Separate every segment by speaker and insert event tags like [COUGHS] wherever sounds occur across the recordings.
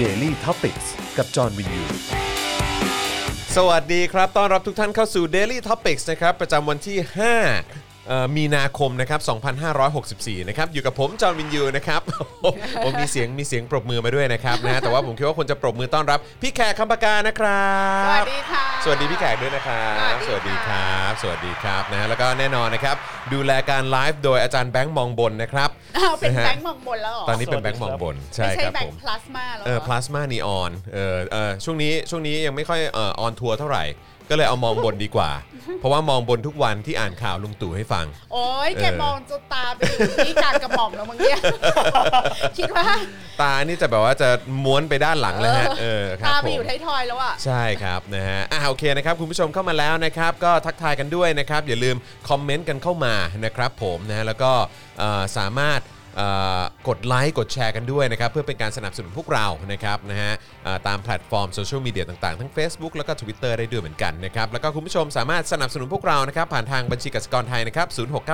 Speaker 1: Daily t o p i c กกับจอห์นวินยู
Speaker 2: สวัสดีครับ ต้อนรับทุกท่านเข้าสู่ Daily Topics นะครับ ประจำวันที่ 5 เอ่อมีนาคมนะครับ 2564 นะครับ อยู่กับผมจอห์นวินยูนะครับ [LAUGHS] ผมมีเสียงมีเสียงปรบมือมาด้วยนะครับนะ แต่ว่าผมคิดว่าคนจะปรบมือต้อนรับ พี่แขกคำปากานะครับ
Speaker 3: สวัสดีค่ะ
Speaker 2: สวัสดีพี่แขกด้วยนะครับ
Speaker 3: สวัสดี
Speaker 2: ค
Speaker 3: ค่ะ
Speaker 2: รับ สวัสดีครับนะแล้วก็แน่นอนนะครับ ดูแลการไลฟ์โดยอาจารย์แบงค์มองบนนะครับ
Speaker 3: อ้าวเป็น
Speaker 2: นะฮะ
Speaker 3: แบงค์มองบนแล้วเหรอ
Speaker 2: ตอนนี้เป็นแบงค์มองบน ใช่
Speaker 3: ไม่
Speaker 2: ค
Speaker 3: ใช่
Speaker 2: รับ
Speaker 3: แบ
Speaker 2: ผ
Speaker 3: ง
Speaker 2: ม
Speaker 3: ค์พลาสมาแล้ว
Speaker 2: เอ
Speaker 3: เหร
Speaker 2: อ
Speaker 3: อ
Speaker 2: พลาสมานีออนเออเออช่วงนี้ช่วงนี้ยังไม่ค่อยเอ่อออนทัวร์เท่าไหร่ ก็เลยเอามองบนดีกว่า [LAUGHS] เพราะว่ามองบนทุกวันที่อ่านข่าวลุงตู่ให้ฟัง
Speaker 3: โอ้ยแก
Speaker 2: เออ
Speaker 3: มองจนตาไปอยู่ที่กลารกระหม่อมแล้วมึงเนี่ย
Speaker 2: [LAUGHS]
Speaker 3: คิดว่า
Speaker 2: ตานี่จะแบบว่าจะม้วนไปด้านหลังเลยฮะเออครับ
Speaker 3: ตา
Speaker 2: ผ
Speaker 3: ไปอ
Speaker 2: ม
Speaker 3: ยู่ท้ายทอยแล้วอ่ะ
Speaker 2: ใช่ครับนะฮะอ่ะโอเคนะครับ คุณผู้ชมเข้ามาแล้วนะครับ ก็ทักทายกันด้วยนะครับ อย่าลืมคอมเมนต์กันเข้ามานะครับผมนะฮะแล้วก็เอ่อสามารถเอ่อกดไลค์กดแชร์กันด้วยนะครับ เพื่อเป็นการสนับสนุนพวกเรานะครับนะฮะเอ่อตามแพลตฟอร์มโซเชียลมีเดียต่างๆ ทั้ง Facebook แล้วก็ Twitter ได้ด้วยเหมือนกันนะครับ แล้วก็คุณผู้ชมสามารถสนับสนุนพวกเรานะครับ ผ่านทางบัญชีกสิกรไทยนะครั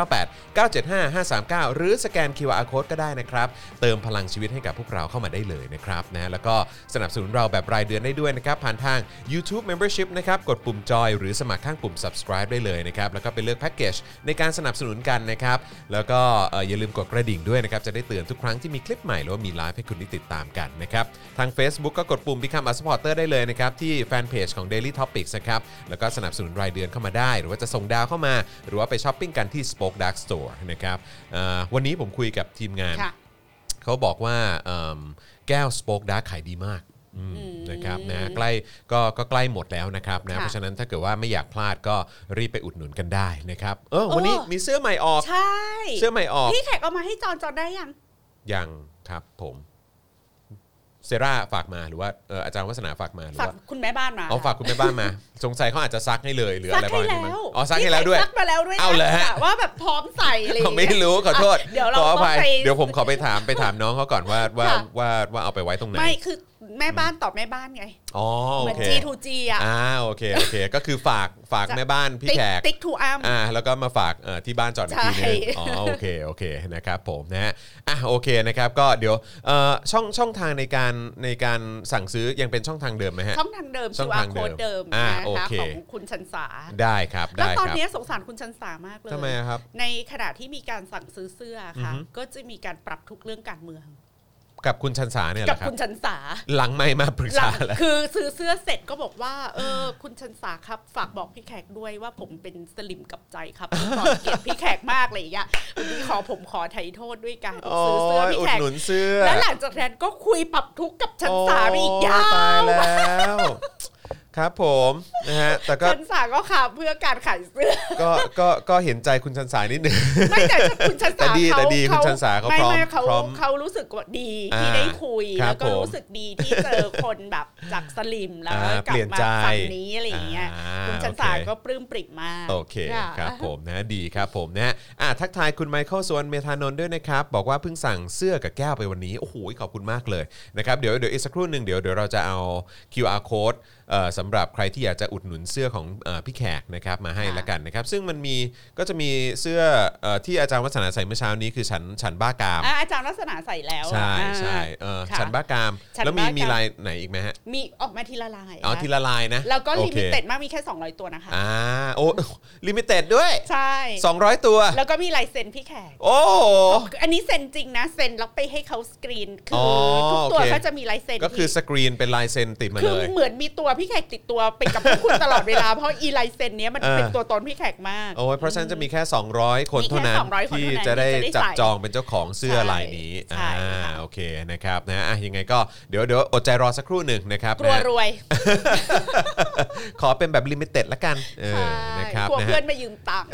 Speaker 2: บ 0698 975 539 หรือสแกน QR Code ก็ได้นะครับ เติมพลังชีวิตให้กับพวกเราเข้ามาได้เลยนะครับนะฮะแล้วก็สนับสนุนเราแบบรายเดือนได้ด้วยนะครับ ผ่านทาง YouTube Membership นะครับกดปุ่มจอยหรือสมัครข้างปุ่ม subscribe ได้เลยนะครับ แล้วก็ไปเลือกแพ็กเกจในการสนับสนุนกันนะครับ แล้วก็เอ่ออย่าลืมกดกระดิ่งด้วยนะครับ จะได้เตือนทุกครั้งที่มีคลิปใหม่หรือว่ามีไลฟ์ให้คุณได้ติดตามกันนะครับ ทาง Facebook ก็กดปุ่ม Become a supporter ได้เลยนะครับ ที่แฟนเพจของ Daily Topics นะครับ แล้วก็สนับสนุนรายเดือนเข้ามาได้ หรือว่าจะส่งดาวเข้ามา หรือว่าไปช้อปปิ้งกันที่ Spoke Dark Store นะครับเอ่อวันนี้ผมคุยกับทีมงาน
Speaker 3: ค่ะ
Speaker 2: เขาบอกว่าเอิ่มแก้วสป o อ e ดาร์ขายดีมากอืมนะครับนะใกล้ก็ก็ใกล้หมดแล้วนะครับนะ
Speaker 3: ค่ะ
Speaker 2: เพราะฉะนั้นถ้าเกิดว่าไม่อยากพลาดก็รีบไปอุดหนุนกันได้นะครับเออวันนี้
Speaker 3: เออ
Speaker 2: มีเสื้อใหม่ออก
Speaker 3: ใช่
Speaker 2: เสื้อใหม่ออก
Speaker 3: พี่แขกเอามาให้จอนจอนได้ยัง
Speaker 2: ยังครับผมเซราฝากมาหรือว่าเอ่ออาจารย์วัฒนาฝากมาหรือ
Speaker 3: ฝาก
Speaker 2: ว่า
Speaker 3: คุณแม่บ้านมา
Speaker 2: เอาฝากคุณแม่บ้านมา สงสัยเขาอาจจะซักให้เลยหรือ
Speaker 3: ซั
Speaker 2: อะไร
Speaker 3: ก
Speaker 2: ประ
Speaker 3: ให้
Speaker 2: มาณนี้
Speaker 3: แล้
Speaker 2: มั้ง
Speaker 3: ว
Speaker 2: อ๋อซักให้แล้วด้วย
Speaker 3: ซักมาแล้วด้วยนะ
Speaker 2: เอาเหรอฮะ
Speaker 3: กะว่าแบบพร้อมใส่อะไรอย่าง
Speaker 2: เขา
Speaker 3: เลย
Speaker 2: ไม่รู้ขอโทษ
Speaker 3: เดี๋ยวเรา
Speaker 2: ขออภัย
Speaker 3: ต้องไป
Speaker 2: เดี๋ยวผมขอไปถามไปถามน้องเขาก่อนว่าว่า
Speaker 3: ค่ะ
Speaker 2: ว่าว่าเอาไปไว้ตรงไหน
Speaker 3: ไม่คือแม่บ้านตอบแม่บ้านไง
Speaker 2: อ๋อโอ
Speaker 3: เหมือน
Speaker 2: เค
Speaker 3: G2G อ่ะ
Speaker 2: อ่าโอเคโอเค ก็คือฝากฝาก
Speaker 3: จะ
Speaker 2: แม่บ้านพี่
Speaker 3: ติ๊ก
Speaker 2: แขก
Speaker 3: ติ๊กทูอัม
Speaker 2: อ่าแล้วก็มาฝากเอ่อที่บ้านจอดอีกที
Speaker 3: ใช่
Speaker 2: นึงอ๋อโอเคโอเคนะครับผมนะฮะอ่ะโอเคนะครับก็เดี๋ยวเอ่อช่องช่องทางในการในการสั่งซื้อยังเป็นช่องทางเดิมไหมฮะ
Speaker 3: [LAUGHS] ช่องทางเดิม
Speaker 2: ช่องทาง
Speaker 3: QR
Speaker 2: เดิม
Speaker 3: code เดิม
Speaker 2: อ่า
Speaker 3: นะคะ
Speaker 2: โอเค
Speaker 3: ของคุณชันสา
Speaker 2: ได้ครับ
Speaker 3: แล้ว
Speaker 2: ได้
Speaker 3: ตอน
Speaker 2: ครับ
Speaker 3: นี้สงสารคุณชันสามากเลย
Speaker 2: ทำไมอะครับ
Speaker 3: ในขณะที่มีการสั่งซื้อเสื้อค่ะ
Speaker 2: อือฮึ
Speaker 3: ก็จะมีการปรับทุกเรื่องการเมือง
Speaker 2: กับคุณชันสาเนี่ยเหร
Speaker 3: กั
Speaker 2: อครับ
Speaker 3: คุณชันสา
Speaker 2: หลังไม่มาปรึก
Speaker 3: หลั
Speaker 2: ษาง แล้ว
Speaker 3: คือซื้อเสื้อเสร็จก็บอกว่า เออ คุณชันสาครับ ฝากบอกพี่แขกด้วยว่าผมเป็นสลิมกับใจครับตอนเกลียดพี่แขกมากเลยอย่างเงี้ยวันนี้ขอผมขอไถ่โทษด้วยการ
Speaker 2: โอ้
Speaker 3: ซื้อเสื้อย พี่
Speaker 2: อุ
Speaker 3: แข
Speaker 2: ด
Speaker 3: ก
Speaker 2: หนุนเสื้อ
Speaker 3: แล้วหลังจากนั้นก็คุยปรับทุกข์กับชันสาไปอีกยา
Speaker 2: โตายว แล้วครับผมนะฮะแต่ก็
Speaker 3: ชันสาก็ขาเพื่อการขายเสื้อ
Speaker 2: ก็ก็ก็เห็นใจคุณชันสานิดนึง
Speaker 3: ไม่แต่คุณชัน
Speaker 2: แต่
Speaker 3: สา
Speaker 2: ดี
Speaker 3: เขา
Speaker 2: แต่ดีคุณชันสาเขา
Speaker 3: ไม่
Speaker 2: พร้อม
Speaker 3: ไม่เขา
Speaker 2: พร้อม
Speaker 3: เขารู้สึกว่าดี
Speaker 2: อ่า
Speaker 3: ที่ได้คุย
Speaker 2: ครับ
Speaker 3: แล้ว
Speaker 2: ผ
Speaker 3: ก็
Speaker 2: ม
Speaker 3: รู้สึกดีที่เจอคนแบบจากสลิมแล้ว
Speaker 2: อ่าก
Speaker 3: ลั
Speaker 2: เปลี่
Speaker 3: บ
Speaker 2: ยน
Speaker 3: มา
Speaker 2: ใจ
Speaker 3: ฝั่งนี้อะไรอย่างเงี้ย
Speaker 2: อ่า
Speaker 3: คุณชันสา
Speaker 2: โอเค
Speaker 3: ก็ปลื้มปริ่มมาก
Speaker 2: โอเค
Speaker 3: ค่ะ
Speaker 2: ครับผมนะดีครับผมนะฮะอ่ะทักทายคุณไมเคิลสวนเมธานนท์ด้วยนะครับ บอกว่าเพิ่งสั่งเสื้อกับแก้วไปวันนี้ โอ้โห ขอบคุณมากเลยนะครับเดี๋ยวเดี๋ยวอีกสักครู่หนึ่งเดี๋ยวเดี๋ยวเราจะเอา QR code เอ่อสำหรับใครที่อยากจะอุดหนุนเสื้อของเอ่อพี่แขกนะครับมาให้
Speaker 3: ค่ะ
Speaker 2: ละกันนะครับ ซึ่งมันมีก็จะมีเสื้อเอ่อที่อาจารย์วัฒนาใส่เมื่อเช้านี้คือฉันฉันบ้ากาม
Speaker 3: ะอาจารย์ลักษณะใส่แล้ว
Speaker 2: ใช่ใช่เออ
Speaker 3: ค่ะ
Speaker 2: ฉันบ้ากาม
Speaker 3: ฉัน
Speaker 2: แล้วมี
Speaker 3: บ้ากาม
Speaker 2: มีลายไหนอีกไหมฮะ
Speaker 3: มีออกมาทีละลาย
Speaker 2: เอาทีละลายนะ
Speaker 3: แล้วก็
Speaker 2: โอ
Speaker 3: ลิ
Speaker 2: ค
Speaker 3: มิเต็ดมากมีแค่ 200 ตัวนะคะ
Speaker 2: อ่าโอ้ [LAUGHS] ลิมิเต็ดด้วย
Speaker 3: ใช่
Speaker 2: 200 ตัว
Speaker 3: แล้วก็มีลายเซ็นพี่แขก
Speaker 2: โอ้โห
Speaker 3: คืออันนี้เซ็นจริงนะเซ็นแล้วไปให้เขาสกรีนคืออ
Speaker 2: อ
Speaker 3: ทุกตัว
Speaker 2: โอเค
Speaker 3: ก็จะมีลายเซ็น
Speaker 2: ก็คือ
Speaker 3: ที่
Speaker 2: สกรีนเป็นลายเซ็นติดมา
Speaker 3: คื
Speaker 2: เล
Speaker 3: อย เหมือนมีตัวพี่แขกติดตัวไปกับพวกคุณตลอดเวลา [LAUGHS] เพราะอีไลเซนเนี้ยมัน
Speaker 2: เออ
Speaker 3: เป็นตัวตนพี่แขกมาก
Speaker 2: โอ้ยเพราะฉะนั้นจะมีแค่ 200 คน
Speaker 3: มีแค่
Speaker 2: เท่านั้น
Speaker 3: 200คน
Speaker 2: ที่
Speaker 3: เท่านั้น
Speaker 2: จะได้
Speaker 3: ที่จะได้
Speaker 2: จับ
Speaker 3: ใส่
Speaker 2: จองเป็นเจ้าของเสื้อลายนี้
Speaker 3: ใช่
Speaker 2: อ่า
Speaker 3: ค่ะ
Speaker 2: โอเคนะครับนะอ่ะยังไงก็เดี๋ยวเดี๋ยวอดใจรอสักครู่หนึ่งนะครับ
Speaker 3: กลัว
Speaker 2: นะ
Speaker 3: รวย
Speaker 2: ขอเป็นแบบลิมิเต็ดละกันเออนะครับ
Speaker 3: กลัว
Speaker 2: นะ
Speaker 3: เพื่อ
Speaker 2: ฮะ
Speaker 3: นมายืมตังค์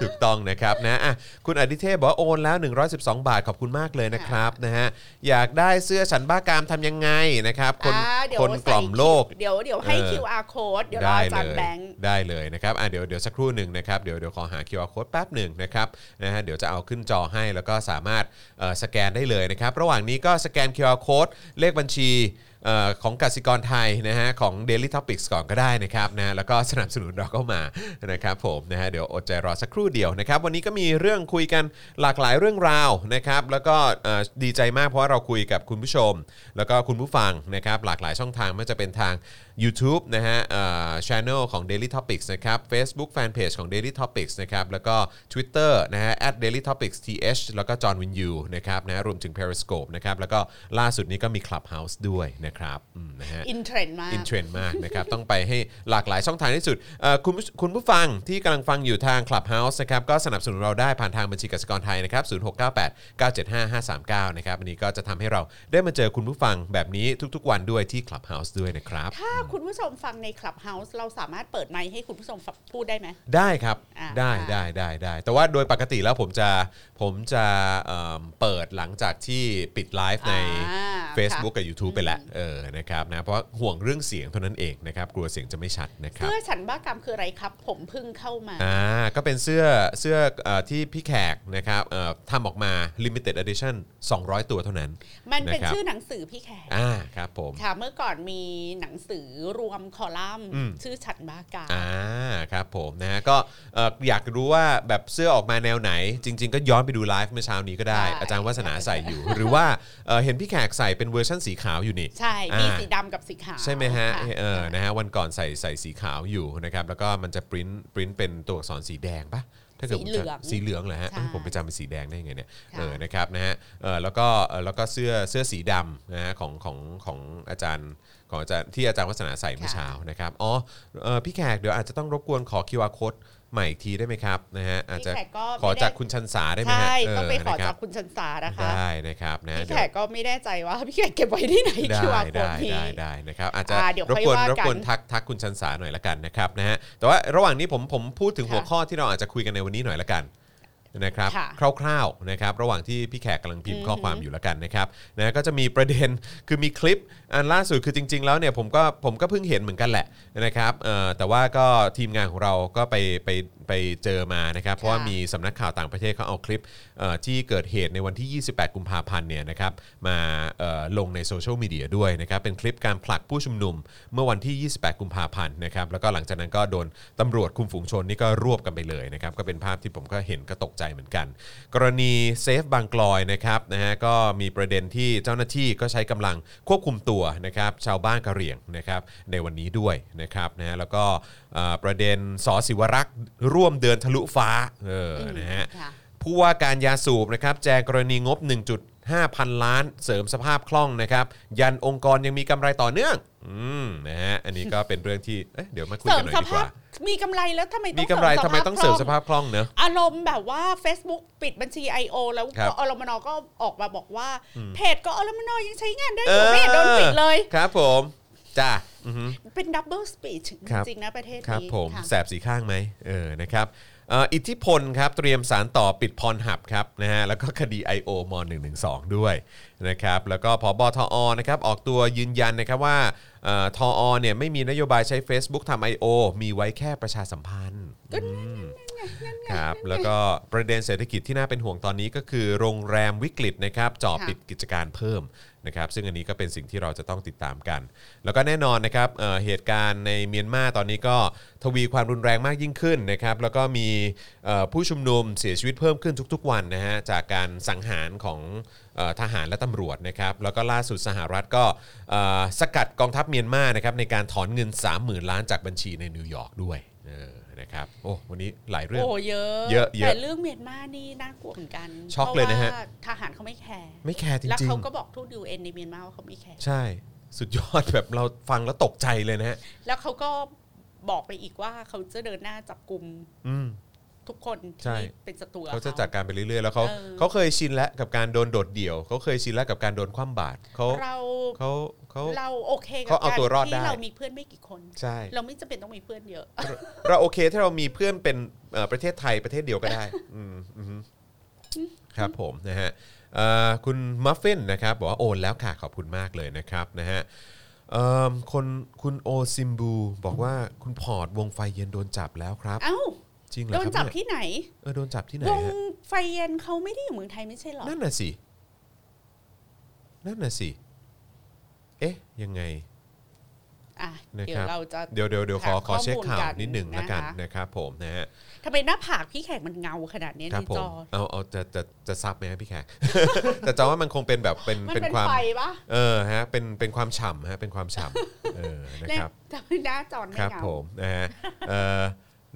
Speaker 2: ถูกต้องนะครับนะอ่ะคุณอดิเทพบอกว่าโอนแล้ว 112 บาทขอบคุณมากเลยนะครับนะฮะอยากได้เสื้อฉันบ้ากามทำยังไงนะครับ คน
Speaker 3: อ่าเดี๋ยว
Speaker 2: คนกล่อมโลก
Speaker 3: เดี๋ยวเดี๋ยวให้
Speaker 2: เออ
Speaker 3: QR code เดี๋ยวรอ
Speaker 2: ได้
Speaker 3: อา
Speaker 2: เล
Speaker 3: จารย์
Speaker 2: ย
Speaker 3: แบงค์
Speaker 2: ได้เลยนะครับอ่ะเดี๋ยวเดี๋ยวสักครู่หนึ่งนะครับเดี๋ยวเดี๋ยวขอหา QR code แป๊บหนึ่งนะครับนะฮะเดี๋ยวจะเอาขึ้นจอให้แล้วก็สามารถเอ่อสแกนได้เลยนะครับ ระหว่างนี้ก็สแกน QR code เลขบัญชี เออของกสิกรไทยนะฮะของ Daily Topics ก่อนก็ได้นะครับนะแล้วก็สนับสนุนเราเข้ามานะครับผมนะฮะเดี๋ยวอดใจรอสักครู่เดียวนะครับ วันนี้ก็มีเรื่องคุยกันหลากหลายเรื่องราวนะครับ แล้วก็เอ่อดีใจมากเพราะว่าเราคุยกับคุณผู้ชม แล้วก็คุณผู้ฟังนะครับหลากหลายช่องทางไม่ว่าจะเป็นทาง YouTube นะฮะช anel ของ Daily Topics นะครับ Facebook Fanpage ของ Daily Topics นะครับแล้วก็ Twitter นะฮะ @dailytopicsth แล้วก็ John Win You นะครับนะรวมถึง Periscope นะครับแล้วก็ล่าสุดนี้ก็มี Clubhouse ด้วยนะครับอืมนะฮะ
Speaker 3: อินเทรนด์มาก
Speaker 2: อินเทรนด์มากนะครับ ต้องไปให้หลากหลายช่องทางที่สุดเอ่อคุณผู้คุณผู้ฟังที่กำลังฟังอยู่ทาง Clubhouse นะครับ ก็สนับสนุนเราได้ผ่านทางบัญชีกสิกรไทยนะครับ 0698 975 539 นะครับ อันนี้ก็จะทำให้เราได้มาเจอคุณผู้ฟังแบบนี้ทุกๆวันด้วยที่ Clubhouse ด้วยนะครับ
Speaker 3: ถ้าคุณผู้ชมฟังในคลับเฮาส์เราสามารถเปิดไมค์ให้คุณผู้ชมฟังพูดได้ไหม
Speaker 2: ได้ครับ
Speaker 3: อ่า
Speaker 2: ได้
Speaker 3: อ่า
Speaker 2: ได้ได้ได้แต่ว่าโดยปกติแล้วผมจะผมจะเอิ่มเปิดหลังจากที่ปิดไลฟ์ใน
Speaker 3: อ่า
Speaker 2: Facebook
Speaker 3: ค่ะ
Speaker 2: กับ YouTube ไปแล้วเออนะครับนะเพราะห่วงเรื่องเสียงเท่านั้นเองนะครับกลัวเสียงจะไม่ชัดนะครับ
Speaker 3: เสื้อฉันบ้ากรรมคืออะไรครับ ผมเพึ่งเข้ามา
Speaker 2: อ่าก็เป็นเสื้อเสื้อเอ่อที่พี่แขกนะครับเอ่อทำออกมา limited edition 200 ตัวเท่านั้น
Speaker 3: มันเป็นะครับ ชื่อหนังสือพี่แขก
Speaker 2: อ่าครับผม
Speaker 3: ค่ะเมื่อก่อนมีหนังสือรวมคอลัมน์
Speaker 2: อืม
Speaker 3: ชื่อฉันบ้ากรรม
Speaker 2: อ่าครับผมนะฮะก็เอ่ออยากรู้ว่าแบบเสื้อออกมาแนวไหน จริง ๆ ก็ย้อนไปดูไลฟ์เมื่อเช้านี้ก็ได้
Speaker 3: ใช่
Speaker 2: อาจารย์วัฒนาใส่อยู่ หรือว่าเอ่อเห็นพี่แขกใส่เป็นเวอร์ชั่นสีขาวอยู่นี่
Speaker 3: ใช่มี
Speaker 2: อ่า
Speaker 3: สีดำกับสีขาว
Speaker 2: ใช่ไหมฮะ
Speaker 3: ค่
Speaker 2: เออนะฮะวันก่อนใส่ใส่สีขาวอยู่นะครับแล้วก็มันจะปริ้นปริ้นเป็นตัวอักษรสีแดงปะถ้าเกิดผมจำสีเหลืองเหรอฮะ
Speaker 3: ใช่
Speaker 2: เอ้ยผมไปจำเป็นสีแดงได้ยังไงเนี่ย
Speaker 3: ใช่
Speaker 2: เออนะครับนะฮะเออแล้วก็เออแล้วก็เสื้อเสื้อสีดำนะฮะของของของอาจารย์ของอาจารย์ที่อาจารย์วัฒนาใส่เมื่อเช้านะครับอ๋อเออพี่แขกเดี๋ยวอาจจะต้องรบกวนขอ QR code ใหม่อีกทีได้ไหมครับนะฮะอาจจะ
Speaker 3: พี่แขกก็ไม่ได้
Speaker 2: ขอจากคุณชันสาได้ไหมฮะ
Speaker 3: ใช่ต้องไปขอ
Speaker 2: เนะค
Speaker 3: จา
Speaker 2: รั
Speaker 3: ก
Speaker 2: บ
Speaker 3: คุณชันสานะคะ
Speaker 2: ได้นะครับนะ
Speaker 3: พี่
Speaker 2: เดี๋
Speaker 3: แข
Speaker 2: ยว
Speaker 3: กก็ไม่แน่ใจว่า [LAUGHS] พี่แขกเก็บไว้ที่ไหน
Speaker 2: ได้
Speaker 3: คิวอาโค้ด
Speaker 2: ได้
Speaker 3: นี้
Speaker 2: ได้ได้นะครับอาจจะ
Speaker 3: อ่าเดี๋ยว
Speaker 2: รบ
Speaker 3: ค่อย
Speaker 2: กวน
Speaker 3: ว่าร
Speaker 2: บกวน
Speaker 3: กัน
Speaker 2: ทักทักคุณชันสาหน่อยละกันนะครับนะฮะแต่ว่าระหว่างนี้ผมผมพูดถึง
Speaker 3: ค่ะ
Speaker 2: หัวข้อที่เราอาจจะคุยกันในวันนี้หน่อยละกันนะครับ
Speaker 3: ค่ะ
Speaker 2: คร่าวๆนะครับระหว่างที่พี่แขกกำลังพิมพ์
Speaker 3: อืม
Speaker 2: ข้อความอยู่ละกันนะครับนะก็จะมีประเด็น [LAUGHS] คือมีคลิปอันล่าสุดคือจริง ๆ แล้วเนี่ยผมก็ผมก็เพิ่งเห็นเหมือนกันแหละนะครับเอ่อแต่ว่าก็ทีมงานของเราก็ไปไปไปเจอมานะครับเพราะว่า
Speaker 3: ค่ะ
Speaker 2: มี มีสำนักข่าวต่างประเทศเขาเอาคลิปเอ่อที่เกิดเหตุในวันที่ 28 กุมภาพันธ์เนี่ยนะครับมาเอ่อลงในโซเชียลมีเดียด้วยนะครับเป็นคลิปการผลักผู้ชุมนุมเมื่อวันที่ 28 กุมภาพันธ์นะครับแล้วก็หลังจากนั้นก็โดนตำรวจคุมฝูงชนนี่ก็รวบกันไปเลยนะครับก็เป็นภาพที่ผมก็เห็นก็ตกใจเหมือนกัน กรณีเซฟบางกลอยนะครับนะฮะก็มีประเด็นที่เจ้าหน้าที่ก็ใช้กำลังควบคุมตัวนะครับชาวบ้านกะเหรี่ยงนะครับในวันนี้ด้วยนะครับนะฮะแล้วก็เอ่อประเด็นสอศิวรักษ์ร่วมเดินทะลุฟ้าเออ เออนะฮะ
Speaker 3: ค่ะ
Speaker 2: ผู้ว่าการยาสูบนะครับแจงกรณีงบ 1.5 พันล้าน เสริมสภาพคล่องนะครับ ยันองค์กรยังมีกำไรต่อเนื่องอืมนะฮะอันนี้ก็เป็นเรื่องที่เอ๊ะเดี๋ยวมาคุย
Speaker 3: เสริ
Speaker 2: กัน
Speaker 3: ม
Speaker 2: หน่อย
Speaker 3: ส
Speaker 2: ดีก
Speaker 3: ภาพ
Speaker 2: ว่า
Speaker 3: มีกำไรแล้วทำไมต้อง
Speaker 2: มีกำไรทำไมต้องเสริมส
Speaker 3: คล่
Speaker 2: ภาพคล่องเนอะ
Speaker 3: อารมณ์แบบว่า Facebook ปิดบัญชี I.O. แล้ว
Speaker 2: ครับ
Speaker 3: อรมนก็ออกมาบอกว่าเพจก็อรมนยังใช้งานได้อยู่ไม่เห็นโดนปิดเลย
Speaker 2: ออครับผมจ้า
Speaker 3: เป็นดับเบิลสปีช
Speaker 2: ครับ
Speaker 3: จริงๆนะประเทศ
Speaker 2: ครับ
Speaker 3: นี้
Speaker 2: ผม
Speaker 3: ค่ะ
Speaker 2: แสบสีข้างไหมเออนะครับเอ่ออิทธิพลครับเตรียมสารต่อปิดพรหับครับนะฮะแล้วก็คดี IO ม .112 ด้วยนะครับแล้วก็พอบทอนะครับออกตัวยืนยันนะครับว่าเอ่อทอเนี่ยไม่มีนโยบายใช้ Facebook ทำ IO มีไว้แค่ประชาสัมพันธ์
Speaker 3: ก็นั่น
Speaker 2: อืมครับแล้วก็ประเด็นเศรษฐกิจที่น่าเป็นห่วงตอนนี้ก็คือ โรงแรมวิกฤตนะครับจ่อปิด กิจการเพิ่มนะครับซึ่งอันนี้ก็เป็นสิ่งที่เราจะต้องติดตามกัน แล้วก็แน่นอนนะครับเอ่อเหตุการณ์ในเมียนมาตอนนี้ก็ทวีความรุนแรงมากยิ่งขึ้นนะครับแล้วก็มีเอ่อผู้ชุมนุมเสียชีวิตเพิ่มขึ้นทุกๆวันนะฮะจากการสังหารของเอ่อทหารและตำรวจนะครับแล้วก็ล่าสุดสหรัฐก็เอ่อสกัดกองทัพเมียนมานะครับในการถอนเงิน 30,000 ล้านจากบัญชีในนิวยอร์กด้วยเออนะครับโอ้วันนี้หลายเรื่อง
Speaker 3: โอ้เยอะ
Speaker 2: เยอะเยอะ
Speaker 3: แต่เรื่องเมียนมานี่น่ากลัวเหมือนกัน
Speaker 2: ช็อกเลยนะฮะ
Speaker 3: พราว่าทหารเขาไม่แคร์
Speaker 2: ไม่แคร์จ
Speaker 3: แล้ว
Speaker 2: ริง
Speaker 3: เขาก็บอกทูตยูเอ็นในเมียนมาว่าเขาไม่แคร์
Speaker 2: ๆ ใช่ สุดยอดแบบเราฟังแล้วตกใจเลยนะฮะ
Speaker 3: แล้วเขาก็บอกไปอีกว่าเขาจะเดินหน้าจับกลุ่ม
Speaker 2: อืม
Speaker 3: ทุกคน
Speaker 2: ใช่
Speaker 3: ที่เป็นศัตรูกับ
Speaker 2: เขาจะจัดการไปเรื่อยๆ แล้วเขา
Speaker 3: เออ
Speaker 2: เขาเคยชินแล้วกับการโดนโดดเดี่ยว เขาเคยชินแล้วกับการโดนคว่ำบาตรเขา
Speaker 3: เรา
Speaker 2: เขาเขา
Speaker 3: เราโอเคกับ
Speaker 2: เขาเอาตัวรอด
Speaker 3: ก
Speaker 2: ได้
Speaker 3: ที่เรามีเพื่อนไม่กี่คน
Speaker 2: ใช่
Speaker 3: เราไม่จำเป็นต้องมีเพื่อนเยอะ
Speaker 2: เราโอเคถ้าเรามีเพื่อนเป็นเอ่อประเทศไทยประเทศเดียวก็ได้อืมอือฮึครับผมนะฮะเอ่อคุณมัฟฟินนะครับบอกว่าโอนแล้วค่ะขอบคุณมากเลยนะครับนะฮะเอิ่มคนคุณโอซิมบูบอกว่าคุณพอร์ตวงไฟเย็นโดนจับแล้วครับ
Speaker 3: เอ้า
Speaker 2: จริงเหรอ
Speaker 3: โด
Speaker 2: คน รับ
Speaker 3: จับ
Speaker 2: เนี่ย
Speaker 3: ที่ไหน
Speaker 2: เออโดนจับที่ไหน
Speaker 3: วง
Speaker 2: ฮะ
Speaker 3: ไฟเย็นเขาไม่ได้อยู่เมืองไทยไม่ใช่เหรอ
Speaker 2: นั่นน่ะสินั่นน่ะสิ เอ๊ะ ยังไง
Speaker 3: อ่ะ
Speaker 2: นะ
Speaker 3: เดี๋ย
Speaker 2: คว รับ
Speaker 3: เราจะ
Speaker 2: เดี๋ยวเดี๋ยวเดี๋ยวขอ
Speaker 3: หา
Speaker 2: ขอเช็ค
Speaker 3: ข้อมูล
Speaker 2: ข่าว
Speaker 3: กัน
Speaker 2: นิดหนึ่งละกัน
Speaker 3: นะคะ
Speaker 2: นะครับผมนะฮะ
Speaker 3: ทำไมหน้าผากพี่แขกมันเงาขนาดเนี้ย
Speaker 2: ครับ
Speaker 3: ใน
Speaker 2: ผ
Speaker 3: จ
Speaker 2: ม
Speaker 3: อ
Speaker 2: เอาเอาจะจะจะซับไหมฮะพี่แขก [LAUGHS] แต่จอว่ามันคงเป็นแบบเป็น
Speaker 3: มัน
Speaker 2: เป็น
Speaker 3: เป็น
Speaker 2: ความ
Speaker 3: ไฟปะ
Speaker 2: เออฮะเป็นเป็นความฉ่ำฮะเป็นความฉ่ำเออนะ
Speaker 3: เล่น
Speaker 2: ครับ
Speaker 3: ทำให้หน้าจอไม่
Speaker 2: ครับ
Speaker 3: เงา
Speaker 2: ผมนะ [LAUGHS] ฮะเอ่อ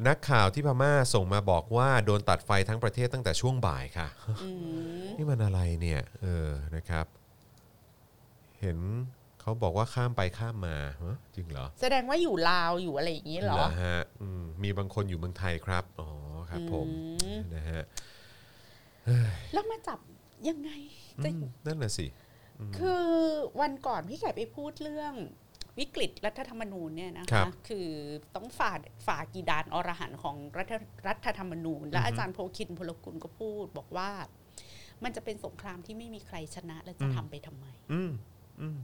Speaker 2: นักข่าวที่พม่าส่งมาบอกว่าโดนตัดไฟทั้งประเทศตั้งแต่ช่วงบ่ายค่ะ
Speaker 3: อืม
Speaker 2: นี่มันอะไรเนี่ยเออนะครับ เห็นเขาบอกว่าข้ามไปข้ามมาฮะจริงเหรอ
Speaker 3: แสดงว่าอยู่ลาวอยู่อะไรอย่างนี้เหรอ
Speaker 2: ฮะอืมมีบางคนอยู่เมืองไทยครับอ๋อครับผม
Speaker 3: อืม
Speaker 2: นะฮะ
Speaker 3: แล้วมาจับยังไงจะ
Speaker 2: อืมนั่นน่ะสิ
Speaker 3: คือวันก่อนพี่แขกไปพูดเรื่องวิกฤตรัฐธรรมนูญเนี่ยนะคะ คือต้องฝ่าฝ่ากีดานอรหันต์ของรัฐรัฐธรรมนูญ และอาจารย์โพคินพลกุลก็พูด บอกว่า มันจะเป็นสงครามที่ไม่มีใครชนะและจะทำไปทำไม
Speaker 2: อืมอืม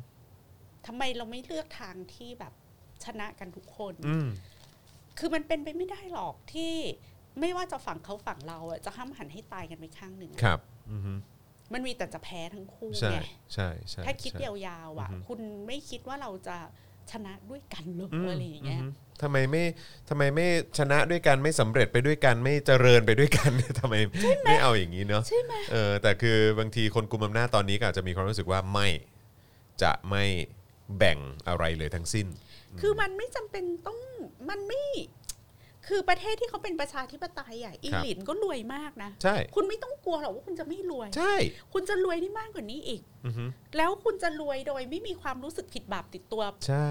Speaker 3: ทำไมเราไม่เลือกทางที่แบบชนะกันทุกคน
Speaker 2: อืม
Speaker 3: คือมันเป็นไปไม่ได้หรอกที่ไม่ว่าจะฝั่งเขาฝั่งเราอะจะห้ามหันให้ตายกันไปข้างหนึ่งอะ
Speaker 2: ครับอืม
Speaker 3: มันมีแต่จะแพ้ทั้งคู่
Speaker 2: ใช่
Speaker 3: ไง
Speaker 2: ใช่ใช่
Speaker 3: ถ้าคิด
Speaker 2: ใช่
Speaker 3: ยาวๆอ่ะ
Speaker 2: อือฮึ
Speaker 3: คุณไม่คิดว่าเราจะชนะด้วยกันเหรอ
Speaker 2: ม
Speaker 3: อะไรอย่างเงี้ย
Speaker 2: มทำไมไม่ทำไมไม่ชนะด้วยกันไม่สำเร็จไปด้วยกันไม่เจริญไปด้วยกัน [LAUGHS] ทำไมไม่เอาอย่างนี้เนาะ
Speaker 3: ใช่ไหม
Speaker 2: เออแต่คือบางทีคนกลุ่มอำนาจตอนนี้ก็อาจจะมีความรู้สึกว่าไม่จะไม่แบ่งอะไรเลยทั้งสิ้น
Speaker 3: คือมันไม่จำเป็นต้องมันไม่ คือประเทศที่เขาเป็นประชาธิปไตยอ่ะอี
Speaker 2: ครับ
Speaker 3: ลินก็รวยมากนะ
Speaker 2: ใช่
Speaker 3: คุณไม่ต้องกลัวหรอกว่าคุณจะไม่รวย
Speaker 2: ใช่
Speaker 3: คุณจะรวยได้มากกว่านี้อีก
Speaker 2: อือฮึ
Speaker 3: แล้วคุณจะรวยโดยไม่มีความรู้สึกผิดบาปติดตัว
Speaker 2: ใช่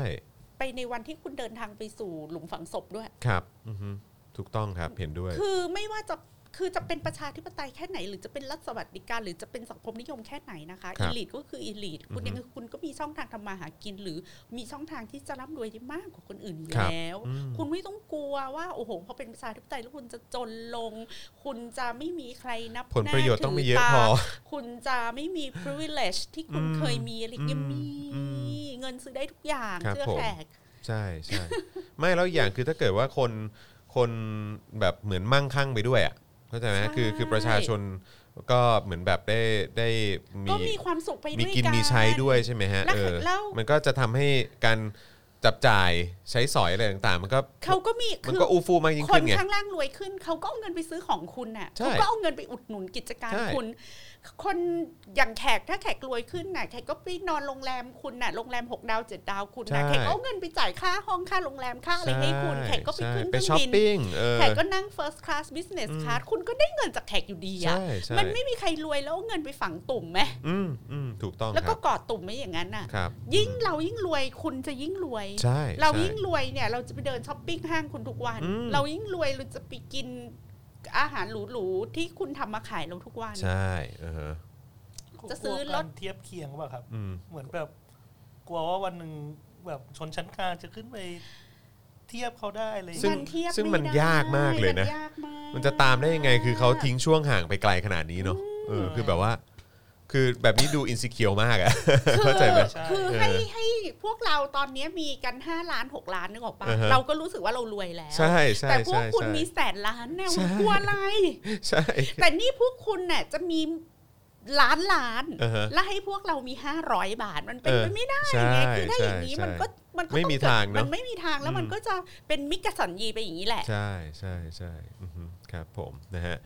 Speaker 3: ไปในวันที่คุณเดินทางไปสู่หลุมฝังศพด้วย
Speaker 2: ครับอือฮึถูกต้องครับเห็นด้วย
Speaker 3: คือไม่ว่าจะคือจะเป็นประชาธิปไตยแค่ไหน หรือจะเป็นรัฐสวัสดิการ หรือจะเป็นสังคมนิยมแค่ไหนนะคะ
Speaker 2: ครั
Speaker 3: อี
Speaker 2: บ
Speaker 3: ลีทก็คืออีลีทคุณ
Speaker 2: อือฮึ
Speaker 3: ยังคุณก็มีช่องทางทำมาหากิน หรือมีช่องทางที่จะร่ำรวยได้มากกว่าคนอื่นอยู่
Speaker 2: ครับ
Speaker 3: แล้ว
Speaker 2: อืม
Speaker 3: คุณไม่ต้องกลัวว่าโอ้โหพอเป็นประชาธิปไตยแล้วคุณจะจนลง คุณจะไม่มีใครนับ
Speaker 2: ผลประโยชน์ต้องไม่เยอะ
Speaker 3: หน้า
Speaker 2: พ
Speaker 3: ถื
Speaker 2: อ
Speaker 3: ตาคุณจะไม่มี privilege ที่คุณ
Speaker 2: อืม
Speaker 3: เคยมีอะไรเงี้ย
Speaker 2: อืม
Speaker 3: มี
Speaker 2: อืม
Speaker 3: เงินซื้อได้ทุกอย่าง
Speaker 2: ครับ
Speaker 3: เชื่อ
Speaker 2: ผม
Speaker 3: แขก
Speaker 2: ใช่ใช่ไม่แล้วอย่างคือถ้าเกิดว่าคนคนแบบเหมือนมั่งคั่งไปด้วยอ่ะเข้าใจไหม
Speaker 3: ใช่
Speaker 2: คือคือประชาชนก็เหมือนแบบได้ได้มี
Speaker 3: ก็มีความสุขไป
Speaker 2: มี
Speaker 3: ด้วย
Speaker 2: กิน
Speaker 3: กัน
Speaker 2: มีใช้ด้วยใช่ไหมฮะ
Speaker 3: แล้ว
Speaker 2: เออ
Speaker 3: แล้ว
Speaker 2: มันก็จะทำให้การจับจ่ายใช้สอยอะไรต่างๆ มันก็
Speaker 3: เขาก็มี
Speaker 2: มัน
Speaker 3: คือ
Speaker 2: ก็อูฟูมากยิ่ง
Speaker 3: ค
Speaker 2: ขึ้
Speaker 3: น
Speaker 2: นไง
Speaker 3: ข้างล่างรวยขึ้น เขาก็เอาเงินไปซื้อของคุณน่ะ
Speaker 2: ใช่
Speaker 3: เขาก็เอาเงินไปอุดหนุนกิจการ
Speaker 2: ใช่
Speaker 3: คุณ คนอย่างแขกถ้าแขกรวยขึ้นน่ะแขกก็ไปนอนโรงแรมคุณน่ะโรงแรมหกดาวเจ็ดดาวคุณน่ะแขกก็เอาเงินไปจ่ายค่าห้องค่าโรงแรมค่าอะไรให้คุณแขกก็ไปขึ้น
Speaker 2: ใช่
Speaker 3: เค
Speaker 2: ไป
Speaker 3: รื่อง
Speaker 2: ช้อป
Speaker 3: บิน
Speaker 2: ปิ้งเออ
Speaker 3: แขกก็นั่ง first class business
Speaker 2: อืม
Speaker 3: class คุณก็ได้เงินจากแขกอยู่ดีอะ
Speaker 2: ใช่ใช่
Speaker 3: มันไม่มีใครรวยแล้วเอาเงินไปฝังตุ่มไหม
Speaker 2: อืมอืมถูกต้อง
Speaker 3: แล้ว
Speaker 2: ค
Speaker 3: ก็
Speaker 2: รับ
Speaker 3: กอดตุ่มไว้อย่างนั้นน่ะ
Speaker 2: ครับ
Speaker 3: ยิ่งเรายิ่งรวยคุณจะยิ่งรวย
Speaker 2: ใช่
Speaker 3: เรา
Speaker 2: ใช่
Speaker 3: ยิ่งรวยเนี่ยเราจะไปเดินช้อปปิ้งห้างคุณทุกวัน
Speaker 2: อืม
Speaker 3: เรายิ่งรวยเราจะไปกินอาหารหรูๆที่คุณทำมาขายเราทุกวัน
Speaker 2: ใช่เออ
Speaker 3: จะซื้
Speaker 4: กลั
Speaker 3: อ
Speaker 4: วการ
Speaker 3: รถ
Speaker 4: เทียบเคียงหรือเปล่าครับ
Speaker 2: อืม
Speaker 4: เหมือนแบบกลัวว่าวันหนึ่งแบบชนชั้นกลางจะขึ้นไปเทียบเขาได้อะไรอย่าง
Speaker 2: ซึ่ง
Speaker 4: เงี้ย
Speaker 3: มันเทียบ
Speaker 2: ซึ่งมัน
Speaker 3: ไได้
Speaker 2: ยากมากเลยนะ
Speaker 3: มัยากาก
Speaker 2: มันจะตามได้ยังไงคือเขาทิ้งช่วงห่างไปไกลขนาดนี้เนาะเออคือแบบว่า คือแบบนี้ดูอินสิเคียวมากอะ
Speaker 3: คือ
Speaker 2: เข้าใจไหม
Speaker 3: คือ
Speaker 2: เออ
Speaker 3: ให้ให้พวกเราตอนเนี้ยมีกัน 5 ล้าน 6 ล้านนึกออกปะ
Speaker 2: อือฮะ
Speaker 3: เราก็รู้สึกว่าเรารวยแล้ว
Speaker 2: ใช่ใช่
Speaker 3: แต่พว
Speaker 2: ใช่
Speaker 3: กคุณ
Speaker 2: ใช่
Speaker 3: มีแสนล้านเนี่ย
Speaker 2: ใช่
Speaker 3: คุณกลัวอะไร
Speaker 2: ใช่
Speaker 3: แต่นี่พวกคุณเนี่ยจะมีล้านล้าน
Speaker 2: อือฮะ
Speaker 3: แล้วให้พวกเรามี 500 บาทมันเป็น
Speaker 2: เออ
Speaker 3: ไปไม่ได้
Speaker 2: ใช่
Speaker 3: ไงคือถ้าอย่างนี้
Speaker 2: ใช่
Speaker 3: มันก็มันก็
Speaker 2: ไม่
Speaker 3: ต้อง
Speaker 2: มี
Speaker 3: เกิด
Speaker 2: ทางเนอะ
Speaker 3: มันไม่มีทางแล้ว
Speaker 2: อืม
Speaker 3: มันก็จะเป็นมิกสันยีไปอย่างนี้แหละ
Speaker 2: ใช่ใช่ใช่อือฮึครับผมนะฮะ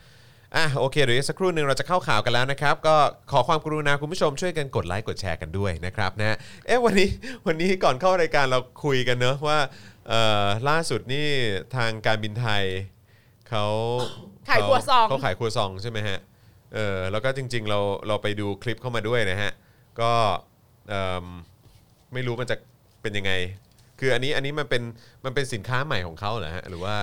Speaker 2: อ่ะโอเคเดี๋ยวอีกสักครู่หนึ่งเราจะเข้าข่าวกันแล้วนะครับ ก็ขอความกรุณาคุณผู้ชมช่วยกันกดไลค์กดแชร์กันด้วยนะครับนะฮะเอ๊ะวันนี้วันนี้ก่อนเข้ารายการเราคุยกันเนอะว่าเอ่อล่าสุดนี่ทางการบินไทยเขา
Speaker 3: [COUGHS] ขายครัวซอง
Speaker 2: เขาขายครัวซองใช่ไหมฮะเออแล้วก็จริงๆเราเราไปดูคลิปเข้ามาด้วยนะฮะก็เอิ่ม ไม่รู้มันจะเป็นยังไง คืออันนี้อันนี้มันเป็นมันเป็นสินค้าใหม่ของเขาเหรอฮะ หรือว่า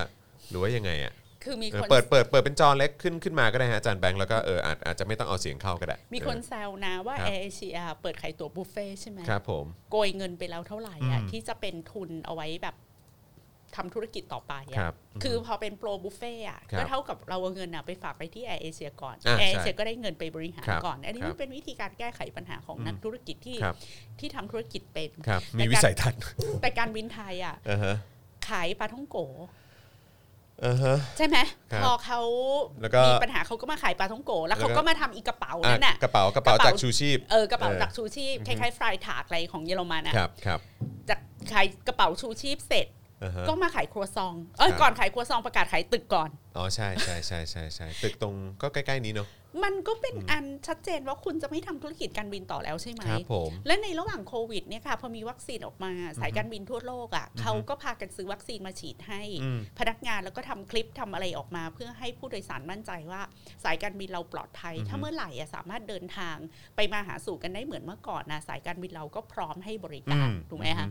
Speaker 2: หรือว่ายังไงอ่ะ
Speaker 3: คือมี
Speaker 2: เออ
Speaker 3: คน
Speaker 2: เปิดเปิดเปิดเป็นจอเล็กขึ้นขึ้นมาก็ได้ฮะอาจารย์แบงค์แล้วก็เอออาจอาจจะไม่ต้องเอาเสียงเข้าก็ได้
Speaker 3: มีคน
Speaker 2: เอ
Speaker 3: แซวนะว่า
Speaker 2: ครับ
Speaker 3: แอร์เอเชียเปิดขายตั๋วบุฟเฟ่ต์ใช่ไหม
Speaker 2: อครับผม
Speaker 3: โกยเงินไปแล้วเท่าไหร่อะ
Speaker 2: อืม
Speaker 3: ที่จะเป็นทุนเอาไว้แบบทำธุรกิจต่อไป
Speaker 2: ครั
Speaker 3: อะ
Speaker 2: บอืม
Speaker 3: คือพอเป็นโปรบุฟเฟ่ต์อะ
Speaker 2: ครับ
Speaker 3: ก็เท่ากับเราเอาเงินอะไปฝากไปที่แอร์เอเชียก่อน
Speaker 2: อ่ะ
Speaker 3: แอร์เอ
Speaker 2: ใช่
Speaker 3: เชียก็ได้เงินไปบริหาร
Speaker 2: ครับ
Speaker 3: ก่อน อันนี้
Speaker 2: ครั
Speaker 3: มั
Speaker 2: บ
Speaker 3: นเป็นวิธีการแก้ไขปัญหาของ
Speaker 2: อืม
Speaker 3: นักธุรกิจที่
Speaker 2: ครับ
Speaker 3: ที่ทำธุรกิจเป็น
Speaker 2: ครับ
Speaker 3: แต่
Speaker 2: มี
Speaker 3: การ
Speaker 2: วิสัยทัศน์
Speaker 3: แต่การบินไทยอะ
Speaker 2: อ่าฮะ
Speaker 3: ขายปลาท่องโก
Speaker 2: อ่าฮะ
Speaker 3: ใช่ไหม
Speaker 2: ครับ
Speaker 3: พอเขา
Speaker 2: แล้วก็
Speaker 3: มีปัญหาเขาก็มาขายปลาท่องโกะแล้วเขา
Speaker 2: แล้วก็
Speaker 3: ก็มาทำอีกกระเป๋า
Speaker 2: อ่ะ
Speaker 3: นั่นน่ะ
Speaker 2: กระเป๋ากระเป๋าก
Speaker 3: ระเป๋า
Speaker 2: จากชูชีพ
Speaker 3: เออกระเป๋า
Speaker 2: เออ
Speaker 3: จากชูชีพคล้ายๆฟรายถาดอะไรของเยอรมันอ่ะ
Speaker 2: ครับครับ
Speaker 3: จากขายกระเป๋าชูชีพเสร็จ
Speaker 2: อ่าฮะ
Speaker 3: ก็มาขายครัวซอง เอ้ย
Speaker 2: ครับ
Speaker 3: ก่อนขายครัวซองประกาศขายตึกก่อน
Speaker 2: อ๋อใช่ใช่ใช่ใช่ใช่ตึกตรงก็ใกล้ๆนี้เนาะ
Speaker 3: มันก็เป็น
Speaker 2: อืม
Speaker 3: อันชัดเจนว่าคุณจะไม่ทำธุรกิจการบินต่อแล้วใช่ไหม
Speaker 2: ครับผม
Speaker 3: และในระหว่างโควิดเนี่ยค่ะพอมีวัคซีนออกมาสายการบินทั่วโลกอะ่ะเขาก็พากันซื้อวัคซีนมาฉีดให้
Speaker 2: อืม
Speaker 3: พนักงานแล้วก็ทำคลิปทำอะไรออกมา เพื่อให้ผู้โดยสารมั่นใจว่า สายการบินเราปลอดภัย
Speaker 2: อือฮึ
Speaker 3: ถ้าเมื่อไหร่อะสามารถเดินทางไปมาหาสู่กันได้เหมือนเมื่อก่อนนะสายการบินเราก็พร้อมให้บริ
Speaker 2: อื
Speaker 3: การถูกไหม
Speaker 2: อื
Speaker 3: คะ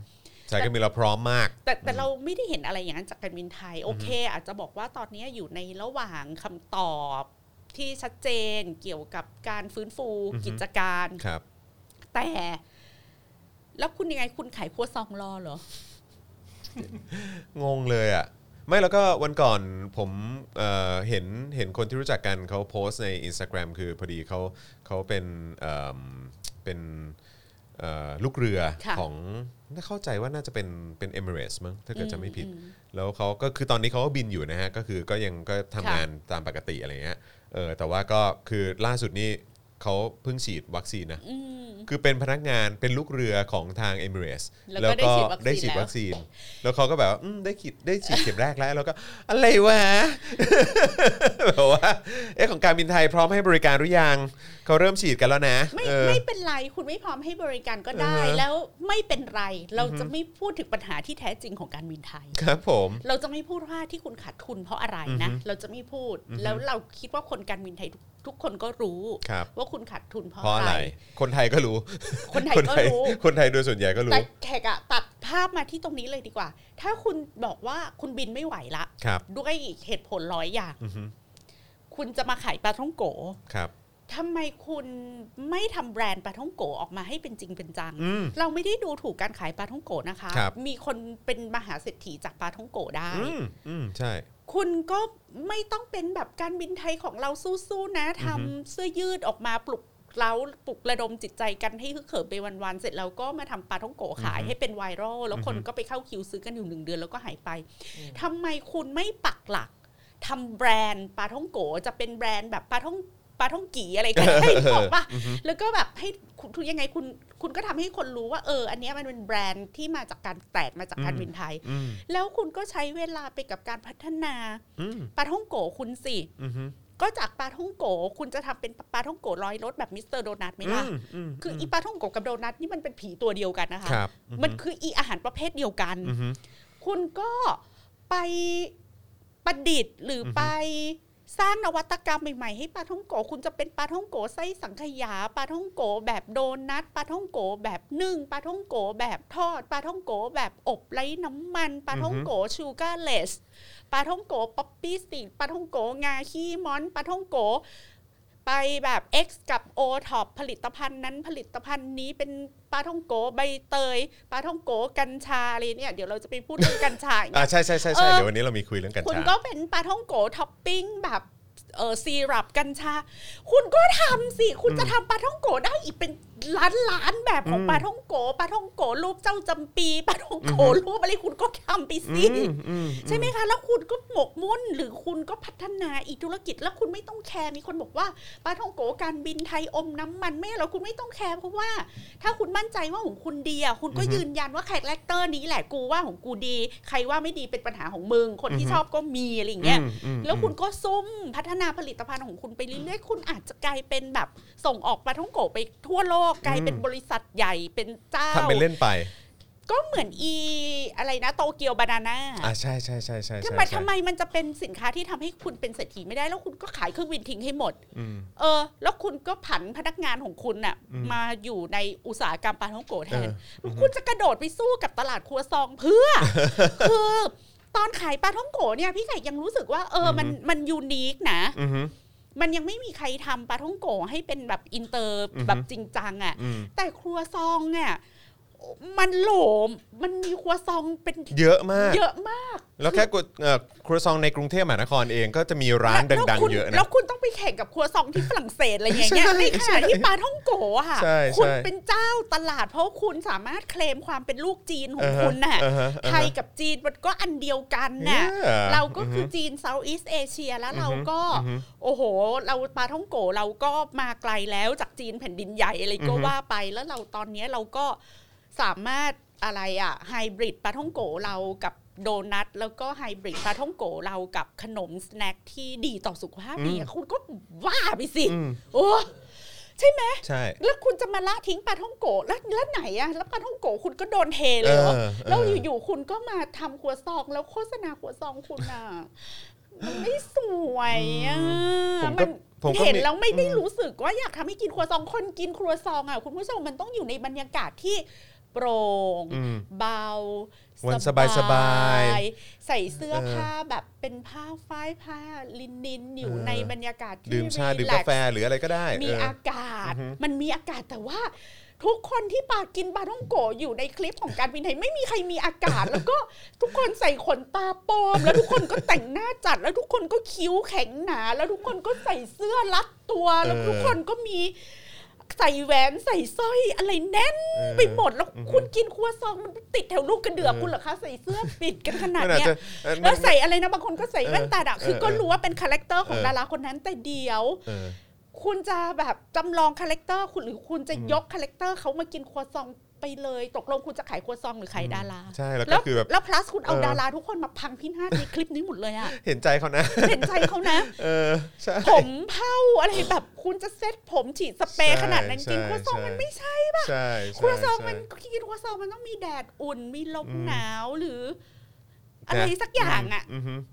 Speaker 2: สายการบินเราพร้อมมาก
Speaker 3: แต่แต่เราไม่ได้เห็นอะไรอย่างนั้นจากการบินไทย โอเค อาจจะบอกว่าตอนนี้อยู่ในระหว่างคำตอบที่ชัดเจนเกี่ยวกับการฟื้นฟู
Speaker 2: อือฮึ
Speaker 3: กิจการ
Speaker 2: ครับ
Speaker 3: แต่ แล้วคุณยังไงคุณขายครัวซองรอเหรอ
Speaker 2: งงเลยอ่ะ ไม่แล้วก็วันก่อนผมเอ่อเห็นเห็นคนที่รู้จักกันเขาโพสต์ใน Instagram คือพอดีเขาเขาเป็นเอิ่มเป็นเอ่อลูกเรือ
Speaker 3: ค่ะ
Speaker 2: ของน่าเข้าใจว่าน่าจะเป็นเป็นเอมิเรสมั้งถ้าเกิดจะไม่ผิด
Speaker 3: อือื
Speaker 2: แล้วเขาก็คือตอนนี้เขาก็บินอยู่นะฮะ ก็คือก็ยังก็ทำ
Speaker 3: ค่ะ
Speaker 2: งานตามปกติอะไรเงี้ยเออแต่ว่าก็คือล่าสุดนี่เขาเพิ่งฉีดวัคซีนนะ
Speaker 3: อืม
Speaker 2: คือเป็นพนักงานเป็นลูกเรือของทางเอมิเรส
Speaker 3: แล้วก็ได้
Speaker 2: ได้
Speaker 3: ฉี
Speaker 2: ฉีด
Speaker 3: ดวั
Speaker 2: วัค
Speaker 3: คซี
Speaker 2: ซีน
Speaker 3: น
Speaker 2: แล้วเขาก็แบบว่าอืมได้ฉีดได้ฉีดเข็มแรกแล้ว แล้วก็อะไร
Speaker 3: [LAUGHS]
Speaker 2: วะ แบบว่าเอ๊ะของการบินไทยพร้อมให้บริการหรือยังเขาเริ่มฉีดกันแล้วนะ
Speaker 3: ไม่
Speaker 2: เออ
Speaker 3: ไม่เป็นไรคุณไม่พร้อมให้บริการก็ได้
Speaker 2: อือฮะ
Speaker 3: แล้วไม่เป็นไร เราจะไม่พูดถึงปัญหาที่แท้จริงของการบินไทย
Speaker 2: ครับผม
Speaker 3: เราจะไม่พูดว่าที่คุณขาดทุนเพราะอะไรนะ
Speaker 2: อือฮึ
Speaker 3: เราจะไม่พูด
Speaker 2: อือฮึ
Speaker 3: แล้วเราคิดว่าคนการบินไทยทุกทุกคนก็รู้
Speaker 2: ครับ
Speaker 3: ว่าคุณขาดทุนเพราะ
Speaker 2: เพราะอะ
Speaker 3: อะไร ไร
Speaker 2: คนไทยก็รู้
Speaker 3: คนไทยก็รู้
Speaker 2: คนไทยโดยส่วนใหญ่ก็รู้
Speaker 3: แต่แขกอะตัดภาพมาที่ตรงนี้เลยดีกว่า ถ้าคุณบอกว่าคุณบินไม่ไหวละ
Speaker 2: ครับ
Speaker 3: ด้วยเหตุผลร้อยอย่าง
Speaker 2: อือฮึ
Speaker 3: คุณจะมาขายปลาท่องโก
Speaker 2: ครับ
Speaker 3: ทำไมคุณไม่ทำแบรนด์ปลาท่องโกออกมาให้เป็นจริงเป็นจัง
Speaker 2: อืม
Speaker 3: เราไม่ได้ดูถูกการขายปลาท่องโกนะคะ
Speaker 2: ครับ
Speaker 3: มีคนเป็นมหาเศรษฐีจากปลาท่องโกได้
Speaker 2: อืมอืมใช่
Speaker 3: คุณก็ไม่ต้องเป็นแบบการบินไทยของเราสู้ๆนะ
Speaker 2: อื
Speaker 3: ทำ
Speaker 2: อฮึ
Speaker 3: เสื้อยืดออกมาปลุกเร้าปลุกระดมจิตใจกันให้ฮึกเหิมไปวันๆเสร็จแล้วก็มาทำปลาท่องโกะขายให้เป็นไวรัลแล้วคนก็ไปเข้าคิวซื้อกันอยู่หนึ่งเดือนแล้วก็หายไป
Speaker 4: อืม
Speaker 3: ทำไมคุณไม่ปักหลักทำแบรนด์ปลาท่องโกะจะเป็นแบรนด์แบบปลาท่องปลาท่องกี่อะไรก็ได้
Speaker 2: [LAUGHS]
Speaker 3: บอกป่ะแล้วก็แบบให้คุณคุณยังไงคุณคุณก็ทำให้คนรู้ว่าเอออันเนี้ยมันเป็นแบรนด์ที่มาจากการแตกมาจากการบินไทย
Speaker 2: อืม
Speaker 3: แล้วคุณก็ใช้เวลาไปกับการพัฒนา
Speaker 2: อืม
Speaker 3: ปลาท่องโกคุณสิ
Speaker 2: อือฮึ
Speaker 3: ก็จากปลาท่องโกคุณจะทำเป็นปลาท่องโกร้อยรสแบบมิสเตอร์โดนัทไหมล่ะ
Speaker 2: อืมอืม
Speaker 3: คืออีปลาท่องโกกับโดนัทนี่มันเป็นผีตัวเดียวกันนะคะ
Speaker 2: ครับอือฮึ
Speaker 3: มันคืออีอาหารประเภทเดียวกัน
Speaker 2: อือฮึ
Speaker 3: คุณก็ไปประดิษฐ์หรืออ
Speaker 2: อฮึ
Speaker 3: ไปสร้างนวัตกรรมใหม่ๆให้ปลาท่องโกคุณจะเป็นปลาท่องโกไส้สังขยาปลาท่องโกแบบโดนัทปลาท่องโกแบบนึ่งปลาท่องโกแบบทอดปลาท่องโกแบบอบไร้น้ำมันปลาท่องโกชูการ์เลสปลาท่องโกป๊อปปี้สติกปลาท่องโกงาขี้ม้อนปลาท่องโก ไปแบบ X กับ O ท็อปผลิตภัณฑ์นั้นผลิตภัณฑ์นี้เป็นปลาท่องโกใบเตยปลาท่องโกกัญชาอะไรเนี่ยเดี๋ยวเราจะไปพูดเรื่องกัญชาอีก
Speaker 2: อ่าใช่ใช่ใช่ใช่
Speaker 3: เออ
Speaker 2: เดี๋ยววันนี้เรามีคุยเรื่องกัญ
Speaker 3: คุณ
Speaker 2: ชา
Speaker 3: ก็เป็นปลาท่องโกท็อปปิ้งแบบเออซีรัปกัญชา คุณก็ทำสิคุณจะทำปลาท่องโกได้อีกเป็นล้านล้านๆแบบของ
Speaker 2: อืม
Speaker 3: ปลาท่องโกปลาท่องโกรูปเจ้าจำปีปลาท่องโกรูปอะไรคุณก็ทำไป
Speaker 2: อื
Speaker 3: สิ
Speaker 2: มอืม
Speaker 3: ใช่ไหมคะ แล้วคุณก็หมกมุ่นหรือคุณก็พัฒนาอีกธุรกิจ แล้วคุณไม่ต้องแคร์มีคนบอกว่าปลาท่องโกการบินไทยอมน้ำมันไม่เราคุณไม่ต้องแคร์เพราะว่า ถ้าคุณมั่นใจว่าของคุณดีอ่ะคุณก็
Speaker 2: อือฮึ
Speaker 3: ยืนยันว่าคาแรคเตอร์นี้แหละกูว่าของกูดี ใครว่าไม่ดีเป็นปัญหาของมึง คนที่
Speaker 2: อือฮึ
Speaker 3: ชอบก็มีอะไรอย่างเงี้ย
Speaker 2: อืมอืม
Speaker 3: แล้วคุณก็ซุ่มพัฒนาผลิตภัณฑ์ของคุณไปเรื่อยๆ คุณอาจจะกลายเป็นแบบส่งออกปลาท่องโกไปทั่วโลกกลายเป็นบริษัทใหญ่เป็นเจ้า
Speaker 2: ทำเป็นเล่นไป
Speaker 3: ก็เหมือนอีอะไรนะโตเกียวบานาน่า
Speaker 2: อ่าใช่ใช่ใช่ใช่
Speaker 3: ทำ
Speaker 2: ใช่
Speaker 3: ไมทำไมมันจะเป็นสินค้าที่ทำให้คุณเป็นเศรษฐีไม่ได้แล้วคุณก็ขายเครื่องบินทิ้งให้หมด
Speaker 2: อืม
Speaker 3: เออ แล้วคุณก็ผันพนักงานของคุณน่ะ
Speaker 2: อืม
Speaker 3: มาอยู่ในอุตสาหกรรมปาท่องโกะแทน
Speaker 2: เออ
Speaker 3: แล้วคุณจะกระโดดไปสู้กับตลาดครัวซองเพื่อ [LAUGHS] คือตอนขายปลาท่องโกะเนี่ยพี่ไก่ยังรู้สึกว่าเออมันมันยูนิคนะ
Speaker 2: อืม
Speaker 3: มันยังไม่มีใครทำปลาท่องโกะให้เป็นแบบอินเตอร์
Speaker 2: อือฮึ
Speaker 3: แบบจริงจังอ่ะ
Speaker 2: อืม
Speaker 3: แต่ครัวซองเนี่ย มันโหลมมันมีครัวซองเป็น
Speaker 2: เยอะมาก
Speaker 3: เยอะมาก
Speaker 2: แล้วแค่กดเอ่อครัวซองในกรุงเทพมหานครเองก็จะมีร้าน
Speaker 3: แล้ว
Speaker 2: ดัง
Speaker 3: คุณ
Speaker 2: ๆ เยอะ
Speaker 3: แล้
Speaker 2: นะ
Speaker 3: วคุณต้องไปแข่งกับครัวซองที่ฝรั่งเศสอะไรอย่างเงี้ย
Speaker 2: ใช่
Speaker 3: ในขณะที่ปลาท่องโกะค่ะ
Speaker 2: ใช่
Speaker 3: คุณ
Speaker 2: ใช่
Speaker 3: เป็นเจ้าตลาด เพราะคุณสามารถเคลมความเป็นลูกจีนของ
Speaker 2: อ่าฮะ
Speaker 3: คุณน่ะ
Speaker 2: อ่าฮะ
Speaker 3: ไทยกับจีนมันก็อันเดียวกันน่ะ
Speaker 2: Yeah
Speaker 3: เราก็คืออจีนเซาท์อีสเอเชียแล้วเราก็ โอ้โห เราปลาท่องโกะเราก็มาไกลแล้วจากจีนแผ่นดินใหญ่อะไรก็ว่าไปแล้วเราตอนเนี้ยเราก็สามารถอะไรอะไฮบริดปลาท่องโกะเรากับโดนัทแล้วก็ไฮบริดปลาท่องโกะเรากับขนมสแน็คที่ดีต่อสุขภาพดีอะคุณก็ว่าไปสิ
Speaker 2: อืม
Speaker 3: โอ้ใช่ไหม
Speaker 2: ใช่
Speaker 3: แล้วคุณจะมาละทิ้งปลาท่องโกะแล้วแล้วไหนอะแล้วปลาท่องโกะคุณก็โดนเท
Speaker 2: เอย
Speaker 3: เลเหร
Speaker 2: อ
Speaker 3: อ
Speaker 2: เอ
Speaker 3: แล้ว
Speaker 2: อ
Speaker 3: อยู่ๆคุณก็มาทำหัวซองแล้วโฆษณาหัวซองคุณอ่ะ มันไม่สวยอ่ะ
Speaker 2: ผมก็
Speaker 3: มัน
Speaker 2: ผมก็มี
Speaker 3: เห็นแล้วไม่ได้
Speaker 2: อืม
Speaker 3: รู้สึกว่าอยากทำให้กินครัวซองคนกินครัวซองอ่ะคุณผู้ชมมันต้องอยู่ในบรรยากาศที่โปร่ง
Speaker 2: อืม
Speaker 3: เบา
Speaker 2: วันสบายๆ
Speaker 3: ใส่เสื้อ
Speaker 2: เออ
Speaker 3: ผ้าแบบเป็นผ้าฝ้ายผ้าลินินอยู่
Speaker 2: เออ
Speaker 3: ในบรรยากาศที่
Speaker 2: ดื่มชา
Speaker 3: relax
Speaker 2: ดื่มกาแฟหรืออะไรก็ได้
Speaker 3: มี
Speaker 2: เอออ
Speaker 3: อากาศ
Speaker 2: อือฮึ
Speaker 3: มันมีอากาศแต่ว่า ทุกคนที่ปากินปลาท่องโกะอยู่ในคลิปของการบินไทยไม่มีใครมีอากาศ แล้วก็ทุกคนใส่ขนตาปลอม แล้วทุกคนก็แต่งหน้าจัด แล้วทุกคนก็คิ้วแข็งหนา แล้วทุกคนก็ใส่เสื้อรัดตัว แล้วทุกคนก็มีใส่แหวนใส่สร้อยอะไรแน่น
Speaker 2: เออ
Speaker 3: ไปหมดแล้วคุณกินครัวซองมันติดแถวลูกกระเดือกคุณเหรอคะใส่เสื้อปิดกันขนาด
Speaker 2: มันอาจ
Speaker 3: เนี้ย
Speaker 2: จะเออมั
Speaker 3: แล้
Speaker 2: น
Speaker 3: วใส่อะไรนะบางคนก็ใส่แว่นตาดะคือ
Speaker 2: เออ
Speaker 3: ก็รู้ว่าเป็นคาแรคเตอร์ของ
Speaker 2: เออ
Speaker 3: ดาราคนนั้นแต่เดียว
Speaker 2: เออ
Speaker 3: คุณจะแบบจำลองคาแรคเตอร์คุณหรือคุณจะยกคาแรคเตอร์เขามากินครัวซองไปเลย ตกลงคุณจะขายครัวซองหรือขายดารา
Speaker 2: ใช่แล้วก็คือแบบ
Speaker 3: แล้ว plus คุณเอา
Speaker 2: เออ
Speaker 3: ดาราทุกคนมาพังพินาศในคลิปนี้หมดเลย
Speaker 2: [LAUGHS]
Speaker 3: อะ
Speaker 2: เห็นใจเขานะ
Speaker 3: เห็นใจเขานะ
Speaker 2: เออใช่
Speaker 3: ผมเผาอะไรแบบคุณจะเซ็ตผมฉีดสเปรย์
Speaker 2: ใช่
Speaker 3: ขนาดนั้นกิน
Speaker 2: ใช่
Speaker 3: ครัวซอง
Speaker 2: ใช่
Speaker 3: มันไม่ใช่
Speaker 2: ใช่ใช่
Speaker 3: ครัวซองมัน
Speaker 2: ใช่
Speaker 3: กินครัวซองมันต้องมีแดดอุ่นมีลม
Speaker 2: อืม
Speaker 3: หนาวหรือ อะไรสักอย่างอะ
Speaker 2: มฮึ [LAUGHS]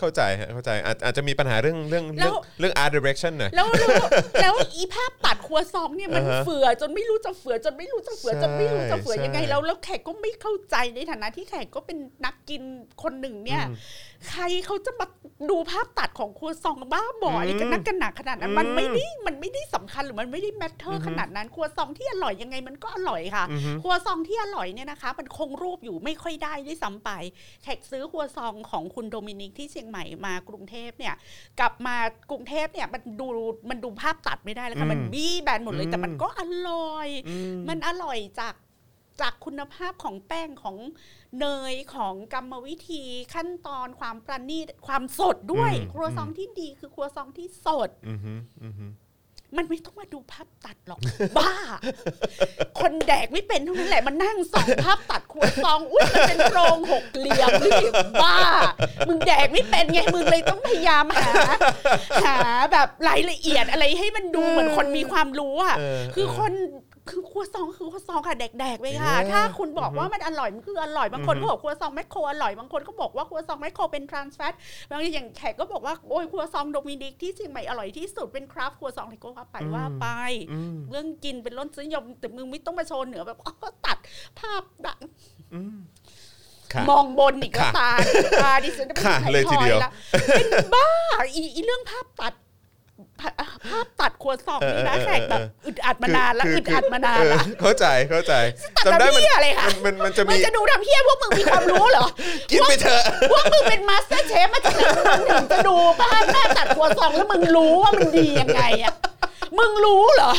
Speaker 2: เข้าใจฮะเข้าใจอาจอาจจะมีปัญหาเรื่องเรื่อง
Speaker 3: แล้
Speaker 2: เรื่อ
Speaker 3: ว
Speaker 2: งเรื่อง art direction หน่อย
Speaker 3: แล้วแล้วแล้วอีภาพตัดครัวซองเนี่ยมัน
Speaker 2: อ่าฮะ
Speaker 3: เฟื่อจนไม่รู้จะเฟื่อจนไม่รู้จะเฟื่อ
Speaker 2: ใช่
Speaker 3: จนไม่รู้จะเฟื่อ
Speaker 2: ใช่
Speaker 3: ยังไงแล้วแล้วแขกก็ไม่เข้าใจในฐานะที่แขกก็เป็นนักกินคนหนึ่งเนี่ย
Speaker 2: อืม
Speaker 3: ใครเขาจะมาดูภาพตัดของครัวซองบ้าบอ
Speaker 2: อืม
Speaker 3: อะไรกันนักกันหนาขนาดนั้น
Speaker 2: อืม
Speaker 3: มันไม่ได้มันไม่ได้สำคัญหรือมันไม่ได้แมทเทอ
Speaker 2: อื
Speaker 3: ร์
Speaker 2: อฮึ
Speaker 3: ขนาดนั้นครัวซองที่อร่อยยังไงมันก็อร่อยค่ะ
Speaker 2: อือฮึ
Speaker 3: ครัวซองที่อร่อยเนี่ยนะคะ มันคงรูปอยู่ไม่ค่อยได้ด้วยซ้ำไป แขกซื้อครัวซองของคุณโดมินิกที่เชียงใหม่มากรุงเทพเนี่ย กลับมากรุงเทพเนี่ยมันดูมันดูภาพตัดไม่ได้แล้วค่ะ
Speaker 2: อืม
Speaker 3: มันบี้แบนหมดเล
Speaker 2: อื
Speaker 3: ย
Speaker 2: ม
Speaker 3: แต่มันก็อร่อย
Speaker 2: อืม
Speaker 3: มันอร่อยจากจากคุณภาพของแป้งของเนยของกรรมวิธีขั้นตอนความประณีตความสดด้วย
Speaker 2: อืม
Speaker 3: ครัวซองที่ดีคือครัวซองที่สด
Speaker 2: อือฮึอือฮึ
Speaker 3: มันไม่ต้องมาดูภาพตัดหรอก บ้า คนแดกไม่เป็นเท่านั้นแหละมันนั่งส่องภาพตัดครัวซองอุ้ยมันเป็นโครงหกเหลี่ยมนี่บ้า มึงแดกไม่เป็นไงมึงเลยต้องพยายามหา หาแบบรายละเอียดอะไรให้มันดูเหมือนคนมีความรู้อ่ะ
Speaker 2: เออ
Speaker 3: คือ
Speaker 2: เออ
Speaker 3: คนคือครัวซองคือครัวซองค่ะแดกๆไปค่ะ
Speaker 2: เออ
Speaker 3: ถ้าคุณบอก
Speaker 2: อือฮึ
Speaker 3: ว่ามันอร่อยมันคืออร่อยบางคน
Speaker 2: อือฮึ
Speaker 3: ก็บอกครัวซองแมคโครอร่อยบางคนก็บอกว่าครัวซองแมคโครเป็นทรานส์แฟต บางทีอย่างแขกก็บอกว่าโอ้ยครัวซองโดมินิกที่เชียงใหม่อร่อยที่สุดเป็นคราฟต์ครัวซองอะไรก็ว่าไป
Speaker 2: อืม
Speaker 3: ว่าไป
Speaker 2: อืม
Speaker 3: เรื่องกินเป็นล้นซื้อยมแต่มึงไม่ต้องมาโชว์เหนือแบบอ๋อตัดภาพดัก
Speaker 2: อืมค่ะ
Speaker 3: มองบนอีกก็
Speaker 2: ค่ะ
Speaker 3: ตาตาดิฉันจะไม่
Speaker 2: ค่ะ
Speaker 3: ใช่
Speaker 2: เลยทีเดียว
Speaker 3: ละเป็นบ้าอีอีเรื่องภาพตัด ภาภาพตัดครัวซองนี่นะ
Speaker 2: เออเออ
Speaker 3: แขกแบบ
Speaker 2: เออเอออึ
Speaker 3: อึดอัดมานานละ
Speaker 2: คื
Speaker 3: อึดอัด
Speaker 2: คื
Speaker 3: มานาน
Speaker 2: เออ
Speaker 3: ละ
Speaker 2: เข้าใจเข้าใจ
Speaker 3: ตัด
Speaker 2: จำได้
Speaker 3: ทำ
Speaker 2: มัน
Speaker 3: เพี้ยอะไรค่ะ
Speaker 2: มันมันมันจะ
Speaker 3: มึ
Speaker 2: มี
Speaker 3: งจะดูทำเพี้ยพวกมึงมีความรู้เหรอ
Speaker 2: กินไปเถ
Speaker 3: [LAUGHS]
Speaker 2: อะ
Speaker 3: พวกมึงเป็นมาสเตอร์เชฟมาจากไหนมึงถึงจะดูภาพแม่ตัดครัวซองแล้วมึงรู้ว่ามันดียังไงอ่ะ มึงรู้เหรอ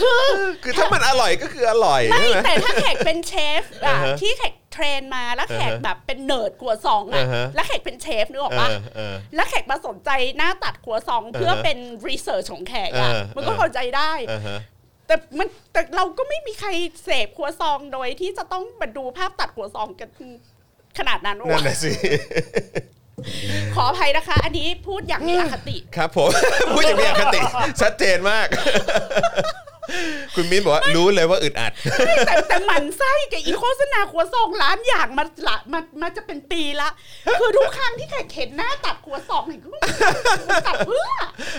Speaker 3: คือ
Speaker 2: คือถ้ามันอร่อยก็คืออร่อย
Speaker 3: ไม่
Speaker 2: ใช่ไหม
Speaker 3: แต่ถ้าแขกเป็นเชฟอะ
Speaker 2: อ่าฮะ
Speaker 3: ที่แขกเทรนมาแล้วแขก
Speaker 2: อ่าฮะ
Speaker 3: แบบเป็นเนิร์ดครัวซองอะ
Speaker 2: อ่าฮะ
Speaker 3: แล้วแขกเป็นเชฟนึกออก
Speaker 2: เอ
Speaker 3: ปะ
Speaker 2: อเออ
Speaker 3: แล้วแขกมาสนใจหน้าตัดครัวซองเพื่อ
Speaker 2: เออฮะ
Speaker 3: เป็นรีเสิร์ชของแขกอะ
Speaker 2: เออ
Speaker 3: มันก็
Speaker 2: เออ
Speaker 3: เข้าใจได้
Speaker 2: เออฮะ
Speaker 3: แต่มันแต่เราก็ไม่มีใครเสพครัวซองโดยที่จะต้องมาดูภาพตัดครัวซองกันขนาดนั้น
Speaker 2: นั่
Speaker 3: วะ
Speaker 2: นน่ะสิ
Speaker 3: ขออภัยนะคะ อันนี้พูดอย่างมีอคติ
Speaker 2: ครับผม [LAUGHS] พูดอย่างมีอค
Speaker 3: [LAUGHS]
Speaker 2: ติ ชัดเจนมาก [LAUGHS] คุณมิ้นบอกว่ารู้เลยว่าอึด [LAUGHS] อัด
Speaker 3: แต่แต่หมันไส้กับอีโฆษณาครัวซองร้านอย่างมาละมามาจะเป็นปีละ คือทุกครั้งที่แขกเห็นหน้าตัดครัวซองเห็นก็ตัดเพื่อ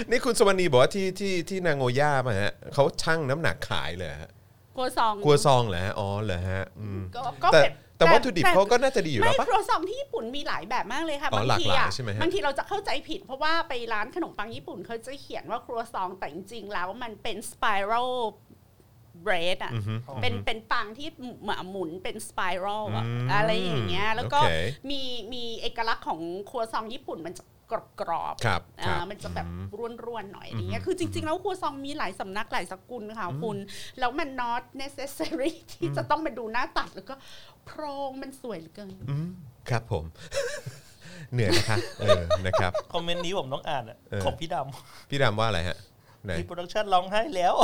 Speaker 2: นี่คุณสวนีบอกว่าที่ที่ที่นางโงย่ามาฮะเขาชั่งน้ำหนักขายเลยฮะ
Speaker 3: ครัวซอง
Speaker 2: กลัวซองเหรอฮะอ๋อเหรอฮะอืม
Speaker 3: ก็ก็
Speaker 2: แต่
Speaker 3: เผ็ด
Speaker 2: แต่วัตถุดิบ
Speaker 3: แต่
Speaker 2: เขาก็น่าจะดีอยู่
Speaker 3: ไม่
Speaker 2: แล้วปะ
Speaker 3: ครัวซองที่ญี่ปุ่นมีหลายแบบมากเลยค่ะ
Speaker 2: อ๋อบ
Speaker 3: างที
Speaker 2: หลากหลาย
Speaker 3: อ่ะ
Speaker 2: ใช่ไหมฮะ
Speaker 3: บางทีเราจะเข้าใจผิด เพราะว่าไปร้านขนมปังญี่ปุ่นเขาจะเขียนว่าครัวซองแต่จริงๆแล้วมันเป็นสไปรัล เบรดอ่ะ
Speaker 2: อือฮึ
Speaker 3: เป็น
Speaker 2: อือฮึ
Speaker 3: เป็นปังที่เหมือนหมุนเป็นสไปรัลอะ
Speaker 2: อืม
Speaker 3: อะไรอย่างเงี้ยแล้วก็
Speaker 2: โอเค
Speaker 3: มีมีเอกลักษณ์ของครัวซองญี่ปุ่นมันจะกรอบกรอบๆ
Speaker 2: ครับค
Speaker 3: อ่า
Speaker 2: รับ
Speaker 3: มันจะแบบ
Speaker 2: อืม
Speaker 3: ร่วนๆหน่อยอะไรเงี้
Speaker 2: อื
Speaker 3: ย
Speaker 2: ม
Speaker 3: คือจริง ๆ แล้วครัวซองมีหลายสำนักหลายสกุลค่ะคุณ แล้วมัน not necessary [LAUGHS] ที่จะต้องมาดูหน้าตัดแล้วก็โพรงมันสวยเหลือเกิน
Speaker 2: อืมครับผม [LAUGHS] เหนื่อยนะคะเออนะครับ
Speaker 4: คอมเมนต์นี้ผมต้องอ่านอะ
Speaker 2: เออ
Speaker 4: ของพี่ด
Speaker 2: พี่ดำว่าอะไรฮะไหน
Speaker 4: ำที่โปรดักชันร้องไห้แล้ว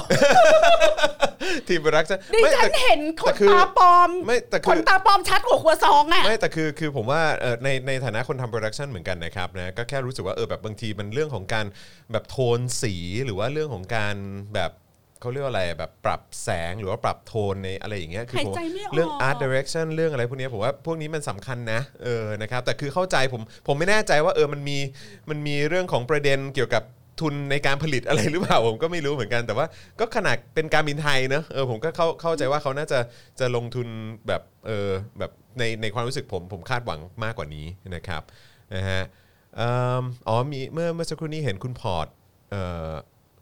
Speaker 2: ทีมรักจะ
Speaker 3: ดิ
Speaker 2: ไม่
Speaker 3: ฉั
Speaker 2: แต่
Speaker 3: นเห็นข
Speaker 2: แต่
Speaker 3: น
Speaker 2: คือ
Speaker 3: ตาปลอม
Speaker 2: ไม่แต่คือ
Speaker 3: ขนตาปลอมชัดกว่าครัวซองอ่ะ
Speaker 2: ไม่แต่คือคือผมว่าเอ่อในในฐานะคนทำโปรดักชันเหมือนกันนะครับนะก็แค่รู้สึกว่าเออแบบบางทีมันเรื่องของการแบบโทนสีหรือว่าเรื่องของการแบบเขาเรียกว่าอะไรแบบปรับแสงหรือว่าปรับโทนในอะไรอย่างเงี้ยคือ
Speaker 3: หาย
Speaker 2: ผม
Speaker 3: ใจไม่ออก
Speaker 2: เรื่อง art direction เรื่องอะไรพวกเนี้ยผมว่าพวกนี้มันสำคัญนะเออนะครับแต่คือเข้าใจผมผมไม่แน่ใจว่าเออมันมีมันมีเรื่องของประเด็นเกี่ยวกับทุนในการผลิตอะไรหรือเปล่า ผมก็ไม่รู้เหมือนกัน แต่ว่าก็ขนาดเป็นการบินไทยเนอะเออผมก็เข้าเข้าใจว่าเขาน่าจะจะลงทุนแบบเออแบบในในความรู้สึกผมผมคาดหวังมากกว่านี้นะครับนะฮะเอิ่มอ๋อมีเมื่อเมื่อสักครู่นี้เห็นคุณพอร์ตเอ่อ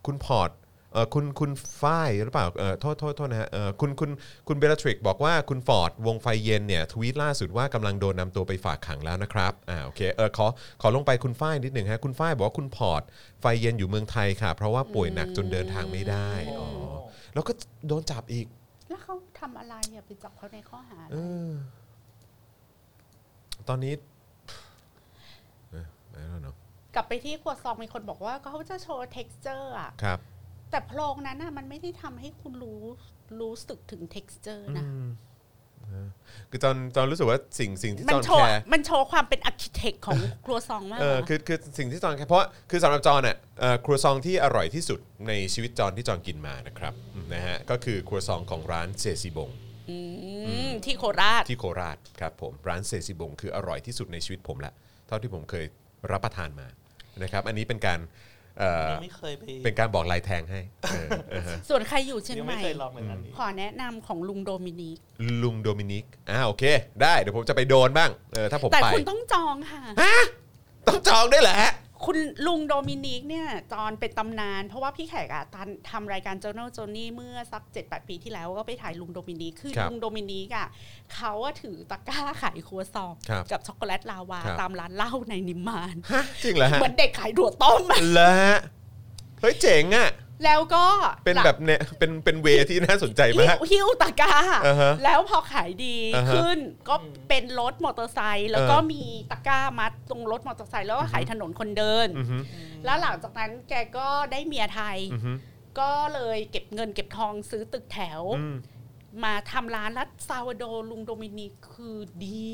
Speaker 2: คุณพอร์ต เออคุณคุณฝ้ายหรือเปล่าเออโทษโทษโทษนะฮะเออคุณคุณคุณเบลทริกบอกว่าคุณฟอร์ดวงไฟเย็นเนี่ยทวีตล่าสุดว่ากำลังโดนนำตัวไปฝากขังแล้วนะครับอ่าโอเคเออขอขอลงไปคุณฝ้ายนิดหนึ่งฮะคุณฝ้ายบอกว่าคุณพอร์ตไฟเย็นอยู่เมืองไทยค่ะ เพราะว่าป่วยหนักจนเดินทางไม่ได้อ๋อแล้วก็โดนจับอีก
Speaker 3: แล้วเขาทำอะไรอ่ะไปจับเขาในข้อหาอะไร
Speaker 2: เออตอนนี้เออ I don't know
Speaker 3: กลับไปที่ขวดซองมีคนบอกว่าเขาจะโชว์ texture อะ
Speaker 2: ครับ
Speaker 3: แต่โพรงนั้นอะมันไม่ได้ทำให้คุณรู้รู้สึกถึง texture นะ
Speaker 2: อืมเออคือตอนตอนรู้สึกว่าสิ่งสิ่งที่
Speaker 3: มั
Speaker 2: ต
Speaker 3: น
Speaker 2: อน
Speaker 3: โช
Speaker 2: แค
Speaker 3: ว์
Speaker 2: ร์
Speaker 3: มันโชว์ความเป็น architect ของ [LAUGHS] ครัวซองมาก
Speaker 2: เออคือคือสิ่งที่จอนเพราะคือสำหรับจอนอ่ะเอ่อครัวซองที่อร่อยที่สุดในชีวิตจอนที่จอนกินมานะครับอืมนะฮะก็คือครัวซองของร้านเซซิบง
Speaker 3: มที่โคราช
Speaker 2: ที่โคราชครับผมร้านเซซิบงคืออร่อยที่สุดในชีวิตผมละเท่าที่ผมเคยรับประทานมานะครับอันนี้เป็นการเอ่อ
Speaker 4: ยังไม่เคยไป
Speaker 2: เป็นการบอกลายแทงให้เออเออฮะ
Speaker 3: ส่วนใครอยู่เชียง
Speaker 4: ยัง
Speaker 3: ให
Speaker 4: ไม่
Speaker 3: ม่
Speaker 4: เคยลองเลยอันนี้
Speaker 3: ขอแนะนำของลุงโดมินิก
Speaker 2: ลุงโดมินิกอ่าโอเค ได้เดี๋ยวผมจะไปโดนบ้างเออถ้าผม
Speaker 3: แต่
Speaker 2: ไป
Speaker 3: คุณต้องจองค่ะ
Speaker 2: ฮะต้องจองด้วยแหละ
Speaker 3: คุณลุงโดมินิกเนี่ยตอนเป็นตำนาน เพราะว่าพี่แขกอะตอนทำรายการ Journal Journey เมื่อสัก 7-8 ปีที่แล้วก็ไปถ่ายลุงโดมินิกคือ
Speaker 2: ครับ
Speaker 3: ลุงโดมินิกอะเขาอะถือตะกร้าขายครัวซอง
Speaker 2: ครับ
Speaker 3: กับช็อกโกแลตลาวา
Speaker 2: ครับ
Speaker 3: ตามร้านเหล้าในนิมมาน
Speaker 2: ฮะจริงเหรอฮะ
Speaker 3: เหมือนเด็กขายถั่วต้มอะ
Speaker 2: เหรอฮะเฮ้ยเจ๋งอ่ะ
Speaker 3: แล้วก็
Speaker 2: เป็นแบบเนี่ย [LAUGHS] เป็นเป็นเวที่น่าสนใจ
Speaker 3: หลั
Speaker 2: มาก
Speaker 3: งหิ้วหิ้วตะกร้า
Speaker 2: อ่าฮะ
Speaker 3: แล้วพอขายดี
Speaker 2: อ่าฮะ
Speaker 3: ขึ้นก็เป็นรถมอเตอร์ไซค์แล้วก็
Speaker 2: เออ
Speaker 3: มีตะกร้ามัดตรงรถมอเตอร์ไซค์แล้วก็ขายถนนคนเดิน
Speaker 2: อือฮึ
Speaker 3: แล้วหลังจากนั้นแกก็ได้เมียไทย
Speaker 2: อือฮึ
Speaker 3: ก็เลยเก็บเงินเก็บทองซื้อตึกแถว
Speaker 2: อืม
Speaker 3: มาทำร้านแล้วซาวโดลุงโดมินิกคือดี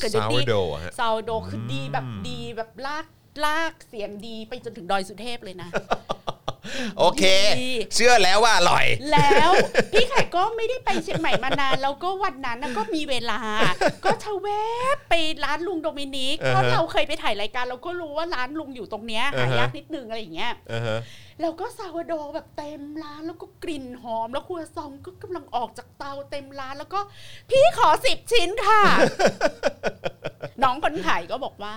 Speaker 3: กับ
Speaker 2: ซาว
Speaker 3: ดี
Speaker 2: โดอะฮะ
Speaker 3: ซาวโดคือดีแบบ
Speaker 2: อืม
Speaker 3: ดีแบบลากลากเสียงดีไปจนถึงดอยสุเทพเลยนะ
Speaker 2: โอเค
Speaker 3: ดี
Speaker 2: เชื่อแล้วว่าอร่อย
Speaker 3: แล้วพี่ไข่ก็ไม่ได้ไปเชียงใหม่มานานแล้วก็วันนั้นน่ะก็มีเวลา ก็ชะเวบไปร้านลุงโดมินิก
Speaker 2: อ่าฮะ
Speaker 3: เพราะเราเคยไปถ่ายรายการเราก็รู้ว่าร้านลุงอยู่ตรงเนี้ยหา
Speaker 2: อ่าฮะ
Speaker 3: ยากนิดนึงอะไรอย่างเงี้ย
Speaker 2: อ่าฮะ
Speaker 3: แล้วก็ซาวโดว์แบบเต็มร้านแล้วก็กลิ่นหอม แล้วครัวซองก็กำลังออกจากเตาเต็มร้านแล้วก็ พี่ขอสิบชิ้นค่ะ
Speaker 2: [LAUGHS]
Speaker 3: น้องคนขายก็บอกว่า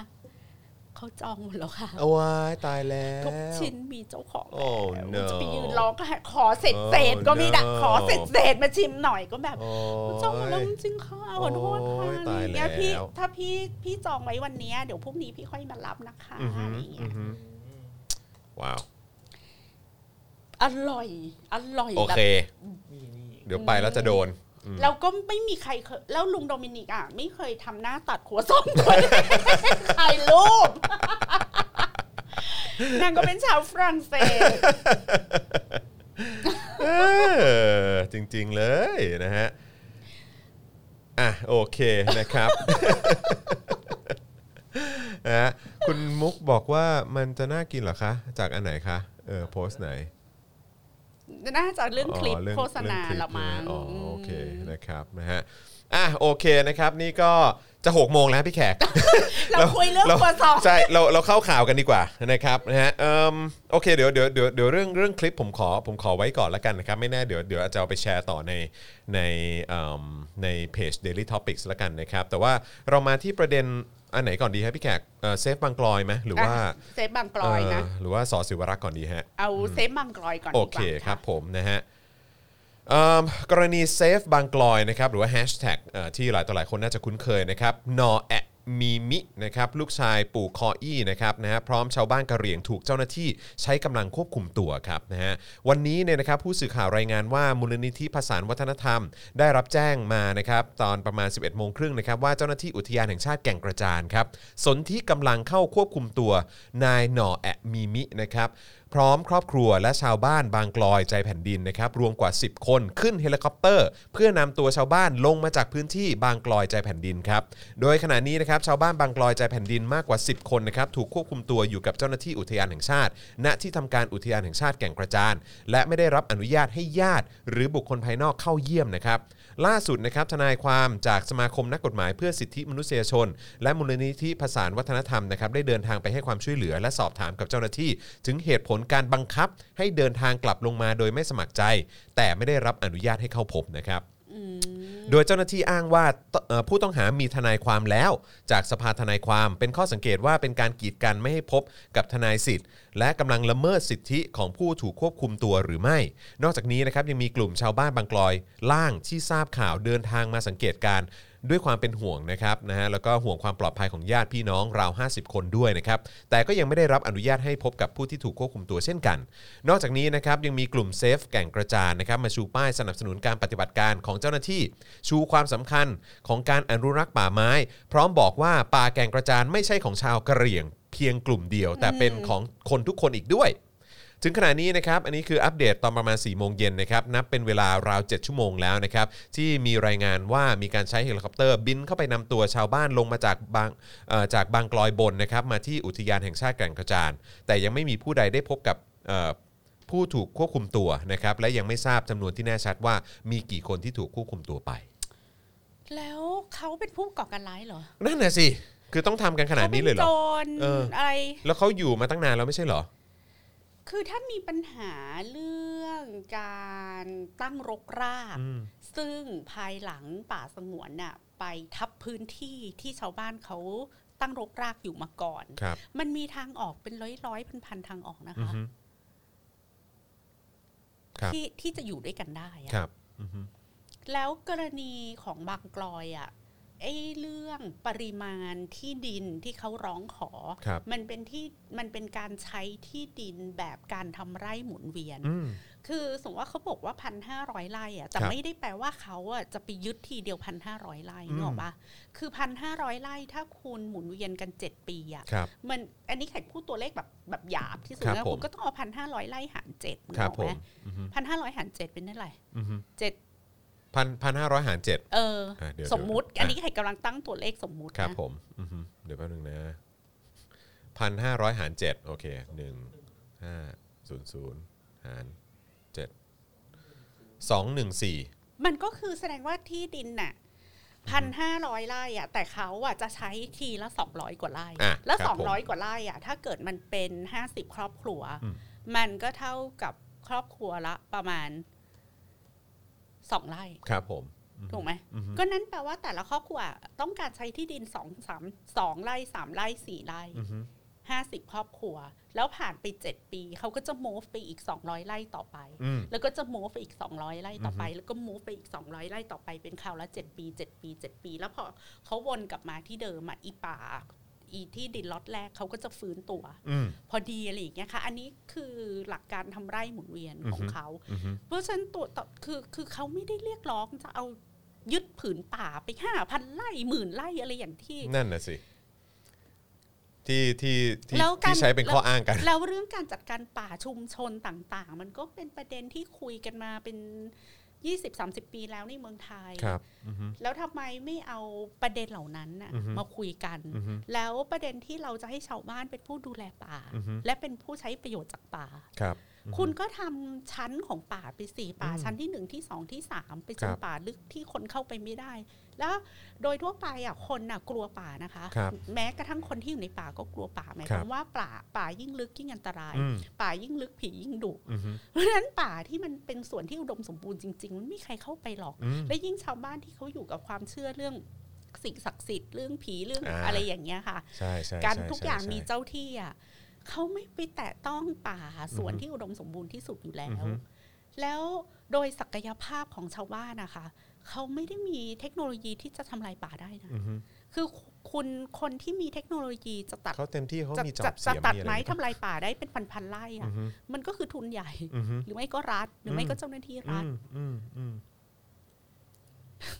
Speaker 3: เขาจองหมดแล้วค่ะ
Speaker 2: เอาไว้ตายแล้ว
Speaker 3: ทุกชิ้นมีเจ้าของ
Speaker 2: โอ้ no
Speaker 3: จะไปยืนร้องก็ให้ขอเศษเศษๆก็ไม่ได้
Speaker 2: Oh, no
Speaker 3: ขอเศษเศษๆมาชิมหน่อยก็แบบ
Speaker 2: โอ้ย
Speaker 3: จองหมดแล้วจริงๆค่ะขอโทษค่ะ
Speaker 2: โอ้ยตาย
Speaker 3: เนี่ยพี่
Speaker 2: แล้ว
Speaker 3: ถ้าพี่พี่จองไว้วันเนี้ยเดี๋ยวพรุ่งนี้พี่ค่อยมารับนะคะ
Speaker 2: อือฮึ
Speaker 3: อะไรอย่างเงี้
Speaker 2: อื
Speaker 3: ย
Speaker 2: อฮึว้าว
Speaker 3: อร่อย อร่อย
Speaker 2: โอ
Speaker 3: แบบ
Speaker 2: เค
Speaker 4: นี่นี่
Speaker 2: เดี๋ยวไปแล้วจะโดน
Speaker 3: แล้วก็ไม่มีใครเคยแล้วลุงโดมินิกอ่ะ ไม่เคยทำหน้าตัดหัว [LAUGHS] ส้มเลยถ่ายรูป [LAUGHS] นางก็เป็นชาวฝรั่งเศส
Speaker 2: เออ จริง ๆ เลยนะฮะ อ่ะ โอเคนะครับ [LAUGHS] นะฮะคุณมุกบอกว่ามันจะน่ากินเหรอคะ จากอันไหนคะ เออ โพสต์ไหน
Speaker 3: น่าจะเรื่องคลิป
Speaker 2: อ๋อเรื่อง
Speaker 3: โฆษณา
Speaker 2: เรื่องคป
Speaker 3: ละมั้ง
Speaker 2: เนี่ยอ๋ออ
Speaker 3: ม
Speaker 2: โอเคนะครับนะฮะอ่ะโอเคนะครับนี่ก็จะหกโมงแล้วพี่แขก
Speaker 3: เราคุยเรื่องหัวส้ม
Speaker 2: ใช่เราเราเข้าข่าวกันดีกว่านะครับนะฮะเอ่มโอเคเดี๋ยวเดี๋ยวเดี๋ยวเดี๋ยวเรื่องเรื่องคลิปผมขอผมขอไว้ก่อนละกันนะครับ ไม่แน่เดี๋ยวเดี๋ยวอาจจะเอาไปแชร์ต่อในในเอิ่มในเพจ Daily Topics ละกันนะครับ แต่ว่าเรามาที่ประเด็นอันไหนก่อนดีครับพี่แขกเอ่อเซฟบางกลอยไหมหรือว่า
Speaker 3: อ่ะเซฟบางกลอยนะ
Speaker 2: เอ่อหรือว่าสอสิวรักษ์ก่อนดีฮะ
Speaker 3: เอาเซฟบางกลอยก่อน
Speaker 2: โอ
Speaker 3: ดีก
Speaker 2: เค
Speaker 3: ว่า
Speaker 2: ครับผมนะฮะ เอิ่มกรณีเซฟบางกลอยนะครับหรือว่าแฮชแท็กที่หลายต่อหลายคนน่าจะคุ้นเคยนะครับนอแอะมีมินะครับลูกชายปู่คออี้นะครับนะฮะพร้อมชาวบ้านกะเหรี่ยงถูกเจ้าหน้าที่ใช้กำลังควบคุมตัวครับนะฮะวันนี้เนี่ยนะครับผู้สื่อข่าวรายงานว่ามูลนิธิภาษานวัฒนธรรม ได้รับแจ้งมานะครับตอนประมาณ 11โมงครึ่งนะครับว่าเจ้าหน้าที่อุทยานแห่งชาติแก่งกระจานครับสนที่กำลังเข้าควบคุมตัวนายหนอแอะมีมินะครับ พร้อมครอบครัวและชาวบ้านบางกลอยใจแผ่นดินนะครับรวมกว่า 10 คนขึ้นเฮลิคอปเตอร์ เพื่อนำตัวชาวบ้านลงมาจากพื้นที่บางกลอยใจแผ่นดินครับโดยขณะนี้นะครับชาวบ้านบางกลอยใจแผ่นดินมากกว่า 10 คนนะครับถูกควบคุมตัวอยู่กับเจ้าหน้าที่อุทยานแห่งชาติ ณที่ทำการอุทยานแห่งชาติแก่งกระจาน และไม่ได้รับอนุญาตให้ญาติ หรือบุคคลภายนอกเข้าเยี่ยมนะครับ ล่าสุดนะครับทนายความจากสมาคมนักกฎหมายเพื่อสิทธิมนุษยชน และมูลนิธิภาษานวัฒนธรรมนะครับได้เดินทางไปให้ความช่วยเหลือ และสอบถามกับเจ้าหน้าที่ ถึงเหตุผลการบังคับ ให้เดินทางกลับลงมาโดยไม่สมัครใจ แต่ไม่ได้รับอนุญาตให้เข้าพบนะครับ โดยเจ้าหน้าที่อ้างว่าตเอ่อผู้ต้องหามีทนายความแล้ว จากสภาทนายความเป็นข้อสังเกตว่าเป็นการกีดกันไม่ให้พบกับทนายสิทธิ์ และกำลังละเมิดสิทธิของผู้ถูกควบคุมตัวหรือไม่ นอกจากนี้นะครับยังมีกลุ่มชาวบ้านบางกลอยล่างที่ทราบข่าวเดินทางมาสังเกตการณ์ด้วยความเป็นห่วงนะครับนะฮะแล้วก็ห่วงความปลอดภัยของญาติพี่น้องราว 50 คนด้วยนะครับแต่ก็ยังไม่ได้รับอนุญาตให้พบกับผู้ที่ถูกควบคุมตัวเช่นกัน นอกจากนี้นะครับยังมีกลุ่มเซฟแก่งกระจานนะครับมาชูป้ายสนับสนุนการปฏิบัติการของเจ้าหน้าที่ ชูความสำคัญของการอนุรักษ์ป่าไม้ พร้อมบอกว่าป่าแก่งกระจานไม่ใช่ของชาวกะเหรี่ยง เพียงกลุ่มเดียว แต่เป็นของคนทุกคนอีกด้วย ถึงขณะนี้นะครับ อันนี้คืออัปเดตตอนประมาณ4ี่โมงเย็นนะครับ นับเป็นเวลาราว 7 ชั่วโมงแล้วนะครับ ที่มีรายงานว่ามีการใช้เฮลิคอปเตอร์บินเข้าไปนำตัวชาวบ้านลงมาจากบางเอ่อจากบางกลอยบนนะครับ มาที่อุทยานแห่งชาติแก่งกระจาน แต่ยังไม่มีผู้ใดได้พบกับเอ่อผู้ถูกควบคุมตัวนะครับ และยังไม่ทราบจำนวนที่แน่ชัดว่ามีกี่คนที่ถูกควบคุมตัวไป
Speaker 3: แล้วเขาเป็นผู้ก่อการร้ายเหรอ
Speaker 2: นั่นน่ะสิ คือต้องทำกันขนาดนี้เลยเหรอ
Speaker 3: ขาป็นโจร
Speaker 2: เอออ
Speaker 3: อะไร
Speaker 2: แล้วเขาอยู่มาตั้งนานแล้วไม่ใช่เหรอ
Speaker 3: คือถ้ามีปัญหาเรื่องการตั้งรกราก
Speaker 2: อืม
Speaker 3: ซึ่งภายหลังป่าสงวนน่ะไปทับพื้นที่ที่ชาวบ้านเขาตั้งรกรากอยู่มาก่อน
Speaker 2: ครับ
Speaker 3: มันมีทางออกเป็นร้อยร้อยพันพันๆทางออกนะ
Speaker 2: อือ
Speaker 3: คะ
Speaker 2: ฮึ ครับ
Speaker 3: ที่ที่จะอยู่ด้วยกันได้อะ
Speaker 2: ครับอือฮึ
Speaker 3: แล้วกรณีของบางกลอยอะไอ้เรื่องปริมาณที่ดินที่เขาร้องขอ
Speaker 2: ครับ
Speaker 3: มันเป็นที่มันเป็นการใช้ที่ดินแบบการทำไร่หมุนเวียน
Speaker 2: อืม
Speaker 3: คือสมมติว่าเขาบอกว่าพันห้าร้อยไร่อะแต่
Speaker 2: ครับ
Speaker 3: ไม่ได้แปลว่าเขาอะจะไปยึดทีเดียวพันห้าร้อยไร่นึกออ
Speaker 2: อื
Speaker 3: ก
Speaker 2: ม
Speaker 3: ปะคือพันห้าร้อยไร่ถ้าคุณหมุนเวียนกันเจ็ดปีอะ
Speaker 2: ครับ
Speaker 3: มันอันนี้ไข่พูดตัวเลขแบบแบบหยาบที่สุด
Speaker 2: ครับ
Speaker 3: นะ
Speaker 2: ผม
Speaker 3: คุณก็ต้องเอาพันห้าร้อยไร่หารเจ็ดนึก
Speaker 2: ครับ
Speaker 3: ออก
Speaker 2: ผ
Speaker 3: ไหม
Speaker 2: มอือฮึ
Speaker 3: พันห้าร้อยหารเจ็ดเป็นเท่าไหร่
Speaker 2: อือฮึ
Speaker 3: เจ็ด
Speaker 2: พันพันห้าร้อยหารเจ็ด
Speaker 3: เออ
Speaker 2: อ่ะเดี๋ยว
Speaker 3: สมมุติ
Speaker 2: เดี๋ยว
Speaker 3: อันนี้ไข่กำลังตั้งตัวเลขสมมุติ
Speaker 2: ครับ
Speaker 3: นะ
Speaker 2: ผมอือฮึเดี๋ยวแป๊บนึงนะพันห้าร้อยหารเจ็ดโอเคหนึ่งห้าศูนย์ศูนย์หารเจ็ดสองหนึ่งสี่
Speaker 3: มันก็คือแสดงว่าที่ดินน่ะพันห้าร้อยไร่อะแต่เขาอะจะใช้ทีละสองร้อยกว่าไร่
Speaker 2: อ่ะ
Speaker 3: แล้ว
Speaker 2: คบ
Speaker 3: สองร้อย
Speaker 2: ผม
Speaker 3: กว่าไร่อ่ะ ถ้าเกิดมันเป็นห้าสิบครอบครัว
Speaker 2: อืม
Speaker 3: มันก็เท่ากับครอบครัวละประมาณสองไร่
Speaker 2: ครับผม
Speaker 3: ถูกไหม
Speaker 2: อือฮึ
Speaker 3: ก็นั้นแปลว่าแต่ละครอบครัวต้องการใช้ที่ดินสองสามสองไร่สามไร่สี่ไร่
Speaker 2: อือฮึ
Speaker 3: ห้าสิบครอบครัว แล้วผ่านไปเจ็ดปี เขาก็จะ move ไปอีกสองร้อยไร่ต่อไป
Speaker 2: อืม
Speaker 3: แล้วก็จะ move ไปอีก 200 ไร่ต่อไป แล้วก็ move ไปอีก 200 ไร่ต่อไป เป็นคราวละ7ปี 7 ปี 7 ปี แล้วพอเขาวนกลับมาที่เดิมอ่ะอีป่า อีที่ดินล็อตแรกเขาก็จะฟื้นตัว
Speaker 2: อืม
Speaker 3: พอดีอะไรอย่างเงี้ยค่ะ อันนี้คือหลักการทำไร่หมุนเวียนของ
Speaker 2: อือฮึ
Speaker 3: เขา
Speaker 2: อือฮึ
Speaker 3: เพราะฉะนั้นตัวต่อคือคือเขาไม่ได้เรียกร้องจะเอายึดผืนป่าไปห้าพันไร่หมื่นไร่อะไรอย่างที่
Speaker 2: นั่นน่ะสิ ที่ที่ที่
Speaker 3: แล้วการ
Speaker 2: ที่ใช้เป็นข้ออ้างกัน
Speaker 3: แล้วเรื่องการจัดการป่าชุมชนต่าง ๆ มันก็เป็นประเด็นที่คุยกันมาเป็น 20-30 ปีแล้วในเมืองไทย
Speaker 2: ครับ อือฮึ
Speaker 3: แล้วทำไมไม่เอาประเด็นเหล่านั้นน่ะ
Speaker 2: อือฮึ
Speaker 3: มาคุยกัน
Speaker 2: อือฮึ
Speaker 3: แล้วประเด็นที่เราจะให้ชาวบ้านเป็นผู้ดูแลป่า
Speaker 2: อือฮึ
Speaker 3: และเป็นผู้ใช้ประโยชน์จากป่า
Speaker 2: ครับ
Speaker 3: คุณก็ทำชั้นของป่าไปสี่ป่า
Speaker 2: อืม
Speaker 3: ชั้นที่หนึ่งที่สองที่สามไป
Speaker 2: ค
Speaker 3: จ
Speaker 2: รั
Speaker 3: น
Speaker 2: บ
Speaker 3: ป่าลึกที่คนเข้าไปไม่ได้ แล้วโดยทั่วไปอ่ะคนน่ะกลัวป่านะคะ
Speaker 2: ครับ
Speaker 3: แม้กระทั่งคนที่อยู่ในป่าก็กลัวป่าหมาย
Speaker 2: ค
Speaker 3: ครับ วามว่าป่าป่ายิ่งลึกยิ่งอันตราย
Speaker 2: อืม
Speaker 3: ป่ายิ่งลึกผียิ่งดุ
Speaker 2: อือฮึ
Speaker 3: เพราะฉะนั้นป่าที่มันเป็นส่วนที่อุดมสมบูรณ์จริงๆมันไม่มีใครเข้าไปหรอก
Speaker 2: อืม
Speaker 3: และยิ่งชาวบ้านที่เขาอยู่กับความเชื่อเรื่องสิ่งศักดิ์สิทธิ์เรื่องผีเรื่อง
Speaker 2: อ่า
Speaker 3: อะไรอย่างเงี้ยค่ะ
Speaker 2: ใช่ใช่
Speaker 3: การ
Speaker 2: ใช่
Speaker 3: ทุก
Speaker 2: ใช่
Speaker 3: อย่าง
Speaker 2: ใช่
Speaker 3: มีเจ้าที่อ่ะเขาไม่ไปแตะต้องป่าสวนที่อุดมสมบูรณ์ที่สุดอยู่แล้
Speaker 2: อือ
Speaker 3: ว
Speaker 2: ฮึ
Speaker 3: แล้วโดยศักยภาพของชาวบ้านนะคะเขาไม่ได้มีเทคโนโลยีที่จะทำลายป่าได้นะ
Speaker 2: อือฮึ
Speaker 3: คือคุณคนที่มีเทคโนโลยีจะตัด
Speaker 2: เขาเต็มที่เขา
Speaker 3: จะ
Speaker 2: มีจั
Speaker 3: จะ
Speaker 2: บเสี
Speaker 3: จะ
Speaker 2: ยม
Speaker 3: ตัด
Speaker 2: มีอะร
Speaker 3: ไม้ทำลายป่าได้เป็นพันๆไร่
Speaker 2: อื
Speaker 3: อะ
Speaker 2: อฮึ
Speaker 3: มันก็คือทุนใหญ่
Speaker 2: อือฮึ
Speaker 3: หรือไม่ก็รัฐหรือไม่
Speaker 2: อืม
Speaker 3: ก็เจ้าหน้าที่
Speaker 2: อื
Speaker 3: รัฐ
Speaker 2: มอืมอืม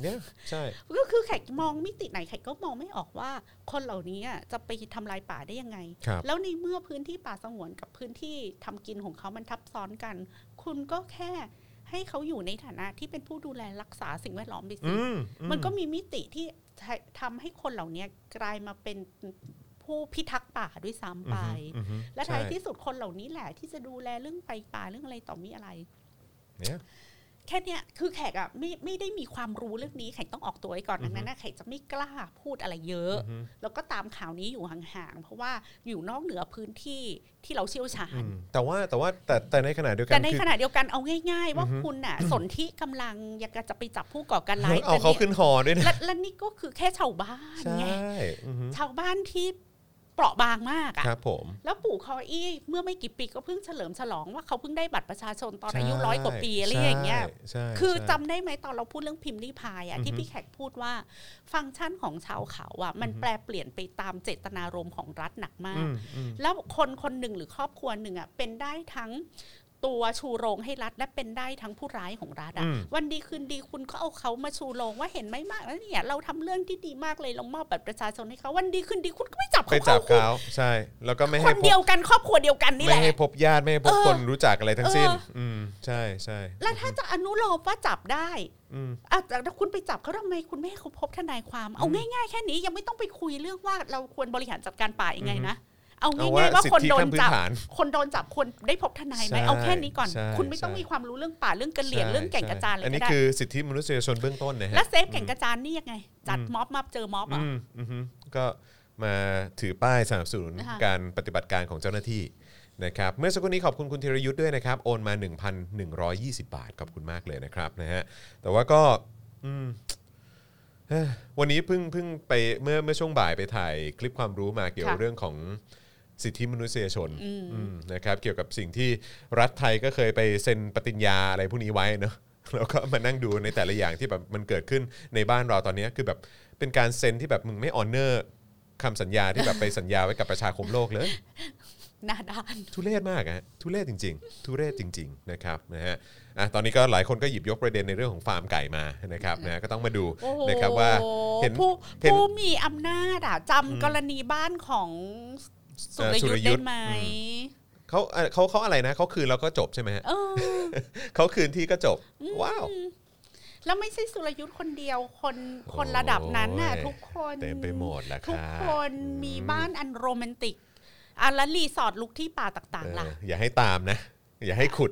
Speaker 2: เนี่ยใช่
Speaker 3: ก็คือแขกมองมิติไหนแขกก็มองไม่ออกว่า คนเหล่านี้อะจะไปทำลายป่าได้ยังไง
Speaker 2: ครับ
Speaker 3: แล้วในเมื่อพื้นที่ป่าสงวนกับพื้นที่ทำกินของเขามันทับซ้อนกัน คุณก็แค่ให้เขาอยู่ในฐานะที่เป็นผู้ดูแลรักษาสิ่งแวดล้อมไปสิ
Speaker 2: อืมอื
Speaker 3: มันก็มีมิติที่ทำให้คนเหล่านี้กลายมาเป็นผู้พิทักษ์ป่าด้วยซ้ำไป
Speaker 2: อือฮึ
Speaker 3: และท้าย
Speaker 2: ใช่
Speaker 3: ที่สุดคนเหล่านี้แหละที่จะดูแลเรื่องไฟป่าเรื่องอะไรต่อมีอะไร
Speaker 2: เนี่ย
Speaker 3: แค่เนี้ยคือแขกอะไม่ไม่ได้มีความรู้เรื่องนี้แขกต้องออกตัวไว้ก่อน
Speaker 2: อือฮึ
Speaker 3: ดังนั้นนะแขกจะไม่กล้าพูดอะไรเยอะ
Speaker 2: อือฮึ
Speaker 3: แล้วก็ตามข่าวนี้อยู่ห่างๆ เพราะว่าอยู่นอกเหนือพื้นที่ที่เราเชี่ยวชา
Speaker 2: อื
Speaker 3: ญ
Speaker 2: มแต่ว่าแต่ว่าแต่แต่ในขณะเดียวกั
Speaker 3: แต่
Speaker 2: น
Speaker 3: ใน
Speaker 2: คือ
Speaker 3: ขณะเดียวกันเอาง่าย ๆ ว่า
Speaker 2: อือฮึ
Speaker 3: คุณน่ะสนที่กำลังอยากจะไปจับผู้ก่อการร้าย
Speaker 2: เอาเขาขึ้นหอด้วยนะ
Speaker 3: และและนี่ก็คือแค่ชาวบ้าน
Speaker 2: ใช่
Speaker 3: ไง
Speaker 2: อือฮึ
Speaker 3: ชาวบ้านที่เปราะบางมาก
Speaker 2: ค
Speaker 3: อะ
Speaker 2: รับผม
Speaker 3: แล้วปู่คออี้เมื่อไม่กี่ปีก็เพิ่งเฉลิมฉลองว่าเขาเพิ่งได้บัตรประชาชนตอนอายุ
Speaker 2: ใช่
Speaker 3: ร้อยกว่าปีอะไรอย่างเงี้ย
Speaker 2: ใช่ใช่
Speaker 3: คือ
Speaker 2: ใช่
Speaker 3: จำได้ไหมตอนเราพูดเรื่องพิมพ์รีพายอะ
Speaker 2: อือ
Speaker 3: ที่
Speaker 2: ฮึ
Speaker 3: พี่แขกพูดว่า ฟังก์ชันของชาวเขาอะมัน
Speaker 2: อือฮึ
Speaker 3: แปลเปลี่ยนไปตามเจตนารมณ์ของรัฐหนักมาก
Speaker 2: อืมอืม
Speaker 3: แล้วคนคนหนึ่งหรือครอบครัวหนึ่งอะเป็นได้ทั้งตัวชูโรงให้รัฐและเป็นได้ทั้งผู้ร้ายของรัฐอะ
Speaker 2: อืม
Speaker 3: วันดีคืนดีคุณก็เอาเขามาชูโรงว่าเห็นไหมมากแล้วเนี่ยเราทำเรื่องที่ดีมากเลยเรามอบบัตรประชาชนให้เขาวันดีคืนดีคุณก็ไม่จับ
Speaker 2: ไป
Speaker 3: เขา
Speaker 2: จั
Speaker 3: เข้า
Speaker 2: บ
Speaker 3: คุก
Speaker 2: เขาใช่ แล้วก็ไม่
Speaker 3: ค
Speaker 2: ให้
Speaker 3: น
Speaker 2: พบ
Speaker 3: เดียวกันครอบครัวเดียวกันนี่แห
Speaker 2: ไม่
Speaker 3: ละ
Speaker 2: ให้พบญาติไม่ให้พบ
Speaker 3: เออ
Speaker 2: คนรู้จักอะไรทั้งสิ้น
Speaker 3: เออ
Speaker 2: อืมใช่ใช่
Speaker 3: แล้วถ้าจะอนุโลมว่าจับได้
Speaker 2: อืม
Speaker 3: อ่ะแต่ถ้าคุณไปจับเขาทำไมคุณไม่ให้เขาพบทนายความเอาง่ายๆแค่นี้ยังไม่ต้องไปคุยเรื่องว่าเราควรบริหารจัดการป่ายังไงนะเอาง่ายๆ
Speaker 2: เอาว่า
Speaker 3: ว่าคนโดน
Speaker 2: สิทธิขั้นพื้
Speaker 3: จับ
Speaker 2: นฐาน
Speaker 3: คนโดนจับคนได้พบทนายไหม
Speaker 2: ใช่
Speaker 3: เอาแค่นี้ก่อน
Speaker 2: ใช่
Speaker 3: คุณไม่ต้อง
Speaker 2: ใช่
Speaker 3: มีความรู้เรื่องป่าเรื่องกระเหลี่ยงเรื่องแก่งกระจานอะไร
Speaker 2: อัน
Speaker 3: ก็
Speaker 2: นี้
Speaker 3: ได้
Speaker 2: คือสิทธิมนุษยชนเบื้องต้นนะฮะ
Speaker 3: แล้วเซฟแก่งกระจานนี่ยังไง จัดม็อบมาเจอม็อบเหรอ่ะ
Speaker 2: อืมอืมอืมก็มาถือป้ายสนับสนุน
Speaker 3: ค่ะ
Speaker 2: การปฏิบัติการของเจ้าหน้าที่นะครับ เมื่อสักครู่นี้ขอบคุณคุณธีรยุทธ์ด้วยนะครับ โอนมา 1,120 บาท ขอบคุณมากเลยนะครับนะฮะแต่ว่าก็อืม [SIGHS] เอ้อวันนี้เพิ่งเพิ่งไปเมื่อเมื่อช่วงบ่ายไปถ่ายคลิปความรู้มาเกี่ยวเรื่องของสิทธิมนุษยชน
Speaker 3: อืม
Speaker 2: อืมนะครับเกี่ยวกับสิ่งที่รัฐไทยก็เคยไปเซ็นปฏิญญาอะไรพวกนี้ไว้เนอะ [LAUGHS] แล้วก็มานั่งดูในแต่ละอย่างที่แบบมันเกิดขึ้นในบ้านเราตอนเนี้ยคือแบบเป็นการเซ็นที่แบบมึงไม่ออนเนอร์คำสัญญาที่แบบไปสัญญาไว้กับประชาคมโลกเลย
Speaker 3: หน้าด้าน
Speaker 2: ทุเรศมากอะฮะทุเรศจริง ๆ ทุเรศจริง ๆ นะครับนะฮะอ่ะตอนนี้ก็หลายคนก็หยิบยกประเด็นในเรื่องของฟาร์มไก่มานะครับนะก็ต้องมาดู
Speaker 3: โอ้โห
Speaker 2: นะครับว่าเห็น
Speaker 3: ผู้
Speaker 2: เห็น
Speaker 3: ผู้มีอำนาจอ่ะจำกรณีบ้านของสุรยุทธ์
Speaker 2: สุรยุ
Speaker 3: ได้
Speaker 2: ทธ์
Speaker 3: ไหม
Speaker 2: อื เขาอ่ะเขาเขาอะไรนะเขาคืนแล้วก็จบใช่ไหมฮะ
Speaker 3: เออ
Speaker 2: เขาคืนที่ก็จบว้าว
Speaker 3: แล้วไม่ใช่สุรยุทธ์คนเดียวคนคนระดับนั้นน่ะ
Speaker 2: โอ้ย
Speaker 3: ทุกคน
Speaker 2: เต็มไปหมดละ
Speaker 3: ทุก
Speaker 2: รับ
Speaker 3: คนมีบ้านอันโรแมนติกอ่ะแล้วรีสอร์ทลุกที่ป่าต่าง
Speaker 2: เออ
Speaker 3: ๆล่ะ
Speaker 2: อย่าให้ตามนะ อย่าให้ขุด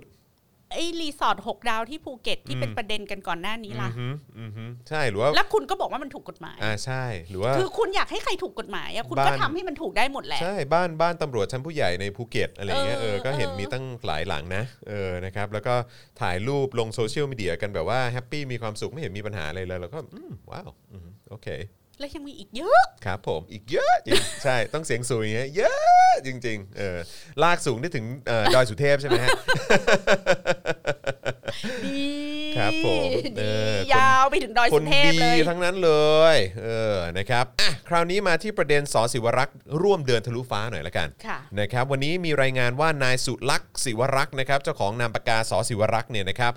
Speaker 3: ไอ้รีสอร์ทหกดาวที่ภูเก็ตที่เป็นประเด็นกันก่อนหน้านี้ล่ะ
Speaker 2: อือฮึอือฮึใช่หรือว่า
Speaker 3: แล้วคุณก็บอกว่ามันถูกกฎหมาย
Speaker 2: อ่าใช่หรือว่า
Speaker 3: คือคุณอยากให้ใครถูกกฎหมายอะคุณก็
Speaker 2: บ้าน
Speaker 3: ทำให้มันถูกได้หมดแหละ
Speaker 2: ใช่บ้านบ้านตำรวจชั้นผู้ใหญ่ในภูเก็ตอะไรเงี้ยเอ
Speaker 3: เอ
Speaker 2: อ
Speaker 3: อ
Speaker 2: ก็เห็น
Speaker 3: เออ
Speaker 2: มีตั้งหลายหลังนะเออนะครับแล้วก็ถ่ายรูปลงโซเชียลมีเดียกันแบบว่าแฮปปี้มีความสุขไม่เห็นมีปัญหาอะไรเลย แล้วก็อืมว้าวอือฮึโอเค
Speaker 3: แล้วยังมีอีกเยอะ
Speaker 2: ครับผมอีกเยอะจริง ใช่ต้องเสียงสูงอย่างเงี้ยเยอะจริงๆเออลากสูงได้ถึงเอ่อดอยสุเทพใช่ไหมฮะ
Speaker 3: ดี
Speaker 2: ครับผมเอ
Speaker 3: ดี
Speaker 2: อคน
Speaker 3: ยาวไปถึ [LAUGHS] งดอย
Speaker 2: ค
Speaker 3: สุ
Speaker 2: น
Speaker 3: เทพ
Speaker 2: ดี
Speaker 3: เลย
Speaker 2: ทั้งนั้นเลยเออนะครับอ่ะคราวนี้มาที่ประเด็นสอศิวรักษ์ร่วมเดินทะลุฟ้าหน่อยละกัน
Speaker 3: ค่ะ
Speaker 2: นะครับวันนี้มีรายงานว่านายสุลักษณ์ศิวรักษ์นะครับเจ้าของนามปากกาสอศิวรักษ์เนี่ยนะครับ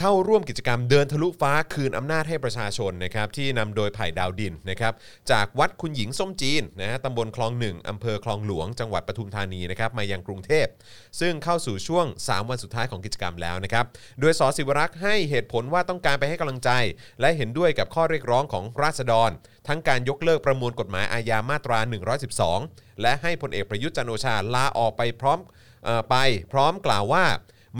Speaker 2: เข้าร่วมกิจกรรมเดินทะลุฟ้าคืนอำนาจให้ประชาชนนะครับที่นำโดยไผ่ดาวดินนะครับจากวัดคุณหญิงส้มจีนนะฮะตำบลคลองหนึ่งอำเภอคลองหลวงจังหวัดปทุมธานีนะครับมายังกรุงเทพ ซึ่งเข้าสู่ช่วง 3 วันสุดท้ายของกิจกรรมแล้วนะครับโดยสอศิวรักษ์ให้เหตุผลว่าต้องการไปให้กำลังใจ และเห็นด้วยกับข้อเรียกร้องของราษฎร ทั้งการยกเลิกประมวลกฎหมายอาญามาตรา 112 และให้พลเอกประยุทธ์จันทร์โอชาลาออกไปพร้อมเออไปพร้อมกล่าวว่า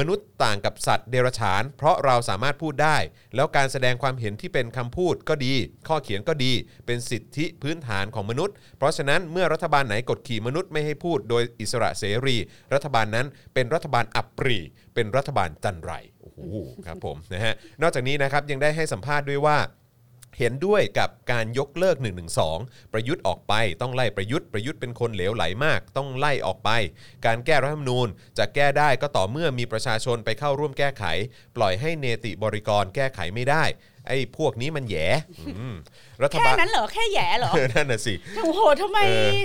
Speaker 2: มนุษย์ต่างกับสัตว์เดรัจฉาน เพราะเราสามารถพูดได้ แล้วการแสดงความเห็นที่เป็นคำพูดก็ดี ข้อเขียนก็ดี เป็นสิทธิพื้นฐานของมนุษย์ เพราะฉะนั้นเมื่อรัฐบาลไหนกดขี่มนุษย์ไม่ให้พูดโดยอิสระเสรี รัฐบาลนั้นเป็นรัฐบาลอับปรี เป็นรัฐบาลจันไรโอ้โหครับผมนะฮะนอกจากนี้นะครับยังได้ให้สัมภาษณ์ด้วยว่า เห็นด้วยกับการยกเลิก 1 1 2 ประยุทธ์ออกไป ต้องไล่ประยุทธ์ประยุทธ์เป็นคนเหลวไหลมาก ต้องไล่ออกไป การแก้รัฐธรรมนูญ จะแก้ได้ก็ต่อเมื่อมีประชาชนไปเข้าร่วมแก้ไข ปล่อยให้เนติบริกรแก้ไขไม่ได้ ไอ้พวกนี้มันแหย่อืมรัฐ
Speaker 3: แค่
Speaker 2: บาล
Speaker 3: นั้นเหรอแค่แหย่เหรอ
Speaker 2: เออนั่นน่ะสิ
Speaker 3: โอ้โหทำไม
Speaker 2: เออ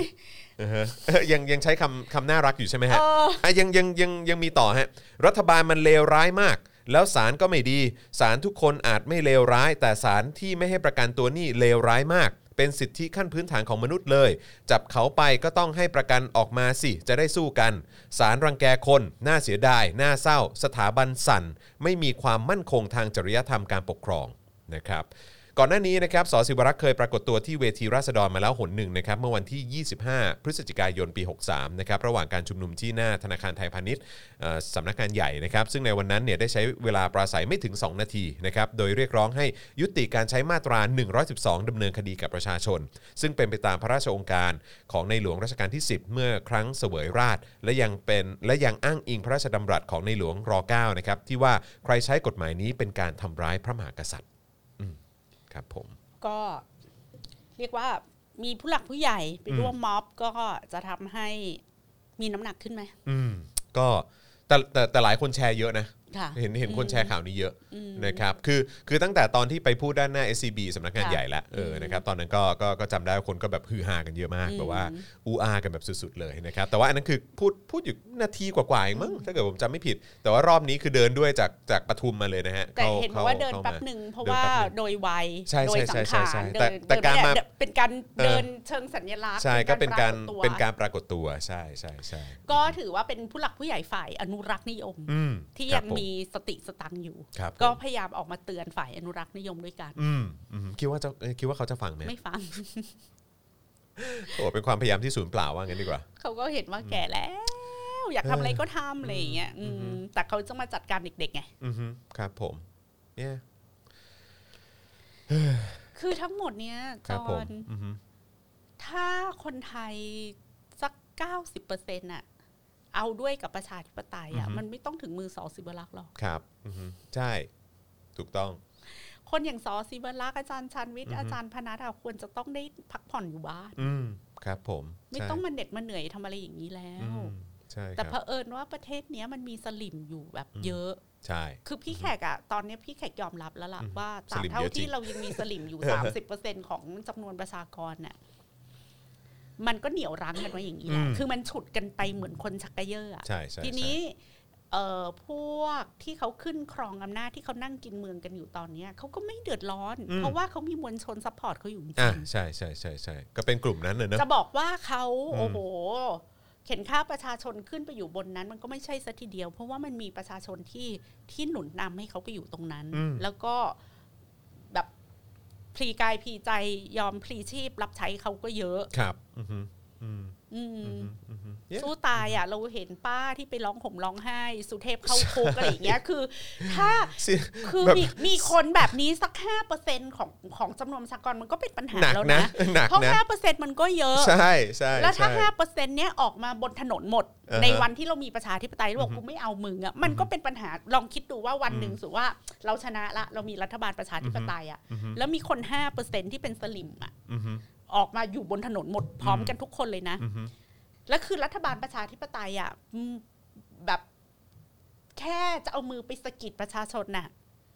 Speaker 2: เออฮะเออยังยังใช้คำคำน่ารักอยู่ใช่ไหมฮะ
Speaker 3: เออ
Speaker 2: ะยังยังยังยังมีต่อฮะ รัฐบาลมันเลวร้ายมาก แล้วศาลก็ไม่ดีศาลทุกคนอาจไม่เลวร้าย แต่ศาลที่ไม่ให้ประกันตัวนี่เลวร้ายมาก เป็นสิทธิขั้นพื้นฐานของมนุษย์เลย จับเขาไปก็ต้องให้ประกันออกมาสิ จะได้สู้กันศาลรังแกคนน่าเสียดายน่าเศร้า สถาบันสั่น ไม่มีความมั่นคงทางจริยธรรมการปกครองนะครับ ก่อนหน้านี้นะครับ สศิวรักษ์เคยปรากฏตัวที่เวทีราษฎรมาแล้วหนหนึ่งนะครับ เมื่อวันที่ 25 พฤศจิกายนปี 63 นะครับ ระหว่างการชุมนุมที่หน้าธนาคารไทยพาณิชย์เอ่อสำนักงานใหญ่นะครับ ซึ่งในวันนั้นเนี่ยได้ใช้เวลาปราศัยไม่ถึง 2 นาทีนะครับ โดยเรียกร้องให้ยุติการใช้มาตรา 112ดำเนินคดีกับประชาชน ซึ่งเป็นไปตามพระราชองค์การของในหลวงรัชกาลที่ 10 เมื่อครั้งเสวยราช และยังเป็นและยังอ้างอิงพระราชดำรัสของในหลวงร .9 นะครับที่ว่าใครใช้กฎหมายนี้เป็นการทำร้ายพระมหากษัตริย์อืมครับผม
Speaker 3: ก็เรียกว่ามีผู้หลักผู้ใหญ่ไปร่วมม็อบก็จะทำให้มีน้ำหนักขึ้นไหม
Speaker 2: อืมก็แต่แต่แต่หลายคนแชร์เยอะนะ
Speaker 3: ค่ะ
Speaker 2: เห็นเห็นคนแชร์ข่าวนี้เยอะ
Speaker 3: อืม
Speaker 2: นะครับคือคือตั้งแต่ตอนที่ไปพูดด้านหน้า SCB สำนักงาน
Speaker 3: ค่ะ
Speaker 2: ใหญ่ละเออนะครับตอนนั้นก็ก็ก็จำได้ว่าคนก็แบบฮือฮากันเยอะมาก
Speaker 3: อืม
Speaker 2: แบบว่าอูอากันแบบสุดๆเลยนะครับแต่ว่าอันนั้นคือพูดพูดอยู่นาทีกว่าๆเองมั้งถ้าเกิดผมจำไม่ผิด แต่ว่ารอบนี้คือเดินด้วยจากจากปทุมมาเลยนะฮะ
Speaker 3: แต่
Speaker 2: ข้
Speaker 3: เห็น
Speaker 2: ข้
Speaker 3: ว่าเดิน
Speaker 2: ข้ม
Speaker 3: แป๊บหนึ่งเพราะว่า
Speaker 2: เดินแป๊บหนึ่ง
Speaker 3: โดยวัย
Speaker 2: ใช่
Speaker 3: โดย
Speaker 2: ใช่
Speaker 3: สั
Speaker 2: ใช่
Speaker 3: ง
Speaker 2: ใช่
Speaker 3: ขาร
Speaker 2: แต่
Speaker 3: เดิน
Speaker 2: แต่การมา
Speaker 3: เดินเป็นการ
Speaker 2: เออ
Speaker 3: เดินเชิงสัญลักษณ์
Speaker 2: ใช่ก็เป็นการ
Speaker 3: ปะฏตัว
Speaker 2: เป็นการปรากฏตัวใช่ใช่ใช่
Speaker 3: ก็ถือว่าเป็นผู้หลักผู้ใหญ่ฝ่ายอนุรักษ์นิยม
Speaker 2: อืม
Speaker 3: ที่
Speaker 2: ครั
Speaker 3: ยั
Speaker 2: บ
Speaker 3: ง
Speaker 2: ผ
Speaker 3: มีสติสตังค์อยู่
Speaker 2: ครับผม
Speaker 3: ก็พยายามออกมาเตือนฝ่ายอนุรักษ์นิยมด้วยกัน
Speaker 2: อืมอืมคิดว่าจะเอ้ยคิดว่าเขาจะฟังไหม
Speaker 3: ไม่ฟัง
Speaker 2: โอ้เป็นความพยายามที่ศูนย์เปล่าว่างั้นดีกว่า
Speaker 3: เขาก็เห็นว่าแก่แล้ว อยากทำอะไรก็ทำอะไรอย่างเงี้ยอืมแต่เขาจะมาจัดการเด็กๆไง
Speaker 2: อือฮึครับผมเนี่ย
Speaker 3: คือทั้งหมดเนี้ย
Speaker 2: ค
Speaker 3: จ
Speaker 2: รับ
Speaker 3: อ
Speaker 2: ผม
Speaker 3: น
Speaker 2: อือฮึ
Speaker 3: ถ้าคนไทยสักเก้าสิบเปอร์เซ็นต์อะเอาด้วยกับประชาธิปไตยอะมันไม่ต้องถึงมือสอสิบลักษณ์หรอก
Speaker 2: ครับอือฮึใช่ถูกต้อง
Speaker 3: คนอย่างสอสิบลักษณ์อาจารย์ชันวิท
Speaker 2: อือ
Speaker 3: ย์
Speaker 2: ฮึ
Speaker 3: อาจารย์พนัทอะควรจะต้องได้พักผ่อนอยู่บ้าน
Speaker 2: อืมครับผม
Speaker 3: ไม่
Speaker 2: ใช่
Speaker 3: ต้องมาเหน็ดมาเหนื่อยทำอะไรอย่างนี้แล้
Speaker 2: อื
Speaker 3: ว
Speaker 2: มใช่
Speaker 3: แต่
Speaker 2: ค
Speaker 3: เผ
Speaker 2: รับ
Speaker 3: อิญว่าประเทศเนี้ยมันมีสลิมอยู่แบบเยอะ
Speaker 2: ใช่
Speaker 3: คือพี่แขกอะตอนเนี้ยพี่แขกยอมรับแล้วล่ะ
Speaker 2: อืม
Speaker 3: ว่าต
Speaker 2: ส
Speaker 3: ราบ
Speaker 2: ลิม
Speaker 3: เท่า
Speaker 2: เยอะจริง
Speaker 3: ที่เรายังมีสลิมอยู่
Speaker 2: [LAUGHS]
Speaker 3: สามสิบเปอร์เซ็นของจำนวนประชากรน่ะมันก็เหนียวรั้งกันไว้อย่างนี้แหละคือมันฉุดกันไปเหมือนคนชักกระเยอะอะ
Speaker 2: ใช่ใช่
Speaker 3: ที
Speaker 2: ใช่
Speaker 3: นี้ เอ่อพวกที่เขาขึ้นครองอำนาจที่เขานั่งกินเมืองกันอยู่ตอนเนี้ยเขาก็ไม่เดือดร้อน เพราะว่าเขามีมวลชนซัพพอร์ตเขาอยู่จริ
Speaker 2: อ่ะ
Speaker 3: ง
Speaker 2: ใช่ใช่ใช่ใช่ก็เป็นกลุ่มนั้นเลยเนอะ
Speaker 3: จะบอกว่าเขา
Speaker 2: อืม
Speaker 3: โอ้โห เข็นค่าประชาชนขึ้นไปอยู่บนนั้น มันก็ไม่ใช่ซะทีเดียว เพราะว่ามันมีประชาชนที่ที่หนุนนำให้เขาไปอยู่ตรงนั้น
Speaker 2: อืม
Speaker 3: แล้วก็แบบพลีกายพลีใจยอมพลีชีพรับใช้เขาก็เยอะ
Speaker 2: ครับอือฮึอืม
Speaker 3: อืม
Speaker 2: อืมอืมเย้
Speaker 3: สู้ตายอ่ะ เราเห็นป้าที่ไปร้องห่มร้องไห้ สุเทพเข้าคุกอะไรอย่างเงี้ย
Speaker 2: [LAUGHS]
Speaker 3: คือ ถ้า
Speaker 2: สิ
Speaker 3: คือ
Speaker 2: แบบ
Speaker 3: มีมีคนแบบนี้สักห้าเปอร์เซ็นของของจำนวนประชากรมันก็เป็นปัญหา
Speaker 2: หนัก
Speaker 3: แล้ว
Speaker 2: นะ
Speaker 3: นะ
Speaker 2: หนัก
Speaker 3: เพราะ
Speaker 2: นะ
Speaker 3: ห้าเปอร์เซ็นมันก็เยอะ
Speaker 2: ใช่ใช่
Speaker 3: แล้วถ้า
Speaker 2: ใช่
Speaker 3: ห้าเปอร์เซ็นต์เนี้ยออกมาบนถนนหมด
Speaker 2: อ่าฮะ
Speaker 3: ในวันที่เรามีประชาธิปไตยแล้วบอ
Speaker 2: อือ
Speaker 3: ก
Speaker 2: ฮึ
Speaker 3: กูไม่เอามึงอ่ะมันก็เป็นปัญหาลองคิดดูว่าวันหนึ่ง
Speaker 2: อืม
Speaker 3: สุว่าเราชนะละเรามีรัฐบาลประชาธิปไตยอ่ะ
Speaker 2: อือฮึ
Speaker 3: แล้วมีคนห้าเปอร์เซ็นที่เป็นสลิมอ่ะ
Speaker 2: อือฮึ
Speaker 3: ออกมาอยู่บนถนนหมดพร้อมกันทุกคนเลยนะ
Speaker 2: อือฮึ
Speaker 3: แล้วคือรัฐบาลประชาธิปไตยอ่ะอืมแบบแค่จะเอามือไปสะกิดประชาชนน่ะ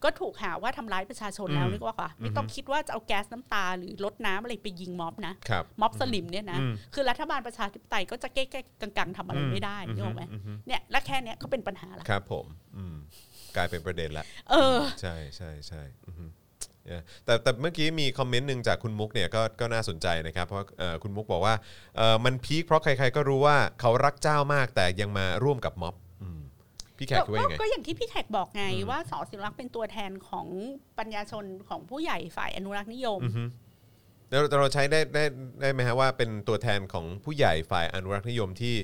Speaker 3: ก็ถูกหาว่าทำร้ายประชาชนแล้วนึกว่าค่ะไม่ต้องคิดว่าจะเอาแก๊สน้ำตาหรือรถน้ำอะไรไปยิงม็อบนะ
Speaker 2: ครับ
Speaker 3: ม็อบสลิมเนี่ยนะ
Speaker 2: อืม
Speaker 3: คือรัฐบาลประชาธิปไตยก็จะเก้ๆกังๆทำอะไรไม่ได้นึกออกไหม
Speaker 2: อือฮึ
Speaker 3: เนี่ยและแค่เนี้ยก็เป็นปัญหาละ
Speaker 2: ครับผมอืมกลายเป็นประเด็นละ
Speaker 3: เออ
Speaker 2: ใช่ใช่ใช่อือฮึเนี่ยแต่แต่เมื่อกี้มีคอมเมนต์หนึ่งจากคุณมุกเนี่ยก็ก็น่าสนใจนะครับเพราะเอ่อคุณมุกบอกว่าเอ่อมันพีคเพราะใครๆก็รู้ว่าเขารักเจ้ามากแต่ยังมาร่วมกับม็อบอืมพี่แขกคิดว่ายังไง
Speaker 3: ก็อย่างที่พี่แขกบอกไง
Speaker 2: อืม
Speaker 3: ว่าสอสิรักษ์เป็นตัวแทนของปัญญาชนของผู้ใหญ่ฝ่ายอนุรักษ์นิยม
Speaker 2: อือฮึแล้วแล้วเราใช้ได้ได้ได้ไหมฮะว่าเป็นตัวแทนของผู้ใหญ่ฝ่ายอนุรักษ์นิยมที่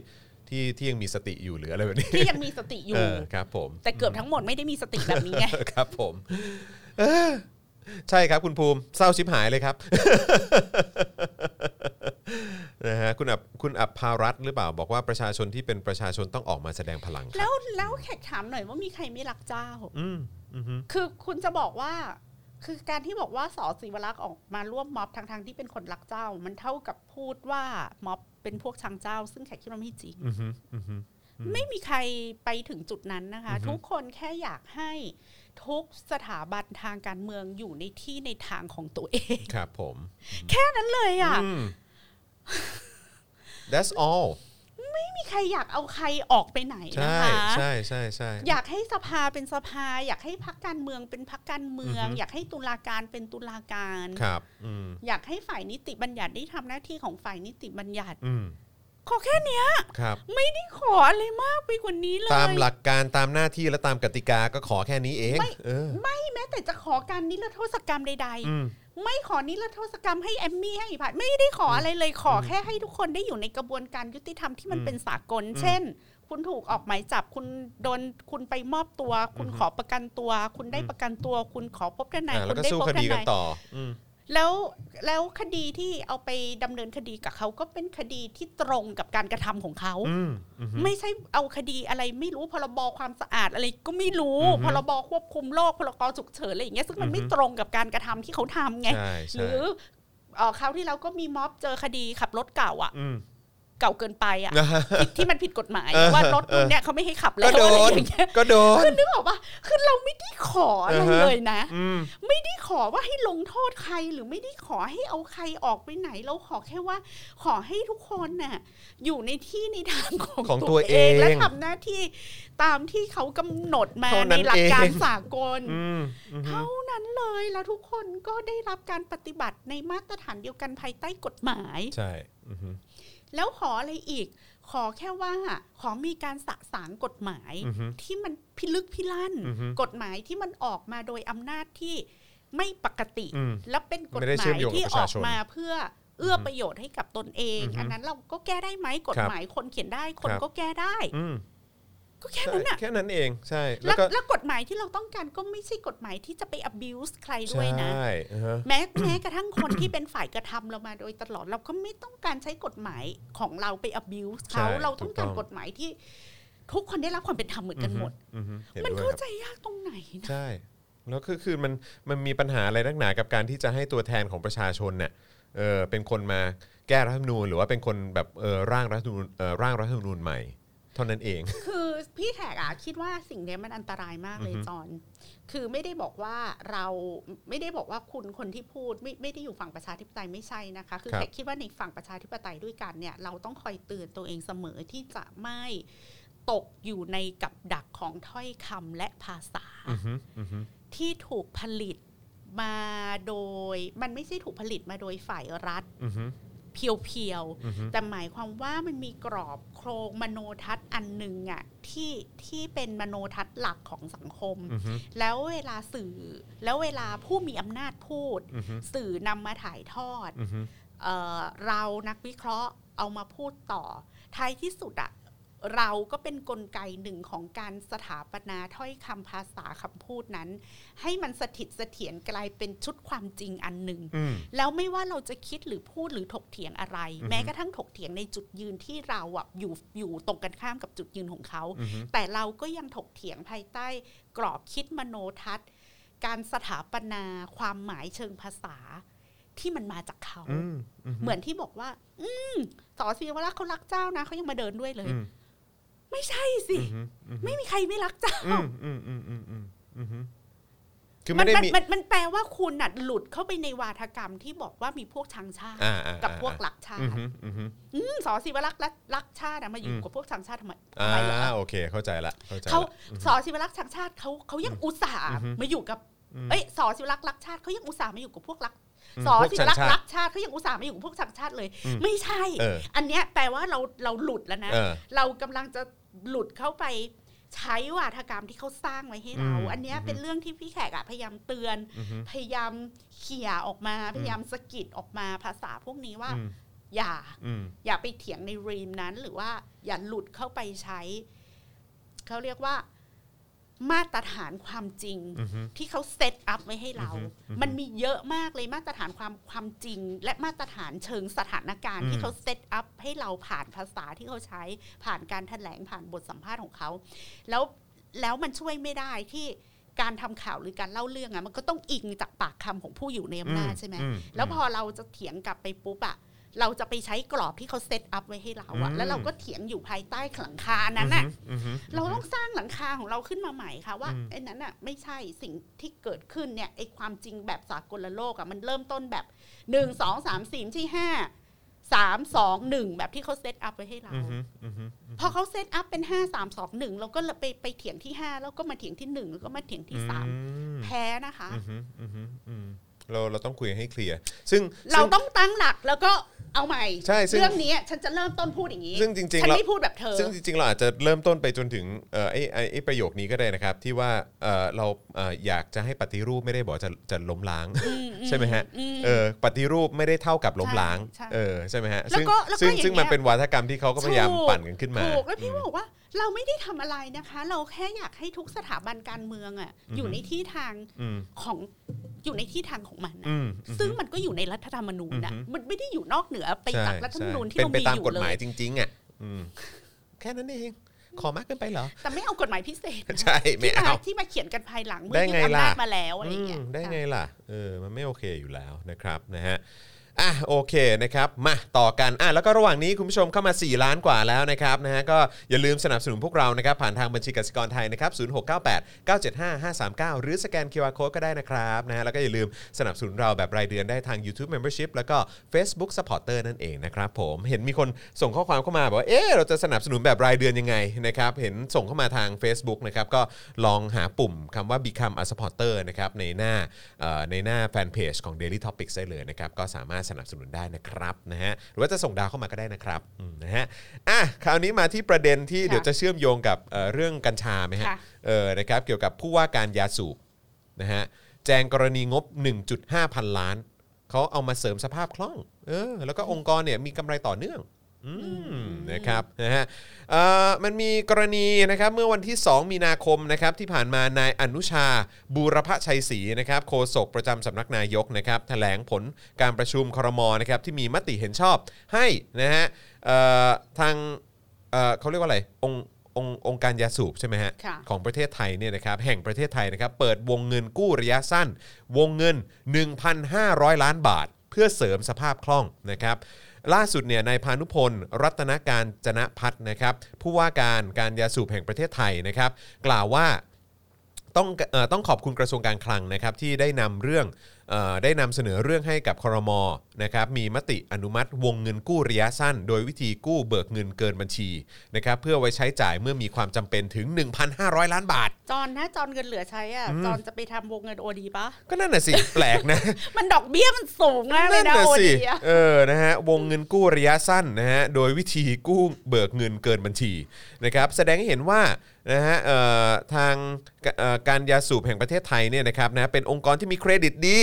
Speaker 2: ที่ที่ยังมีสติอยู่หรืออะไรแบบนี้
Speaker 3: ที่ยังมีสติอ
Speaker 2: เอยู่ อครับผม
Speaker 3: แต่เกือบทั้งหมดไม่ได้มีสติแบบนี้ไง
Speaker 2: [LAUGHS] ครับผมเอ้อใช่ครับคุณภูมิเศร้าชิบหายเลยครับ [LAUGHS] นะฮะคุณอับคุณอับภารัตน์หรือเปล่าบอกว่าประชาชนที่เป็นประชาชนต้องออกมาแสดงพลังครับ
Speaker 3: แล้วแล้วแขกถามหน่อยว่ามีใครไม่รักเจ้า
Speaker 2: อืมอืม
Speaker 3: คือคุณจะบอกว่า คือการที่บอกว่าสอศิวรักษ์ออกมาร่วมม็อบทางทางๆที่เป็นคนรักเจ้า มันเท่ากับพูดว่าม็อบเป็นพวกชังเจ้า ซึ่งแขกคิดว่าไม่จริง
Speaker 2: อือฮึอือฮึ อืม
Speaker 3: ไม่มีใครไปถึงจุดนั้นนะคะ
Speaker 2: อือฮึ
Speaker 3: ทุกคนแค่อยากให้ทุกสถาบันทางการเมืองอยู่ในที่ในทางของตัวเอง
Speaker 2: ครับผม
Speaker 3: นั่นเลยอ่ะ
Speaker 2: อืม that's all
Speaker 3: ไม่มีใครอยากเอาใครออกไปไหน
Speaker 2: ใช่
Speaker 3: นะคะ
Speaker 2: ใช่ใช่ใช่
Speaker 3: อยากให้สภาเป็นสภา อยากให้พักการเมืองเป็นพักการเมือง
Speaker 2: อือฮึ
Speaker 3: อยากให้ตุลาการเป็นตุลาการ
Speaker 2: ครับอืม
Speaker 3: อยากให้ฝ่ายนิติบัญญัติได้ทำหน้าที่ของฝ่ายนิติบัญญัติ
Speaker 2: อืม
Speaker 3: ขอแค่นี้
Speaker 2: ครับ
Speaker 3: ไม่ขออะไรมากไปกว่านี้เลย
Speaker 2: ตามหลักการตามหน้าที่และตามกติกาก็ขอแค่นี้เองเออ
Speaker 3: แม้แต่จะขอการนิรโทษกรรมใด
Speaker 2: อืม
Speaker 3: ๆ ไม่ขอนิรโทษกรรมให้แอมมี่ให้อีพัดไม่ได้ขออะไรเลยขอแค่ให้ทุกคนได้อยู่ในกระบวนการยุติธรรมที่มัน
Speaker 2: อืม
Speaker 3: เป็นสากล
Speaker 2: อืม
Speaker 3: เช่น คุณถูกออกหมายจับคุณโดนคุณไปมอบตัว คุณ
Speaker 2: อือฮึ
Speaker 3: ขอประกันตัว คุณได้ประกันตัว คุณขอพบทนาย
Speaker 2: อ่า
Speaker 3: คุ
Speaker 2: แล้ว
Speaker 3: ณ
Speaker 2: ก็
Speaker 3: ได้
Speaker 2: สู้
Speaker 3: พบ
Speaker 2: ค
Speaker 3: ท
Speaker 2: ดีกัน
Speaker 3: นาย
Speaker 2: ต่ออืม
Speaker 3: แล้วแล้วคดีที่เอาไปดำเนินคดีกับเขาก็เป็นคดีที่ตรงกับการกระทำของเขา
Speaker 2: อืมอือฮึ
Speaker 3: ไม่ใช่เอาคดีอะไรไม่รู้พรบความสะอาดอะไรก็ไม่รู้
Speaker 2: อือฮึ
Speaker 3: พรบควบคุมโรคพรกฉุกเฉินอะไรอย่างเงี้ยซึ่งมันไม่
Speaker 2: อือฮึ
Speaker 3: ตรงกับการกระทำที่เขาทำไง
Speaker 2: ใช่
Speaker 3: ห
Speaker 2: ใช่
Speaker 3: รือเอ่อคราวที่เราก็มีม็อบเจอคดีขับรถเก่าอ่ะ
Speaker 2: อืม
Speaker 3: เก่าเกินไป
Speaker 2: [LAUGHS]
Speaker 3: อ่ะที่ที่มันผิดกฎหมาย
Speaker 2: เออ
Speaker 3: ว่ารถ
Speaker 2: เออ
Speaker 3: เนี่ยเขาไม่ให้ขับแล้
Speaker 2: ก็
Speaker 3: ว
Speaker 2: โด
Speaker 3: อะไร
Speaker 2: น
Speaker 3: อย่างเงี้ย
Speaker 2: ก็โดน
Speaker 3: คือนึกออกปะคือเราไม่ได้ขออะไร
Speaker 2: อ่าฮะ
Speaker 3: เลยนะ
Speaker 2: อืม
Speaker 3: ไม่ได้ขอว่าให้ลงโทษใครหรือไม่ได้ขอให้เอาใครออกไปไหน เราขอแค่ว่า ขอให้ทุกคนน่ะอยู่ในที่ในทางของ
Speaker 2: ของตัวเอง
Speaker 3: และทำหน้าที่ตามที่เขากำหนดมา
Speaker 2: เท่านั้
Speaker 3: ใน
Speaker 2: น
Speaker 3: หลักการ
Speaker 2: เอง
Speaker 3: สากล
Speaker 2: อืมอืม
Speaker 3: เท่านั้นเลยแล้วทุกคนก็ได้รับการปฏิบัติในมาตรฐานเดียวกันภายใต้กฎหมาย
Speaker 2: ใช่ อือฮึ
Speaker 3: แล้วขออะไรอีก ขอแค่ว่า ขอมีการสะสางกฎหมาย
Speaker 2: อือฮึ
Speaker 3: ที่มันพิลึกพิลั่น
Speaker 2: อือฮึ
Speaker 3: กฎหมายที่มันออกมาโดยอำนาจที่ไม่ปกติ
Speaker 2: อืม
Speaker 3: และเป็นกฎ
Speaker 2: ไม่
Speaker 3: ห
Speaker 2: ได้
Speaker 3: มาย
Speaker 2: เชื่อมโยงกับ
Speaker 3: ที่
Speaker 2: ประ
Speaker 3: อ
Speaker 2: ชา
Speaker 3: อก
Speaker 2: ชน
Speaker 3: มาเพื่อเอื้อประโยชน์ให้กับตนเอง
Speaker 2: อือฮึ
Speaker 3: อันนั้นเราก็แก้ได้ไหมกฎหมายคนเขียนได้คน
Speaker 2: ครับ
Speaker 3: ก็แก้ได้
Speaker 2: อืม
Speaker 3: ก็แค่
Speaker 2: ใช่
Speaker 3: นั้นน่ะ
Speaker 2: แค่นั้นเอง ใช่ แล้
Speaker 3: แล้ว ว
Speaker 2: ก็
Speaker 3: แล้วกฎหมายที่เราต้องการก็ไม่ใช่กฎหมายที่จะไป abuse ใคร
Speaker 2: ใช
Speaker 3: ด้วยนะ
Speaker 2: ่อือฮะ
Speaker 3: แม้แม้กระทั่งคนที่เป็นฝ่ายกระทำเรามาโดยตลอดเราก็ไม่ต้องการใช้กฎหมายของเราไป abuse เขา
Speaker 2: ใช่
Speaker 3: เราต้องการ
Speaker 2: ถูกต้อง
Speaker 3: กฎหมายที่ ทุกคนได้รับความเป็นธรรมเหมือนกันหมด
Speaker 2: อือฮึเห็น
Speaker 3: มัน
Speaker 2: ด้วย
Speaker 3: เข้า
Speaker 2: ครับ
Speaker 3: ใจยากตรงไหนนะ
Speaker 2: ใช่ แล้วคือคือมันมันมีปัญหาอะไรนักหนากับการที่จะให้ตัวแทนของประชาชนเนี่ยเออเป็นคนมาแก้รัฐธรรมนูญหรือว่าเป็นคนแบบเออร่างรัฐธรรมนูญเออร่างรัฐธรรมนูญใหม่ เท่านั้นเอง
Speaker 3: คือพี่แขกอะคิดว่าสิ่งเนี้ยมันอันตรายมากเลย
Speaker 2: อือฮึ
Speaker 3: จอนคือไม่ได้บอกว่าเราไม่ได้บอกว่าคุณคนที่พูดไม่ไม่ได้อยู่ฝั่งประชาธิปไตยไม่ใช่นะคะ คือแขกคิดว่าในฝั่งประชาธิปไตยด้วยกันเนี่ยเราต้องคอยเตือนตัวเองเสมอที่จะไม่ตกอยู่ในกับดักของถ้อยคำและภาษา
Speaker 2: อือฮึอือฮึ
Speaker 3: ที่ถูกผลิตมาโดย มันไม่ใช่ถูกผลิตมาโดยฝ่ายรัฐ
Speaker 2: อือฮึ
Speaker 3: เพียว
Speaker 2: อือฮึ
Speaker 3: ๆ แต่หมายความว่ามันมีกรอบโครงมโนทัศน์อันหนึ่งอะที่ที่เป็นมโนทัศน์หลักของสังคม
Speaker 2: อือฮึ
Speaker 3: แล้วเวลาสื่อ แล้วเวลาผู้มีอำนาจพูด
Speaker 2: อือฮึ
Speaker 3: สื่อนำมาถ่ายทอด
Speaker 2: อือฮึ
Speaker 3: เออเรานักวิเคราะห์เอามาพูดต่อ ท้ายที่สุดอะเราก็เป็นนกลไกหนึ่งของการสถาปนาถ้อยคำภาษาคำพูดนั้น ให้มันสถิตเสถียรกลายเป็นชุดความจริงอันหนึ่ง
Speaker 2: อืม
Speaker 3: แล้วไม่ว่าเราจะคิดหรือพูดหรือถกเถียงอะไร
Speaker 2: อือฮึ
Speaker 3: แม้กระทั่งถกเถียงในจุดยืนที่เราอะอยู่อยู่ตรงกันข้ามกับจุดยืนของเขา
Speaker 2: อือฮึ
Speaker 3: แต่เราก็ยังถกเถียงภายใต้กรอบคิดมโนทัศน์ การสถาปนาความหมายเชิงภาษาที่มันมาจากเขา
Speaker 2: อืมอืฮึ
Speaker 3: เหมือนที่บอกว่า อืมสอศิวรักษ์เขารักเจ้านะเขายังมาเดินด้วยเลย
Speaker 2: อืม
Speaker 3: ไม่ใช่สิ
Speaker 2: อือฮึอือฮึ
Speaker 3: ไม่มีใครไม่รักเจ้า
Speaker 2: อืมอืมอืมอืมอืมอือฮึคือ
Speaker 3: มั
Speaker 2: ไม่
Speaker 3: น
Speaker 2: ได้
Speaker 3: มัน
Speaker 2: มี
Speaker 3: มันมันแปลว่าคุณน่ะหลุดเข้าไปในวาทกรรมที่บอกว่ามีพวกชังชาติ
Speaker 2: อ่าอ่า
Speaker 3: กับพวก
Speaker 2: อ่า
Speaker 3: รักชา
Speaker 2: อือ
Speaker 3: ติ
Speaker 2: ฮึอือฮึ
Speaker 3: อืมสอศิวรักษ์รักรักชาตินะมาอยู่กับพวกชังชาติทำไม
Speaker 2: อ่า
Speaker 3: ทำไมเหรอ
Speaker 2: โอเค เข้าใจละเข้าใจ
Speaker 3: เขา
Speaker 2: ละ
Speaker 3: สอศิวรักษ์ชังชาติเขาเขายังอุตส่าห์
Speaker 2: อือฮึ
Speaker 3: มาอยู่กับ
Speaker 2: อืม
Speaker 3: เอ้ยสอศิวรักษ์รักชาติเขายังอุตส่าห์มาอยู่กับพวกรัก
Speaker 2: อืม
Speaker 3: สอ
Speaker 2: พวก
Speaker 3: ศิว
Speaker 2: ชัง
Speaker 3: รักษ์
Speaker 2: ชาติ
Speaker 3: รักชาติเขายังอุตส่าห์มาอยู่กับพวกชังชาติเลย
Speaker 2: อืม
Speaker 3: ไม่ใช่
Speaker 2: เออ
Speaker 3: อันเนี้ยแปลว่าเราเราหลุดแล้วนะ
Speaker 2: เออ
Speaker 3: เรากำลังจะหลุดเข้าไปใช้วาทกรรมที่เขาสร้างไว้ให้เรา
Speaker 2: อืม
Speaker 3: อันเนี้ย
Speaker 2: อือฮึ
Speaker 3: เป็นเรื่องที่พี่แขกอะพยายามเตือน
Speaker 2: อือฮึ
Speaker 3: พยายามเขี่ยออกมาพยายามสะกิดออกมาภาษาพวกนี้ว่า
Speaker 2: อืม
Speaker 3: อย่า
Speaker 2: อืม
Speaker 3: อย่าไปเถียงในรีมนั้น หรือว่าอย่าหลุดเข้าไปใช้เขาเรียกว่ามาตรฐานความจริง
Speaker 2: อือฮึ
Speaker 3: ที่เขาเซตอัพไว้ให้เรา
Speaker 2: อือฮึอือฮึ
Speaker 3: มันมีเยอะมากเลยมาตรฐานความความจริง และมาตรฐานเชิงสถานการณ์
Speaker 2: อืม
Speaker 3: ที่เขาเซตอัพให้เราผ่านภาษาที่เขาใช้ ผ่านการแถลงผ่านบทสัมภาษณ์ของเขา แล้วแล้วมันช่วยไม่ได้ที่ การทำข่าวหรือการเล่าเรื่องอะมันก็ต้องอิงจากปากคำของผู้อยู่ในอำนาจใช่ไหม
Speaker 2: อืม
Speaker 3: แล้วพอเราจะเถียงกลับไปปุ๊บอะเราจะไปใช้กรอบที่เขาเซตอัพไว้ให้เราอะ
Speaker 2: อืม
Speaker 3: แล้วเราก็เถียงอยู่ภายใต้หลังคาอันนั้นอะ
Speaker 2: อือฮึ
Speaker 3: เราต้องสร้างหลังคาของเราขึ้นมาใหม่ค่ะว่า
Speaker 2: อืม
Speaker 3: ไอ้นั้นอ่ะไม่ใช่สิ่งที่เกิดขึ้นเนี่ยไอ้ความจริงแบบสากลโลกอ่ะมันเริ่มต้นแบบหนึ่งสองสามสี่ที่ห้าสามสองหนึ่งแบบที่เขาเซตอัพไว้ให้เรา
Speaker 2: อือฮึอือฮึอือ
Speaker 3: พ
Speaker 2: ฮึ
Speaker 3: อเขาเซตอัพเป็นห้าสามสองหนึ่งเราก็ไปไปเถียงที่ห้าแล้วก็มาเถียงที่หนึ่งแล้วก็มาเถียงที่สามแพ้นะคะ
Speaker 2: อือฮึอือฮึอืมเราเราต้องคุยให้เคลียร์ซึ่ง
Speaker 3: เรา
Speaker 2: ซึ่ง
Speaker 3: ต้องตั้งหลักแล้วก็เอาใหม่
Speaker 2: ใช่ซึ่ง
Speaker 3: เรื่องนี้ฉันจะเริ่มต้นพูดอย่างนี้
Speaker 2: ซึ่งจริงๆ
Speaker 3: ฉัน
Speaker 2: แล้ว
Speaker 3: ไม่พูดแบบเธอ
Speaker 2: ซึ่งจริงๆเราอาจจะเริ่มต้นไปจนถึงเอ่อไอ้ไอ้ไอ้ประโยคนี้ก็ได้นะครับ ที่ว่าเอ่อเราเอ่ออยากจะให้ปฏิรูปไม่ได้บอกจะจะล้มล้าง ใช่ไหมฮะ
Speaker 3: อืม
Speaker 2: เออปฏิรูปไม่ได้เท่ากับล้มล้าง
Speaker 3: ใช่ใช่
Speaker 2: เออใช่ไหมฮะ
Speaker 3: แล้ว
Speaker 2: ซึ่ง
Speaker 3: ก็แล้วก็
Speaker 2: ซึ่ง
Speaker 3: อย่าง
Speaker 2: ซึ่งมัน
Speaker 3: เงี้ย
Speaker 2: เป็นวาทกรรมที่เขาก็พยายามปั่นกันขึ้นมา
Speaker 3: ถูกแล้วพี่ก็บอกว่าเราไม่ได้ทำอะไรนะคะ เราแค่อยากให้ทุกสถาบันการเมืองอ่ะอยู่ในที่ทาง
Speaker 2: อืม
Speaker 3: ของอยู่ในที่ทางของมัน
Speaker 2: อืม
Speaker 3: น่ะ
Speaker 2: อืม
Speaker 3: ซึ่งมันก็อยู่ในรัฐธรรมนูญนะ
Speaker 2: อือหือ
Speaker 3: มันไม่ได้อยู่นอกเหนือไปจากรัฐธรรมนูญที่
Speaker 2: เป็
Speaker 3: เรา
Speaker 2: นไป
Speaker 3: มี
Speaker 2: ตาม
Speaker 3: อยู่
Speaker 2: กฎ
Speaker 3: เล
Speaker 2: หมาย
Speaker 3: ย
Speaker 2: จริง ๆอ่ะอืมแค่นั้นเอง ขอมากเกินไปเหรอ
Speaker 3: แต่ไม่เอากฎหมายพิเศษนะ
Speaker 2: ใช่ไม่
Speaker 3: ที่มา
Speaker 2: เอา
Speaker 3: ที่มาเขียนกันภายหลังเมื่
Speaker 2: ได้
Speaker 3: ยึด
Speaker 2: ไง
Speaker 3: อำนา
Speaker 2: ล่ะ
Speaker 3: จมาแล้วอะไรอย่างเงี้ย
Speaker 2: อืมได้
Speaker 3: ค่ะ
Speaker 2: ไงล่ะ เออ มันไม่โอเคอยู่แล้วนะครับนะฮะ อ่ะโอเคนะครับ มาต่อกันอ่ะแล้วก็ระหว่างนี้คุณผู้ชมเข้ามา 4 ล้านกว่าแล้วนะครับนะฮะก็อย่าลืมสนับสนุนพวกเรานะครับ ผ่านทางบัญชีกสิกรไทยนะครับ0698 975 539 หรือสแกน QR Code ก็ได้นะครับนะฮะแล้วก็อย่าลืมสนับสนุนเราแบบรายเดือนได้ทาง YouTube Membership แล้วก็ Facebook Supporter นั่นเองนะครับผมเห็นมีคนส่งข้อความเข้ามาบอกว่าเอ๊ะเราจะสนับสนุนแบบรายเดือนยังไงนะครับเห็นส่งเข้ามาทาง Facebook นะครับก็ลองหาปุ่มคำว่า Become a supporter นะครับในหน้าเอ่อในหน้าแฟนเพจของ Daily Topics ได้เลยนะครับก็สามารถสนับสนุนได้นะครับนะฮะหรือว่าจะส่งดาวเข้ามาก็ได้นะครับอืมนะฮะอ่ะคราวนี้มาที่ประเด็นที่
Speaker 3: ค่ะ
Speaker 2: เดี๋ยวจะเชื่อมโยงกับเอ่อเรื่องกัญชาไหมฮะ
Speaker 3: ค่ะ
Speaker 2: เออนะครับเกี่ยวกับผู้ว่าการยาสูบ นะฮะแจงกรณีงบ 1.5 พันล้าน เขาเอามาเสริมสภาพคล่องเออแล้วก็องค์กรเนี่ยมีกำไรต่อเนื่องอืมนะครับนะฮะเอ่อมันมีกรณีนะครับเมื่อวันที่ 2 มีนาคมนะครับที่ผ่านมานายอนุชาบูรพชัยศรีนะครับโฆษกประจำสำนักนายกนะครับแถลงผลการประชุมครมนะครับที่มีมติเห็นชอบให้นะฮะเอ่อทางเอ่อเขาเรียกว่าอะไรองค์องค์องค์การยาสูบใช่ไหมฮะ
Speaker 3: ค่ะ
Speaker 2: ของประเทศไทยเนี่ยนะครับแห่งประเทศไทยนะครับเปิดวงเงินกู้ระยะสั้น วงเงิน 1,500 ล้านบาท เพื่อเสริมสภาพคล่องนะครับล่าสุดเนี่ยนายพานุพล รัตนการจนะพัฒน์นะครับผู้ว่าการการยาสูบแห่งประเทศไทยนะครับกล่าวว่า ต้องเอ่อต้องขอบคุณกระทรวงการคลังนะครับที่ได้นำเรื่องเออได้นำเสนอเรื่องให้กับครมนะครับมีมติอนุมัติวงเงินกู้ระยะสั้น โดยวิธีกู้เบิกเงินเกินบัญชีนะครับเพื่อไว้ใช้จ่ายเมื่อมีความจำเป็นถึง 1,500 ล้านบาท
Speaker 3: จอนถ้าจอนเงินเหลือใช้อ่ะจอนจะไปทำวงเงินโอดีปะ
Speaker 2: ก็นั่นน่ะสิ แปลกนะ
Speaker 3: มันดอกเบี้ยมันสูงมากเลยนะ
Speaker 2: นั่น
Speaker 3: โอ
Speaker 2: น่ะสิ
Speaker 3: ดีอะ
Speaker 2: เออ นะฮะ วงเงินกู้ระยะสั้นนะฮะ โดยวิธีกู้เบิกเงินเกินบัญชีนะครับ แสดงให้เห็นว่า นะฮะ เอ่อ ทางกเอ่อการยาสูบแห่งประเทศไทยเนี่ยนะครับ นะ เป็นองค์กรที่มีเครดิตดี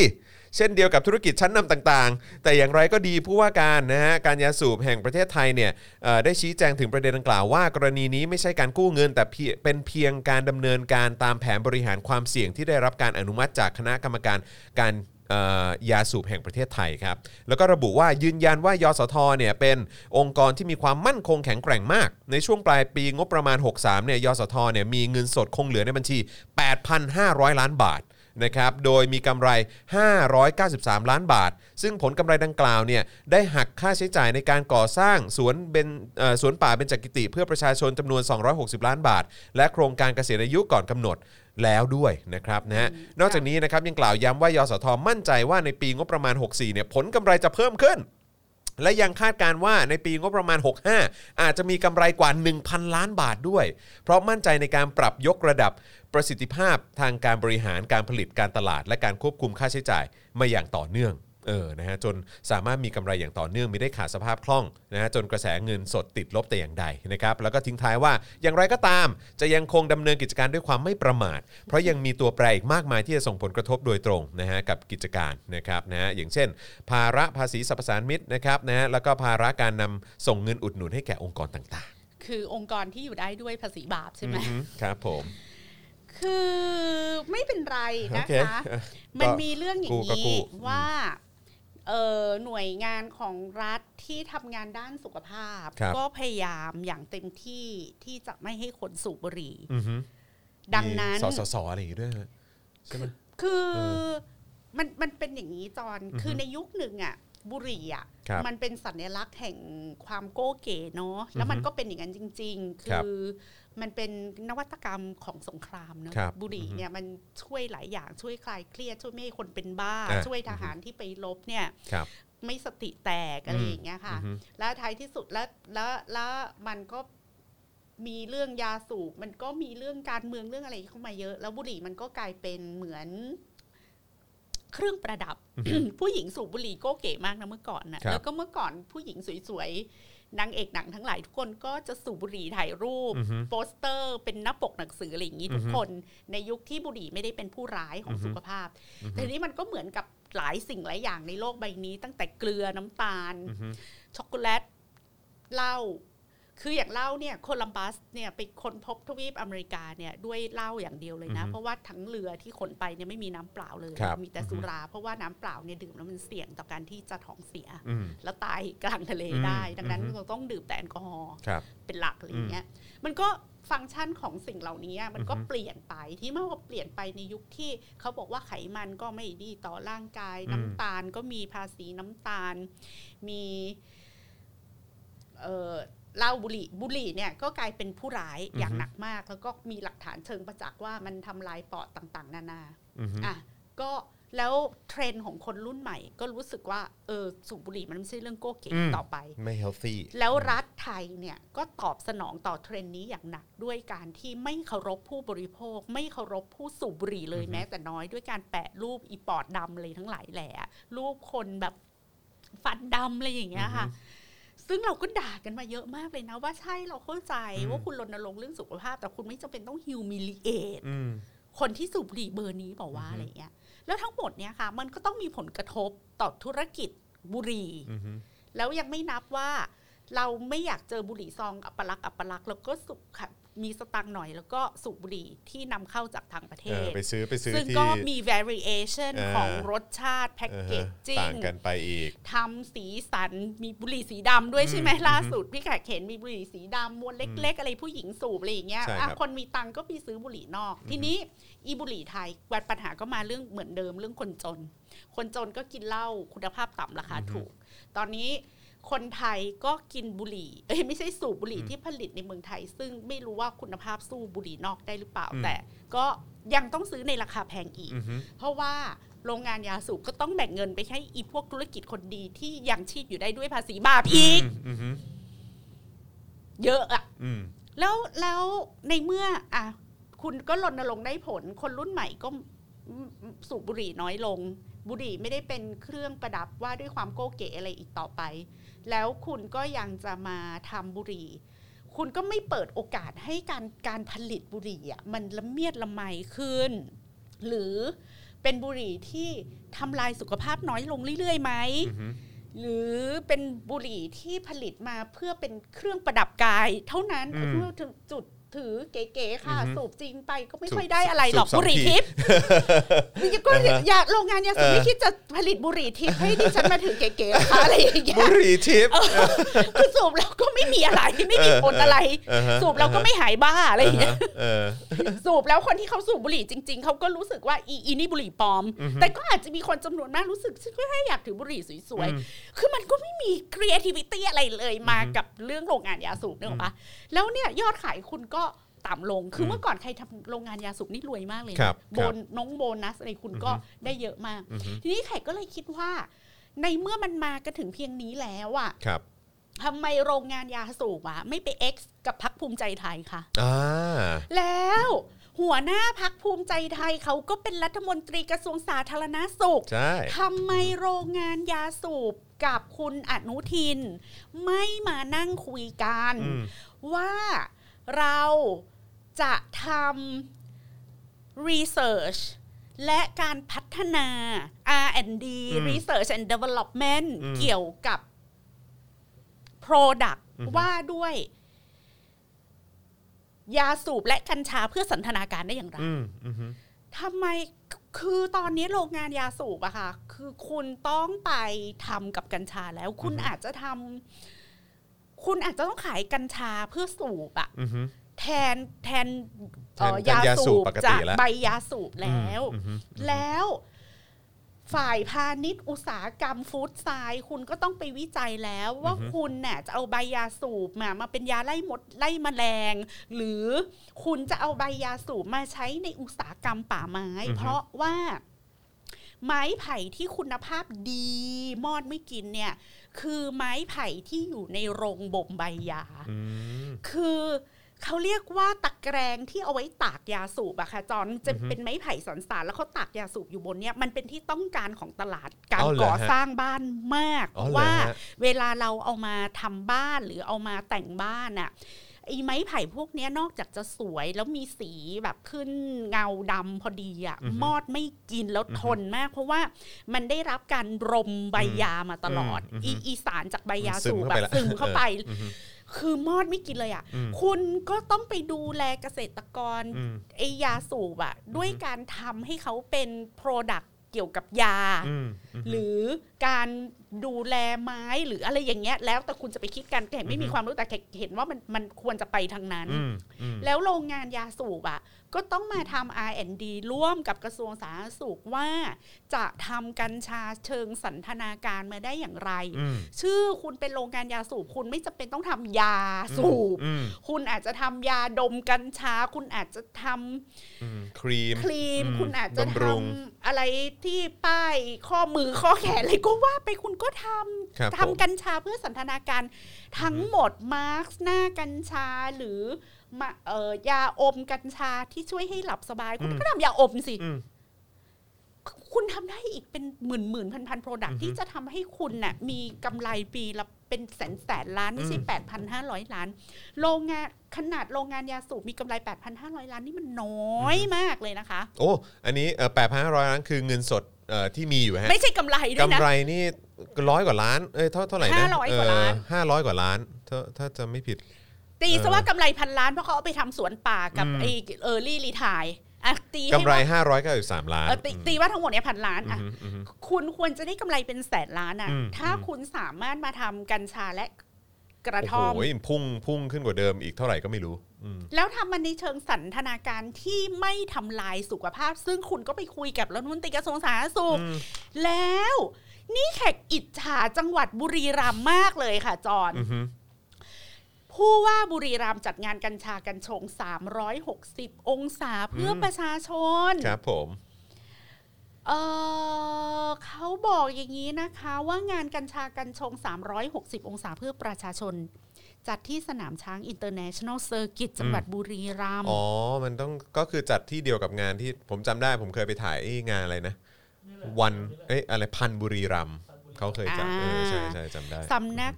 Speaker 2: เช่นเดียวกับธุรกิจชั้นนำต่างๆ แต่อย่างไรก็ดีผู้ว่าการนะฮะ การยาสูบแห่งประเทศไทยเนี่ยเอ่อได้ชี้แจงถึงประเด็นดังกล่าวว่ากรณีนี้ไม่ใช่การกู้เงิน แต่เพียเป็นเพียงการดำเนินการตามแผนบริหารความเสี่ยงที่ได้รับการอนุมัติจากคณะกรรมการการ เอ่อยาสูบแห่งประเทศไทยครับ แล้วก็ระบุว่ายืนยันว่ายสทเนี่ยเป็นองค์กรที่มีความมั่นคงแข็งแกร่งมาก ในช่วงปลายปีงบประมาณ 63เนี่ยยสทเนี่ยมีเงินสดคงเหลือในบัญชี 8,500 ล้านบาทนะครับ โดยมีกำไร 593 ล้านบาท ซึ่งผลกำไรดังกล่าวเนี่ยได้หักค่าใช้จ่ายในการก่อสร้างสวนเบนเอ่อสวนป่าเบญจกิติ เพื่อประชาชนจำนวน 260 ล้านบาท และโครงการเกษียณอายุก่อนกำหนด แล้วด้วยนะครับนะฮะนอกจากนี้นะครับยังกล่าวย้ำว่ายสทมั่นใจว่าในปีงบประมาณ 64เนี่ยผลกำไรจะเพิ่มขึ้น และยังคาดการณ์ว่าในปีงบประมาณ 65 อาจจะมีกำไรกว่า 1,000 ล้านบาทด้วย เพราะมั่นใจในการปรับยกระดับประสิทธิภาพทางการบริหารการผลิตการตลาด และการควบคุมค่าใช้จ่ายมาอย่างต่อเนื่องเออนะฮะจนสามารถมีกำไรอย่างต่อเนื่องมีได้ขาดสภาพคล่องนะฮะจนกระแสเงินสดติดลบแต่อย่างใดนะครับแล้วก็ทิ้งท้ายว่าอย่างไรก็ตาม จะยังคงดำเนินกิจการด้วยความไม่ประมาท เพราะยังมีตัวแปรอีกมากมายที่จะส่งผลกระทบโดยตรงนะฮะกับกิจการนะครับนะฮะอย่างเช่น ภาระภาษีสรรพสานมิตนะครับนะฮะแล้วก็ภาระการนำส่งเงินอุดหนุนให้แก่องค์กรต่าง
Speaker 3: คือองค์กรที่อยู่ได้ด้วยภาษีบาป
Speaker 2: ๆ
Speaker 3: ใช่ไหม
Speaker 2: อือฮึครับผม
Speaker 3: คือไม่เป็นไรนะ
Speaker 2: โอเค
Speaker 3: คะ มันมีเรื่องอย่าง
Speaker 2: กู้ก็กู้
Speaker 3: นี้ว่าเอ่อหน่วยงานของรัฐที่ทำงานด้านสุขภาพ ก็พยายามอย่างเต็มที่ที่จะไม่ให้คนสูบบุหรี่
Speaker 2: อือฮึ
Speaker 3: ดังนั้น
Speaker 2: มีสสสอะไรอย่างงี้ด้วยฮะ ใช่ไหม
Speaker 3: คือ
Speaker 2: เอ
Speaker 3: มันมันเป็นอย่างนี้จอนคือในยุคหนึ่งอ่ะบุหรี่อ่ะ
Speaker 2: ครับ
Speaker 3: มันเป็นสัญลักษณ์แห่งความโก้เก๋เนาะแล้วมันก็เป็นอย่างนั้นจริง ๆ
Speaker 2: ครับ
Speaker 3: คือมันเป็นนวัตกรรมของสงครามเนาะ
Speaker 2: ครับ
Speaker 3: บุหรี่เนี่ยมันช่วยหลายอย่างช่วยคลายเครียดช่วยไม่ให้คนเป็นบ้า
Speaker 2: อ่ะ
Speaker 3: ช่วยทหารที่ไปรบเนี่ย
Speaker 2: ครับ
Speaker 3: ไม่สติแตกอะไร
Speaker 2: อืม
Speaker 3: อย่างเงี้ยค่ะ
Speaker 2: อือฮึ
Speaker 3: แล้วท้ายที่สุดแล้วแล้วแล้วมันก็มีเรื่องยาสูบมันก็มีเรื่องการเมืองเรื่องอะไรเข้ามาเยอะ แล้วบุหรี่มันก็กลายเป็นเหมือน เครื่องประดับ
Speaker 2: อือฮึ
Speaker 3: [COUGHS] ผู้หญิงสูบบุหรี่ก็เก๋มากนะเมื่อก่อนนะครับ แล้วก็เมื่อก่อนผู้หญิงสวยๆนางเอกหนังทั้งหลายทุกคนก็จะสูบบุหรี่ถ่ายรูป
Speaker 2: อือฮึ
Speaker 3: โปสเตอร์เป็นหน้าปกหนังสืออะไรอย่างนี้ทุก
Speaker 2: อือฮึ
Speaker 3: คน ในยุคที่บุหรี่ไม่ได้เป็นผู้ร้ายของ
Speaker 2: อือฮึ
Speaker 3: สุขภาพ
Speaker 2: อือฮึ
Speaker 3: แต่นี่มันก็เหมือนกับหลายสิ่งหลายอย่างในโลกใบนี้ ตั้งแต่เกลือน้ำตาล
Speaker 2: อือฮึ
Speaker 3: ช็อกโกแลตเหล้าคืออย่างเหล้าเนี่ยโคลัมบัสเนี่ยไปค้นพบทวีปอเมริกาเนี่ยด้วยเหล้าอย่างเดียวเลยนะ
Speaker 2: อือฮึ
Speaker 3: เพราะว่าทั้งเรือที่ขนไปเนี่ยไม่มีน้ำเปล่าเลย
Speaker 2: ครับ
Speaker 3: มีแต่สุรา เพราะว่าน้ำเปล่าเนี่ยดื่มแล้วมันเสี่ยงต่อการที่จะท้องเสีย
Speaker 2: อืม
Speaker 3: แล้วตายกลางทะเลได้
Speaker 2: อืม
Speaker 3: ดังนั้น
Speaker 2: อือฮึ
Speaker 3: เราต้องดื่มแต่แอลกอฮอล์
Speaker 2: ครับ
Speaker 3: เป็นหลักอะไรอย่างเงี้ย มันก็ฟังก์ชันของสิ่งเหล่านี้มันก็
Speaker 2: อือฮึ
Speaker 3: เปลี่ยนไปที่มันก็เปลี่ยนไปในยุคที่เขาบอกว่าไขมันก็ไม่ดีต่อร่างกาย
Speaker 2: อืม
Speaker 3: น้ำตาลก็มีภาษีน้ำตาล มีเอ่อเหล้าบุหรี่บุหรี่เนี่ยก็กลายเป็นผู้ร้าย
Speaker 2: อือฮึ
Speaker 3: อย่างหนักมาก แล้วก็มีหลักฐานเชิงประจักษ์ว่ามันทำลายปอดต่างๆ นานา
Speaker 2: อือฮึ
Speaker 3: อ่ะก็แล้วเทรนด์ของคนรุ่นใหม่ ก็รู้สึกว่าเออสูบบุหรี่มันไม่ใช่เรื่องโก้เก๋
Speaker 2: อืม
Speaker 3: ต่อไป
Speaker 2: ไม่ healthy
Speaker 3: แล้วรัฐไทยเนี่ยก็ตอบสนองต่อเทรนด์นี้อย่างหนักด้วยการที่ไม่เคารพผู้บริโภค ไม่เคารพผู้สูบบุหรี่เลย
Speaker 2: อือฮึ
Speaker 3: แม้แต่น้อยด้วยการแปะรูปอีปอดดำเลยทั้งหลายแหล่รูปคนแบบฟันดำอะไรอย่างเงี้ยค่ะ ซึ่งเราก็ด่ากันมาเยอะมากเลยนะ ว่าใช่เราเข้าใจว่าคุณรณรงค์เรื่องสุขภาพ แต่คุณไม่จำเป็นต้องฮิวมิล a t e
Speaker 2: อืม
Speaker 3: คนที่สูบบุหรี่เบอร์นี้บอกว่า
Speaker 2: อือฮึ
Speaker 3: อะไรเงี้ย แล้วทั้งหมดเนี่ยค่ะ มันก็ต้องมีผลกระทบต่อธุรกิจบุหรี่
Speaker 2: อือฮึ
Speaker 3: แล้วยังไม่นับว่าเราไม่อยากเจอบุหรี่ซองอัปลักษณ์อัปลักษณ์แล้วก็สูบค่ะมีสตังค์หน่อย แล้วก็สูบบุหรี่ที่นำเข้าจากต่างประเท
Speaker 2: เออ
Speaker 3: ศ
Speaker 2: ไปซื้อไปซื้อ
Speaker 3: ซึ่ง
Speaker 2: ที่
Speaker 3: ก็มี variation
Speaker 2: เออ
Speaker 3: ของรสชาติแพ็ก
Speaker 2: เออ
Speaker 3: เก
Speaker 2: ฮะ
Speaker 3: จจิ้
Speaker 2: ต่าง งกันไปอีก
Speaker 3: ทำสีสันมีบุหรี่สีดำด้วยใช่ไหม
Speaker 2: อืม
Speaker 3: ล่าสุดพี่แขกเห็นมีบุหรี่สีดำมวนเล็ก ๆ อะไรผู้หญิงสูบอะไรอย่างเงี้ย
Speaker 2: ใช่ค
Speaker 3: อ่ะ
Speaker 2: รับ
Speaker 3: คนมีตังค์ก็ไปซื้อบุหรี่นอก ทีนี้อีบุหรี่ไทยวัดปัญหาก็มาเรื่องเหมือนเดิมเรื่องคนจน คนจนก็กินเหล้าคุณภาพต่ำราคา
Speaker 2: อือฮึ
Speaker 3: ถูก ตอนนี้คนไทยก็กินบุหรี่ เอ้ยไม่ใช่สูบบุหรี่ที่ผลิตในเมืองไทย ซึ่งไม่รู้ว่าคุณภาพสู้บุหรี่นอกได้หรือเปล่า
Speaker 2: อืม
Speaker 3: แต่ก็ยังต้องซื้อในราคาแพงอีก
Speaker 2: อือฮึ
Speaker 3: เพราะว่าโรงงานยาสูบก็ต้องแบ่งเงินไปให้อีพวกธุรกิจคนดีที่ยังชีพอยู่ได้ด้วยภาษีบาปอีก
Speaker 2: อือฮึ
Speaker 3: เยอะอะ
Speaker 2: อืม
Speaker 3: แล้วแล้วในเมื่ออ่ะคุณก็รณรงค์ได้ผล คนรุ่นใหม่ก็สูบบุหรี่น้อยลง บุหรี่ไม่ได้เป็นเครื่องประดับว่าด้วยความโก้เก๋อะไรอีกต่อไป แล้วคุณก็ยังจะมาทำบุหรี่ คุณก็ไม่เปิดโอกาสให้การการผลิตบุหรี่อ่ะมันละเมียดละไมขึ้น หรือเป็นบุหรี่ที่ทำลายสุขภาพน้อยลงเรื่อยๆไหม
Speaker 2: อือฮึ
Speaker 3: หรือเป็นบุหรี่ที่ผลิตมาเพื่อเป็นเครื่องประดับกาย เท่านั้น
Speaker 2: อืม
Speaker 3: เพื่อถึงจุดถือเก๋ๆค่ะ
Speaker 2: อือฮึ
Speaker 3: สูบจริงไปก็ไม่
Speaker 2: สูบ
Speaker 3: ค่อยได้อะไรหรอก
Speaker 2: สูบสอง
Speaker 3: บุหรี่
Speaker 2: ที
Speaker 3: ทิพย์ก็อย่าโรงงานยาสูบไม่คิดจะผลิตบุหรี่ทิพย์ให้ดิฉันมาถือเก๋ๆนะคะ อะไรอย่างเงี้
Speaker 2: บุ
Speaker 3: ย
Speaker 2: หรี่ทิพย์
Speaker 3: คือสูบแล้วก็ไม่มีอะไรไม่มีผลอะไร
Speaker 2: เออเออเออ
Speaker 3: สูบแล้วก็ไม่หายบ้าอะไรอย่างเงี้ย
Speaker 2: เออ
Speaker 3: สูบแล้วคนที่เขาสูบบุหรี่จริง ๆ เขาก็รู้สึกว่าอีอีนี่บุหรี่ปลอม
Speaker 2: อือฮึ
Speaker 3: แต่ก็อาจจะมีคนจำนวนมากรู้สึกฉันก็แค่อยากถือบุหรี่สวย
Speaker 2: อืม
Speaker 3: ๆ คือมันก็ไม่มี creativity อะไรเลยมากับเรื่องโรงงานยาสูบเนกอะปะแล้วเนี่ยยอดขายคุณก็ต่ำลง คือเมื่อก่อนใครทำโรงงานยาสูบนี่รวยมากเลย
Speaker 2: ครับ
Speaker 3: นะโบ
Speaker 2: ครับ
Speaker 3: นน้องโบนัสอะไรคุณก็
Speaker 2: อือฮึ
Speaker 3: ได้เยอะมาก
Speaker 2: อือฮึ
Speaker 3: ทีนี้ไข่ก็เลยคิดว่า ในเมื่อมันมากันถึงเพียงนี้แล้วอะ
Speaker 2: ครับ
Speaker 3: ทำไมโรงงานยาสูบอะไม่ไป X กับพักภูมิใจไทยคะ
Speaker 2: อ่า
Speaker 3: แล้วหัวหน้าพักภูมิใจไทยเขาก็เป็นรัฐมนตรีกระทรวงสาธารณาสุข
Speaker 2: ใช่
Speaker 3: ทำไมโรงงานยาสูบกับคุณอนุทิน ไม่มานั่งคุยกัน
Speaker 2: อืม
Speaker 3: ว่าเราจะทำ research และการพัฒนา R&D
Speaker 2: อืม
Speaker 3: research and development
Speaker 2: อืม
Speaker 3: เกี่ยวกับ product
Speaker 2: อือฮึ
Speaker 3: ว่าด้วย ยาสูบและกัญชาเพื่อสันทนาการได้อย่างไร
Speaker 2: อืมอือฮึ
Speaker 3: ทำไมคือตอนนี้โรงงานยาสูบอะค่ะ คือคุณต้องไปทำกับกัญชาแล้ว คุณ
Speaker 2: อือฮึ
Speaker 3: อาจจะทำคุณอาจจะต้องขายกัญชาเพื่อสูบอะ
Speaker 2: อือฮึ
Speaker 3: แทนแทนเอ่อ
Speaker 2: แทนยาสูบปกติ
Speaker 3: จาก
Speaker 2: แล้ว
Speaker 3: ใบยาสูบแล้ว
Speaker 2: อืมอืม
Speaker 3: แล้วฝ่ายพาณิชย์อุตสาหกรรมฟู้ดไซด์คุณก็ต้องไปวิจัยแล้วว่าคุณน่ะจะเอาใบยาสูบมามาเป็นยาไล่มดไล่มแมลง หรือคุณจะเอาใบยาสูบมาใช้ในอุตสาหกรรมป่าไม้
Speaker 2: อือฮึ
Speaker 3: เพราะว่าไม้ไผ่ที่คุณภาพดีมอดไม่กินเนี่ย คือไม้ไผ่ที่อยู่ในโรงบ่มใบยา
Speaker 2: อืม
Speaker 3: คือเขาเรียกว่าตะแกรงที่เอาไว้ตากยาสูบอะค่ะจอนจะ
Speaker 2: อือฮึ
Speaker 3: เป็นไม้ไผ่สันสานแล้วเขาตากยาสูบอยู่บนเนี่ยมันเป็นที่ต้องการของตลาดการ
Speaker 2: อ๋อเหรอ
Speaker 3: ก่อ
Speaker 2: ฮะ
Speaker 3: สร้างบ้านมาก
Speaker 2: อ๋อเหรอ
Speaker 3: ว่า
Speaker 2: ฮะ
Speaker 3: เวลาเราเอามาทำบ้านหรือเอามาแต่งบ้านอะไอ้ไม้ไผ่พวกเนี้ยนอกจากจะสวยแล้วมีสีแบบขึ้นเงาดำพอดีอะมอดไม่กินแล้วทนมาก เพราะว่ามันได้รับการรมใบยามาตลอดอีอีสารจากใบยาสูบแบบซึมเข้าไป
Speaker 2: อืม
Speaker 3: คือมอดไม่กินเลยอ่ะ
Speaker 2: อืม
Speaker 3: คุณก็ต้องไปดูแลเกษตรกร
Speaker 2: อืม
Speaker 3: ไอยาสูบอ่ะ ด้วยการทำให้เขาเป็นโปรดักเกี่ยวกับยา
Speaker 2: อืมอืม
Speaker 3: หรือการดูแลไม้หรืออะไรอย่างเงี้ย แล้วแต่คุณจะไปคิดกันแขกไม่มี
Speaker 2: อือฮึ
Speaker 3: ความรู้แต่แขกเห็นว่ามันมันควรจะไปทางนั้น
Speaker 2: อืมอืม
Speaker 3: แล้วโรงงานยาสูบอ่ะ ก็ต้องมาทำ R&D ร่วมกับกระทรวงสาธารณสุขว่า จะทำกัญชาเชิงสันทนาการมาได้อย่างไร
Speaker 2: อืม
Speaker 3: ชื่อคุณเป็นโรงงานยาสูบ คุณไม่จำเป็นต้องทำยาสูบ
Speaker 2: อืม
Speaker 3: คุณอาจจะทำยาดมกัญชา คุณอาจจะทำ
Speaker 2: อืมครีม
Speaker 3: ครีม
Speaker 2: อืม
Speaker 3: คุณอาจจะท
Speaker 2: บำรุง
Speaker 3: ำอะไรที่ป้ายข้อมือข้อแขนอะไรก็ว่าไปคุณก็ท
Speaker 2: ครับ
Speaker 3: ำ
Speaker 2: ผม
Speaker 3: ทำกัญชาเพื่อสันทนาการทั้งหมดมาร์กหน้ากัญชาหรือมาเอ่อยาอมกัญชาที่ช่วยให้หลับสบาย คุณก็ทำยาอมสิ
Speaker 2: อืม
Speaker 3: คุณทำได้อีกเป็นหมื่นหมื่นพันพันโปรดัก
Speaker 2: อือฮึ
Speaker 3: ที่จะทำให้คุณน่ะมีกำไรปีละเป็นแสนแสนล้านไม่ใช่
Speaker 2: อืม
Speaker 3: แปดพันห้าร้อยล้าน โรงงานขนาดโรงงานยาสูบมีกำไรแปดพันห้าร้อยล้านนี่มันน้อยมากเลยนะคะ
Speaker 2: โอ้ อันนี้แปดพันห้าร้อยล้านคือเงินสดเอ่อที่มีอยู่ฮะ
Speaker 3: ไม่ใช่กำไรด้วย
Speaker 2: กำ
Speaker 3: นะ
Speaker 2: ไรนี่ร้อยกว่าล้าน เอ้ยเท่าเท่าไหร่นะ
Speaker 3: 500กว่าล้าน
Speaker 2: ห้าร้อยกว่าล้าน ถ้าถ้าจะไม่ผิด
Speaker 3: ตีซะว่ากำไรพันล้านเพราะเขาเอาไปทำสวนป่ากับ
Speaker 2: อืม
Speaker 3: ไอเออร์ลี่รีทายอ่ะตี
Speaker 2: กำ
Speaker 3: ให้
Speaker 2: ไร
Speaker 3: ว่า
Speaker 2: ห้าร้อยเก้าสิบสามล้าน
Speaker 3: เออตีตีว่าทั้งหมดเนี่ยพันล้าน
Speaker 2: อืม
Speaker 3: อ่ะ
Speaker 2: อืมอืม
Speaker 3: คุณควรจะได้กำไรเป็นแสนล้านอ่ะ
Speaker 2: อืม
Speaker 3: ถ้า
Speaker 2: อืม
Speaker 3: คุณสามารถมาทำกัญชาและกระ
Speaker 2: โอ้โห
Speaker 3: ท่อม
Speaker 2: พุ่งพุ่งขึ้นกว่าเดิมอีกเท่าไหร่ก็ไม่รู้อืม
Speaker 3: แล้วทำมันในเชิงสันทนาการที่ไม่ทำลายสุขภาพ ซึ่งคุณก็ไปคุยกับรัฐมนตรีกระทรวงสาธารณสุข
Speaker 2: อืม
Speaker 3: แล้ว นี่แขกอิจฉาจังหวัดบุรีรัมย์มากเลยค่ะจอน
Speaker 2: อือฮึ
Speaker 3: ผู้ว่าบุรีรัมย์จัดงานกัญชากัญชง 360 องศาเพื่อประชาชน
Speaker 2: ครับผม
Speaker 3: เออเขาบอกอย่างนี้นะคะว่างานกัญชากัญชง 360 องศาเพื่อประชาชน จัดที่สนามช้างอินเตอร์เนชั่นแนลเซอร์กิตจังหวัดบุรีรัมย์
Speaker 2: อ๋อ มันต้องก็คือจัดที่เดียวกับงานที่ผมจำได้ผมเคยไปถ่ายไอ้งานอะไรนะ วันเอ้ยอะไรพันบุรีรัมย์เขาเคยจัดเออใช่ใช่จำได้
Speaker 3: สำนัก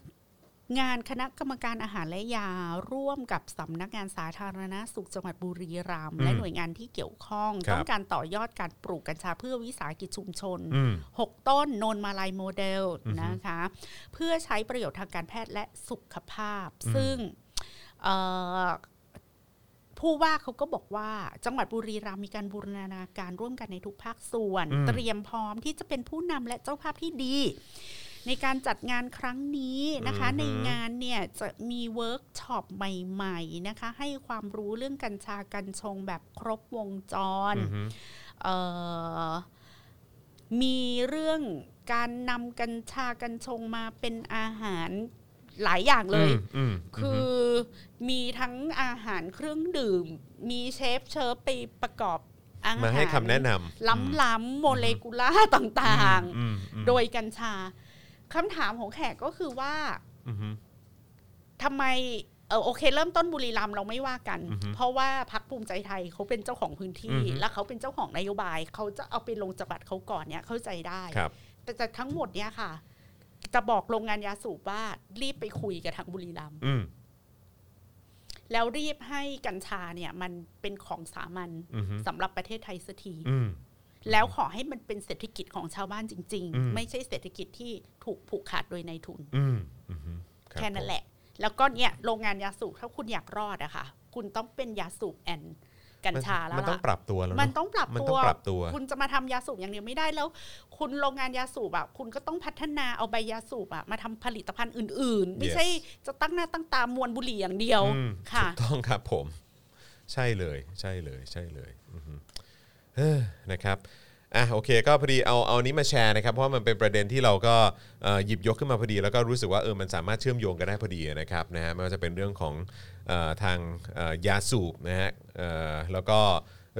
Speaker 3: งานคณะกรรมการอาหารและยาร่วมกับสำนักงานสาธารณสุขจังหวัดบุรีรัมย์
Speaker 2: อืม
Speaker 3: และหน่วยงานที่เกี่ยวข้อง
Speaker 2: ครับ
Speaker 3: ต้องการต่อยอดการปลูกกัญชาเพื่อวิสาหกิจชุมชน
Speaker 2: อืม
Speaker 3: 6 ต้นโนนมาลายโมเดล
Speaker 2: อือฮึ
Speaker 3: นะคะ เพื่อใช้ประโยชน์ทางการแพทย์และสุขภาพ
Speaker 2: อืม
Speaker 3: ซึ่งเอ่อผู้ว่าเขาก็บอกว่า จังหวัดบุรีรัมย์มีการบูรณาการร่วมกันในทุกภาคส่วน เตรียมพร้อมที่จะเป็นผู้นำและเจ้าภาพที่ดี ในการจัดงานครั้งนี้นะคะ ในงานเนี่ยจะมีเวิร์กช็อปใหม่ๆนะคะ ให้ความรู้เรื่องกัญชากัญชงแบบครบวงจร
Speaker 2: อือฮึ
Speaker 3: เอ่อมีเรื่องการนำกัญชากัญชงมาเป็นอาหารหลายอย่างเลย
Speaker 2: อืมม
Speaker 3: คืออมีทั้งอาหารเครื่องดื่ม มีเชฟเชิฟไปประกอบอาหาร
Speaker 2: มาให้คำแนะนำ
Speaker 3: ล้ำๆโมเลกุล่าต่าง
Speaker 2: อืมอืม
Speaker 3: ๆ โดยกัญชาคำถามของแขกก็คือว่า
Speaker 2: อืม
Speaker 3: ทำไมเออโอเค เริ่มต้นบุรีรัมย์เราไม่ว่ากัน
Speaker 2: อือฮึ
Speaker 3: เพราะว่าพักภูมิใจไทยเขาเป็นเจ้าของพื้นที่
Speaker 2: อือฮึ
Speaker 3: แล้วเขาเป็นเจ้าของนโยบาย เขาจะเอาไปลงจับัดเขาก่อนเนี่ยเข้าใจได้
Speaker 2: ครับ
Speaker 3: แต่แต่ทั้งหมดเนี่ยค่ะ จะบอกโรงงานยาสูบว่ารีบไปคุยกับทางบุรีรัมย์
Speaker 2: อืม
Speaker 3: แล้วรีบให้กัญชาเนี่ยมันเป็นของสามัญ
Speaker 2: อืม
Speaker 3: สำหรับประเทศไทยสักที
Speaker 2: อืม
Speaker 3: แล้วขอให้มันเป็นเศรษฐกิจของชาวบ้านจริง
Speaker 2: อืม
Speaker 3: ๆ ไม่ใช่เศรษฐกิจที่ถูกผูกขาดโดยนายทุน
Speaker 2: อืมอืมรับ
Speaker 3: แค่นั้นแหละ แล้วก็เนี่ยโรงงานยาสูบถ้าคุณอยากรอดอะค่ะ คุณต้องเป็นยาสูบแอนกัญชาแล้
Speaker 2: มั
Speaker 3: วน
Speaker 2: ต้อ
Speaker 3: ล่ะ
Speaker 2: งปรับตัวแล้ว
Speaker 3: มั
Speaker 2: เอะ
Speaker 3: นต้องปรับ
Speaker 2: มัน
Speaker 3: ตั
Speaker 2: ต้อ
Speaker 3: ว
Speaker 2: งปรับตัว
Speaker 3: คุณจะมาทำยาสูบอย่างเดียวไม่ได้แล้ว คุณโรงงานยาสูบอะคุณก็ต้องพัฒนาเอาใบยาสูบอะมาทำผลิตภัณฑ์อื่น ๆ ไม่
Speaker 2: Yes
Speaker 3: ใช่จะตั้งหน้าตั้งตามวนบุหรี่อย่างเดียว
Speaker 2: อืม
Speaker 3: ค่ะ
Speaker 2: ถูกต้องครับผม ใช่เลยใช่เลยใช่เลยอือฮึเอ้อนะครับอ่ะโอเคก็พอดีเอาเอานี้มาแชร์นะครับเพราะว่ามันเป็นประเด็นที่เราก็เอ่อหยิบยกขึ้นมาพอดี แล้วก็รู้สึกว่าเออมันสามารถเชื่อมโยงกันได้พอดีนะครับนะฮะไม่ว่าจะเป็นเรื่องของเออทางเอ่อยาสูบนะฮะเอ่อแล้วก็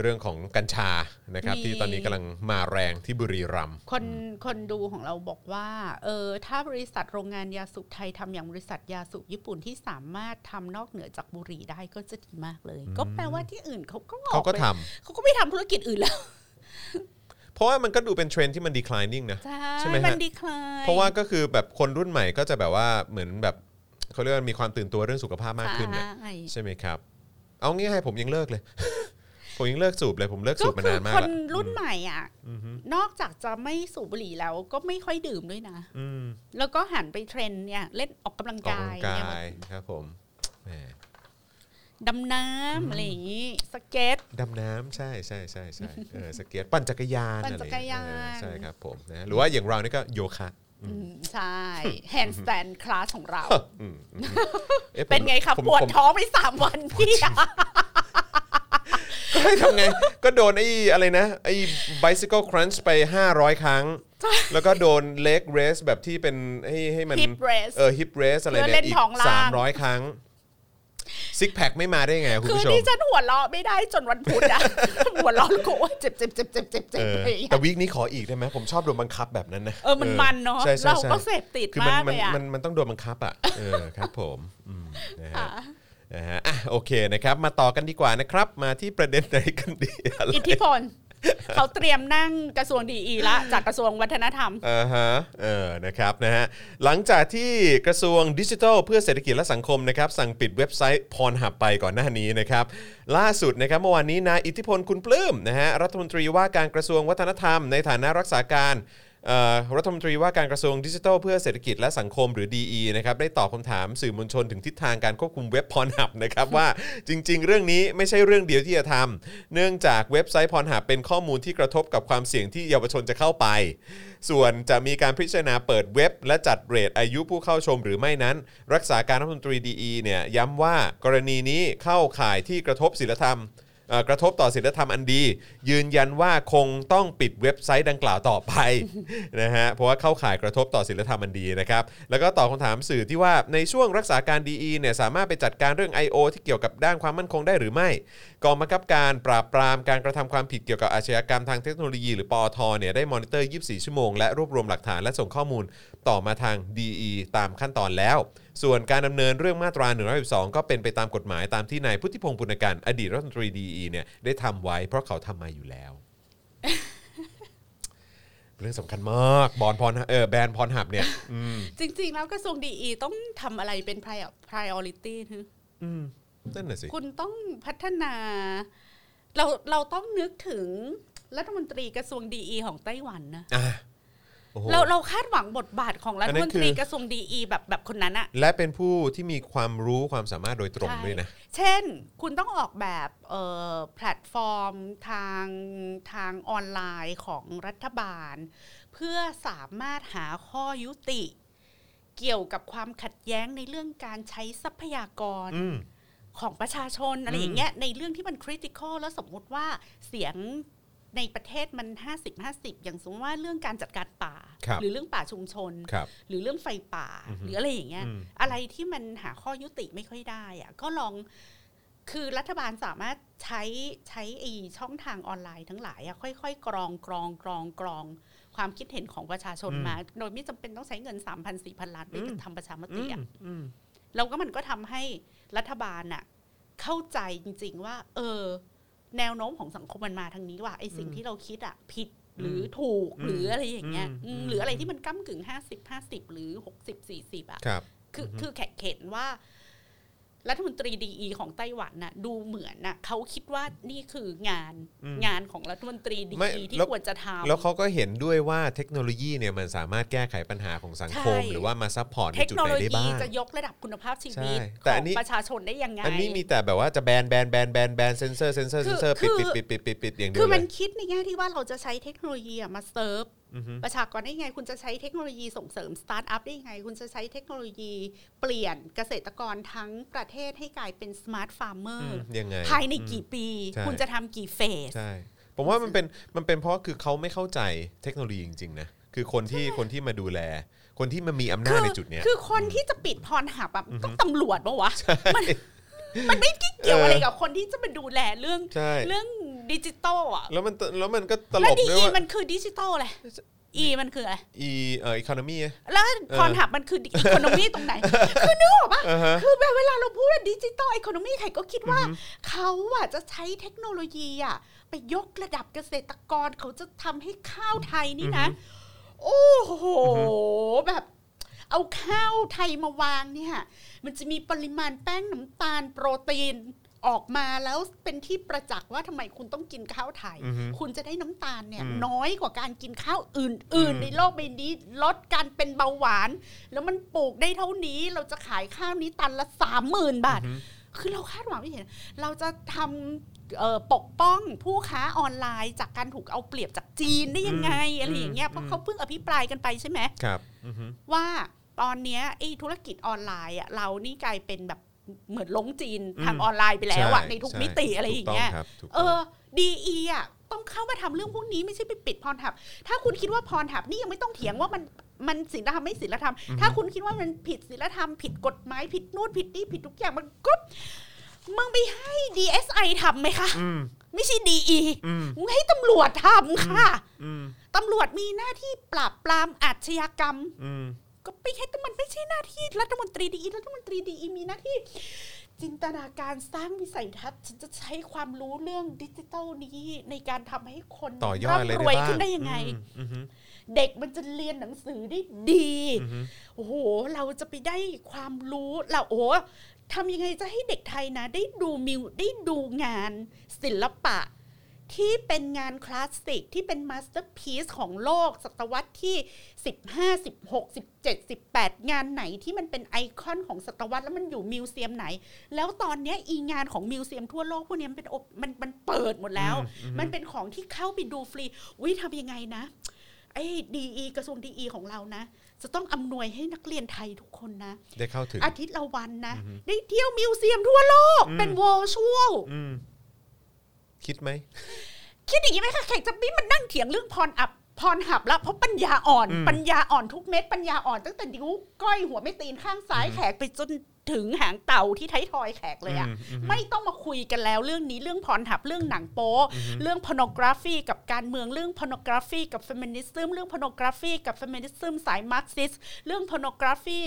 Speaker 2: เรื่องของกัญชานะครับ
Speaker 3: มี
Speaker 2: ที่ตอนนี้กำลังมาแรงที่บุรีรัมย์
Speaker 3: คนคนดูของเราบอกว่าเออถ้าบริษัทโรงงานยาสูบไทยทำอย่างบริษัทยาสูบญี่ปุ่นที่สามารถทำนอกเหนือจากบุหรี่ได้ก็จะดีมากเลย ก็แปลว่าที่อื่นเขาก็ออ
Speaker 2: เขาก็
Speaker 3: ไป
Speaker 2: ทำ
Speaker 3: เขาก็ไม่ทำธุรกิจอื่นแล้ว
Speaker 2: เพราะว่ามันก็ดูเป็นเทรนด์ที่มัน declining นะ
Speaker 3: ใช่
Speaker 2: ใช่ไหมฮะ
Speaker 3: มันดีคลาย
Speaker 2: เพราะว่าก็คือแบบคนรุ่นใหม่ก็จะแบบว่าเหมือนแบบเขาเรียกว่ามีความตื่นตัวเรื่องสุขภาพมากขึ้นนะ
Speaker 3: ใช่
Speaker 2: ใช่ไหมครับ เอางี้ให้ผมยังเลิกเลย [LAUGHS] ผมยังเลิกสูบเลยผมเลิก
Speaker 3: ก็
Speaker 2: สูบมา
Speaker 3: คื
Speaker 2: นา
Speaker 3: อน
Speaker 2: มาก
Speaker 3: คน
Speaker 2: ละ
Speaker 3: รุ่นใหม่อ่ะ
Speaker 2: อืมอืม
Speaker 3: นอกจากจะไม่สูบบุหรี่แล้วก็ไม่ค่อยดื่มด้วยนะ
Speaker 2: อืม
Speaker 3: แล้วก็หันไปเทรนด์เนี่ยเล่นออกกำลัง
Speaker 2: ออ
Speaker 3: กาก
Speaker 2: กำลั
Speaker 3: ย
Speaker 2: งกา
Speaker 3: เนี่ย
Speaker 2: ยครับผมแหม
Speaker 3: ดำน้ำอะไรอย่างนี้สเก็ต
Speaker 2: ดำน้ำใช่ใช่ใช่ใช่เออสเก็ตปั่นจักรยาน
Speaker 3: ปั่นจักรยาน
Speaker 2: อะไรเออใช่ครับผมนะหรือว่าอย่างเรานี่ก็โยคะ [LAUGHS]
Speaker 3: อืมใช่แฮนด์สแตนคลาสของเรา
Speaker 2: อืมอืมอ๊ะผม
Speaker 3: เป็นไงครับ
Speaker 2: ผม
Speaker 3: ปวด
Speaker 2: ผม
Speaker 3: ท้องไปสามวันพี่อะ
Speaker 2: ก็ให้ [LAUGHS] ทำไง ก็โดนไอ้อะไรนะไอ้ bicycle crunch ไป 500 ค
Speaker 3: [LAUGHS]
Speaker 2: รั้ง แล้วก็โดน leg raise แบบที่เป็นให้ให้มัน
Speaker 3: ฮิปเรส
Speaker 2: เออฮิปเรสอะไรเนี่
Speaker 3: เพื่อยเล่น
Speaker 2: อีก
Speaker 3: ของล่าง
Speaker 2: สามร้อยครั้งซิกแพคไม่มาได้ไง คุณ
Speaker 3: คือ
Speaker 2: ผู้ชม
Speaker 3: ที่ฉันหัวเราะไม่ได้จนวันพุธอะ [LAUGHS] หัวเราะแล้วก็โอ๊ยเจ็บเจ็บเจ็บเจ็บเจ็บเจ็
Speaker 2: เอบ อ
Speaker 3: อะไรอย่างเงี้ย
Speaker 2: แต่วีคนี้ขออีกได้ไหมผมชอบโดนบังคับแบบนั้นนะ
Speaker 3: เออมันมันเนาะ
Speaker 2: ใช่ใช่
Speaker 3: เรา
Speaker 2: ใช่
Speaker 3: ก็เสพติด
Speaker 2: คือ
Speaker 3: มาก
Speaker 2: มั
Speaker 3: เลยอะ
Speaker 2: มันมันต้องโดนบังคับอ่ะเออครับผมอืมนะฮะ
Speaker 3: ค่ะ
Speaker 2: นะฮะอ่ะโอเคนะครับ มาต่อกันดีกว่านะครับ มาที่ประเด็นไหนกันดีอะไร
Speaker 3: [LAUGHS] อิทธิพล เขาเตรียมนั่งกระทรวงดีอีละ จากกระทรวงวัฒนธรรม
Speaker 2: อ่าฮะเออนะครับนะฮะหลังจากที่กระทรวงดิจิทัล เพื่อเศรษฐกิจและสังคมนะครับ สั่งปิดเว็บไซต์พรหับไปก่อนหน้านี้นะครับ ล่าสุดนะครับเมื่อวานนี้นายอิทธิพลคุณปลื้มนะฮะรัฐมนตรีว่าการกระทรวงวัฒนธรรม ในฐานะรักษาการเอ่อรัฐมนตรีว่าการกระทรวงดิจิทัล เพื่อเศรษฐกิจและสังคมหรือ DE นะครับได้ตอบคำถามสื่อมวลชนถึงทิศทางการควบคุมเว็บพรหับนะครับ [LAUGHS] ว่าจริง ๆ เรื่องนี้ไม่ใช่เรื่องเดียวที่จะทำเนื่องจากเว็บไซต์พรหับเป็นข้อมูลที่กระทบกับความเสี่ยงที่เยาวชนจะเข้าไป ส่วนจะมีการพิจารณาเปิดเว็บ และจัดเรทอายุผู้เข้าชมหรือไม่นั้น รักษาการรัฐมนตรีดีเนี่ยย้ำว่ากรณีนี้เข้าข่ายที่กระทบศีลธรรมเอ่อกระทบต่อศีลธรรมอันดี ยืนยันว่าคงต้องปิดเว็บไซต์ดังกล่าวต่อไป [LAUGHS] นะฮะเพราะว่าเข้าข่ายกระทบต่อศีลธรรมอันดีนะครับแล้วก็ตอบคำถามสื่อที่ว่าในช่วงรักษาการดีเนี่ยสามารถไปจัดการเรื่อง I.O. ที่เกี่ยวกับด้านความมั่นคงได้หรือไม่ กองบังคับการปราบปรามการกระทำความผิดเกี่ยวกับอาชญากรรมทางเทคโนโลยีหรือปอทเนี่ยได้มอนิเตอร์ 24 ชั่วโมงและรวบรวมหลักฐานและส่งข้อมูลต่อมาทาง DE ตามขั้นตอนแล้ว ส่วนการดำเนินเรื่องมาตรา 112 ก็เป็นไปตามกฎหมายตามที่นายพุทธิพงศ์ปุณกันอดีตรัฐมนตรี DE เนี่ยได้ทำไว้เพราะเขาทำมาอยู่
Speaker 3: [LAUGHS]
Speaker 2: แล้ว เรื่องสำคัญมากบอนพรเออแบรนด์พรหับเนี่ยอืม
Speaker 3: จริง ๆ แล้วกระทรวงดีอีต้องทำอะไรเป็น prior- priority นะ
Speaker 2: อืมนั่นน่ะสิ
Speaker 3: คุณต้องพัฒนา เราเราต้องนึกถึงรัฐมนตรีกระทรวงดีอีของไต้หวันนะ
Speaker 2: อ่ะโอ้โห
Speaker 3: เราเราคาดหวังบทบาทของรั
Speaker 2: อั
Speaker 3: ฐ
Speaker 2: นนั้
Speaker 3: ม
Speaker 2: น
Speaker 3: น
Speaker 2: คือ
Speaker 3: ตรีกระทรวงดีอีแบบแบบคนนั้นอะ
Speaker 2: และเป็นผู้ที่มีความรู้ความสามารถโดยตรงด้วยนะ
Speaker 3: ใช่เช่น คุณต้องออกแบบเอ่อแพลตฟอร์มทางทางออนไลน์ของรัฐบาล เพื่อสามารถหาข้อยุติ เกี่ยวกับความขัดแย้งในเรื่องการใช้ทรัพยากร
Speaker 2: อืม
Speaker 3: ของประชาชนอะไรอย่างเงี้ยในเรื่องที่มันคริติคอลแล้วสมมุติว่าเสียงในประเทศมัน 50 50 อย่างสมมติว่าเรื่องการจัดการป่า
Speaker 2: ครับ
Speaker 3: หรือเรื่องป่าชุมชน
Speaker 2: ครับ
Speaker 3: หรือเรื่องไฟป่า
Speaker 2: อือฮึ
Speaker 3: หรืออะไรอย่างเงี้ย
Speaker 2: อืม
Speaker 3: อะไรที่มันหาข้อยุติไม่ค่อยได้อะก็ลองคือรัฐบาลสามารถใช้ใช้ไอช่องทางออนไลน์ทั้งหลายอะค่อยๆ กรองกรองกรองกรอง ความคิดเห็นของประชาชนมา โดยไม่จำเป็นต้องใช้เงิน 3,000 4,000 ล้านไปทำประชามติอะ แล้วก็มันก็ทำให้รัฐบาลน่ะเข้าใจจริงๆว่า เออ แนวโน้มของสังคมมันมาทางนี้ว่าไอ้สิ่งที่เราคิดอ่ะ ผิดหรือถูกหรืออะไรอย่างเงี้ยอืมหรืออะไรที่มันก้ากึ่งห้าสิบห้าสิบหรือหกสิบสี่สิบอ่ะ
Speaker 2: ครับ
Speaker 3: คือคือแขกเข็นว่า รัฐมนตรีดีอีของไต้หวันน่ะ ดูเหมือนน่ะเขาคิดว่านี่คืองานงานของรัฐมนตรีดี
Speaker 2: ไม่
Speaker 3: อีที่
Speaker 2: แล้ว
Speaker 3: ควรจะทำ
Speaker 2: แล้วเขาก็เห็นด้วยว่าเทคโนโลยีเนี่ยมันสามารถแก้ไขปัญหาของสังคม
Speaker 3: ใช่
Speaker 2: หรือว่ามาซัพพอร์ตใน
Speaker 3: เทค
Speaker 2: จุด
Speaker 3: โน
Speaker 2: ไหน
Speaker 3: โล
Speaker 2: ได้
Speaker 3: ยี
Speaker 2: บ้าง
Speaker 3: จะยกระดับคุณภาพชีวิต
Speaker 2: ใช่
Speaker 3: ข
Speaker 2: แต่อั
Speaker 3: อน ง
Speaker 2: นี้
Speaker 3: ประชาชนได้ยังไง
Speaker 2: อันนี้มีแต่แบบว่าจะแบนแบนแบนแบนแบนเซนเซอร์เซนเซอร์เซนเซอร์
Speaker 3: คื
Speaker 2: ปิด
Speaker 3: อ
Speaker 2: ปิดปิดปิดปิดปิดอย่างเดี
Speaker 3: คื
Speaker 2: ย
Speaker 3: อ
Speaker 2: วเล
Speaker 3: มัน
Speaker 2: ย
Speaker 3: คิดในแง่ที่ว่าเราจะใช้เทคโนโลยีอะมาเซิร์ฟ
Speaker 2: อือฮึ
Speaker 3: ประชากรได้ยังไง คุณจะใช้เทคโนโลยีส่งเสริมสตาร์ทอัพได้ยังไง คุณจะใช้เทคโนโลยีเปลี่ยนเกษตรกรทั้งประเทศให้กลายเป็นสมาร์ทฟาร์มเมอร์
Speaker 2: ยังไง
Speaker 3: ภายในกี่
Speaker 2: อื
Speaker 3: ปี
Speaker 2: ใช่
Speaker 3: คุณจะทำกี่เฟส
Speaker 2: มใช่ผมว่ามันเป็นมันเป็นเพราะคือเขาไม่เข้าใจเทคโนโลยีจริงๆนะคือคนที่คนที่มาดูแล คนที่มามีอำนาจในจุดเนี้ย
Speaker 3: คือคนที่จะปิดพรหับอะก็ตำรวจปะวะ มันมันไม่เกี่ยว
Speaker 2: เอออ
Speaker 3: อะไรกับคนที่จะมาดูแลเรื่อง
Speaker 2: ใช่
Speaker 3: เรื่องดิจิตอลอะ
Speaker 2: แล้วมันแล้วมันก็ตล
Speaker 3: แล้ว
Speaker 2: ก
Speaker 3: ดี
Speaker 2: ด้วย
Speaker 3: อี
Speaker 2: ว่า
Speaker 3: มันคือดิจิตอลเลยอีมันคืออะไร
Speaker 2: อีเอ่ออีคโนมี
Speaker 3: แล้ว
Speaker 2: เออ
Speaker 3: พรหับมันคืออีโคโนมีตรงไหน คือนึกออกปะ
Speaker 2: อ่าฮะ
Speaker 3: คือแบบเวลาเราพูดว่าดิจิตอลอีโคโนมีใครก็คิดว่าเขาอะจะใช้เทคโนโลยีอะไปยกระดับเกษตรกรเขาจะทำให้ข้าวไทยนี่นะ โอ้โห แบบ เอาข้าวไทยมาวางเนี่ยมันจะมีปริมาณแป้งน้ำตาลโปรตีนออกมาแล้วเป็นที่ประจักษ์ว่าทำไมคุณต้องกินข้าวไทย
Speaker 2: อือฮึ
Speaker 3: คุณจะได้น้ำตาลเนี่ย
Speaker 2: อืม
Speaker 3: น้อยกว่าการกินข้าว
Speaker 2: อื
Speaker 3: อื่
Speaker 2: ม
Speaker 3: น ๆ ในโลกใบนี้ลดการเป็นเบาหวาน แล้วมันปลูกได้เท่านี้เราจะขายข้าวนี้ตันละสามหมื่นบาท คือเราคาดหวังไม่เห็น เราจะทำเอ่อปกป้องผู้ค้าออนไลน์จากการถูกเอาเปรียบจากจีนได้ยังไง
Speaker 2: อืม
Speaker 3: อะไรอย่างเงี้ย
Speaker 2: อืม
Speaker 3: เพราะเขาเพิ่งอภิปรายกันไปใช่ไหม
Speaker 2: ครับอือฮึ
Speaker 3: ว่าตอนเนี้ยไอ้ธุรกิจออนไลน์อ่ะเรานี่กลายเป็นแบบเหมือนหลงจีนทางออนไลน์ไปแล้วอ่ะในทุก
Speaker 2: ช่
Speaker 3: มิติอะไรอย่างเงี้ย
Speaker 2: ถูกต้ครับถูก
Speaker 3: เอ
Speaker 2: ต้ง
Speaker 3: อดีอีอ่ะต้องเข้ามาทำเรื่องพวกนี้ไม่ใช่ไปปิดพรทับ ถ้าคุณคิดว่าพรทับนี่ยังไม่ต้องเถียงว่ามันมันศีลธรรมไม่ศีลธรรม ถ้าคุณคิดว่ามันผิดศีลธรรมผิดกฎหมายผิดนู่นผิดนี่ผิดทุกอย่างมันก็มึงไปให้ DSI ทำไหมคะ
Speaker 2: อืม
Speaker 3: ไม่ใช่ดีอี
Speaker 2: อืม
Speaker 3: มึงให้ตำรวจทำค่ะ
Speaker 2: อืม
Speaker 3: ตำรวจมีหน้าที่ปราบปรามอาชญากรรม
Speaker 2: อืม
Speaker 3: ก็ไม่ใช่แต่มันไม่ใช่หน้าที่รัฐมนตรีดีรัฐมนตรีดีมีหน้าที่ จินตนาการสร้างวิสัยทัศน์ฉันจะใช้ความรู้เรื่องดิจิทัลนี้ในการทำให้คน
Speaker 2: ต่อยอดอะไร
Speaker 3: ร่ำร
Speaker 2: ได้
Speaker 3: วย
Speaker 2: บ้าง
Speaker 3: ขึ้นได้ยังไง
Speaker 2: อืมอืม
Speaker 3: เด็กมันจะเรียนหนังสือได้ดี
Speaker 2: อืม
Speaker 3: โอ้โห เราจะไปได้ความรู้เราโอ้โหทำยังไงจะให้เด็กไทยนะ ได้ดูมิวได้ดูงานศิลปะ ที่เป็นงานคลาสสิก ที่เป็นมาสเตอร์พีซของโลก ศตวรรษที่ 15 16 17 18 งานไหนที่มันเป็นไอคอนของศตวรรษแล้วมันอยู่มิวเซียมไหน แล้วตอนเนี้ยอีงานของมิวเซียมทั่วโลกพวกเนี้ยมันเป็นโอมันมันเปิดหมดแล้ว
Speaker 2: อืมอืม
Speaker 3: มันเป็นของที่เข้าไปดูฟรีวิทำยังไงนะ ไอ้ดีกระทรวงดีของเรานะ จะต้องอำนวยให้นักเรียนไทยทุกคนนะ
Speaker 2: ได้เข้าถึง
Speaker 3: อาทิตย์ละวันนะ
Speaker 2: อือฮึ
Speaker 3: ได้เที่ยวมิวเซียมทั่วโลก
Speaker 2: อืม
Speaker 3: เป็นวอลชวล
Speaker 2: อืมคิดไหม
Speaker 3: คิดอย่างนี้ไหมคะแขกจะไม่มันนั่งเถียงเรื่องพรอับพรหับแล้วเพราะปัญญาอ่อน
Speaker 2: อืม
Speaker 3: ปัญญาอ่อนทุกเม็ดปัญญาอ่อนตั้งแต่นิ้วก้อยหัวไม่ตีนข้างซ้าย
Speaker 2: อืม
Speaker 3: แขกไปจนถึงหางเต่าที่ไทยทอยแขกเลยอะ
Speaker 2: มอืม
Speaker 3: ไม่ต้องมาคุยกันแล้วเรื่องนี้เรื่องพรหับเรื่องหนังโป๊
Speaker 2: อือฮึ
Speaker 3: เรื่องพนกราฟีกับการเมืองเรื่องพนกราฟีกับเฟมินิซึมเรื่องพนกราฟีกับเฟมินิซึมสายมาร์กซิสเรื่องพนกราฟี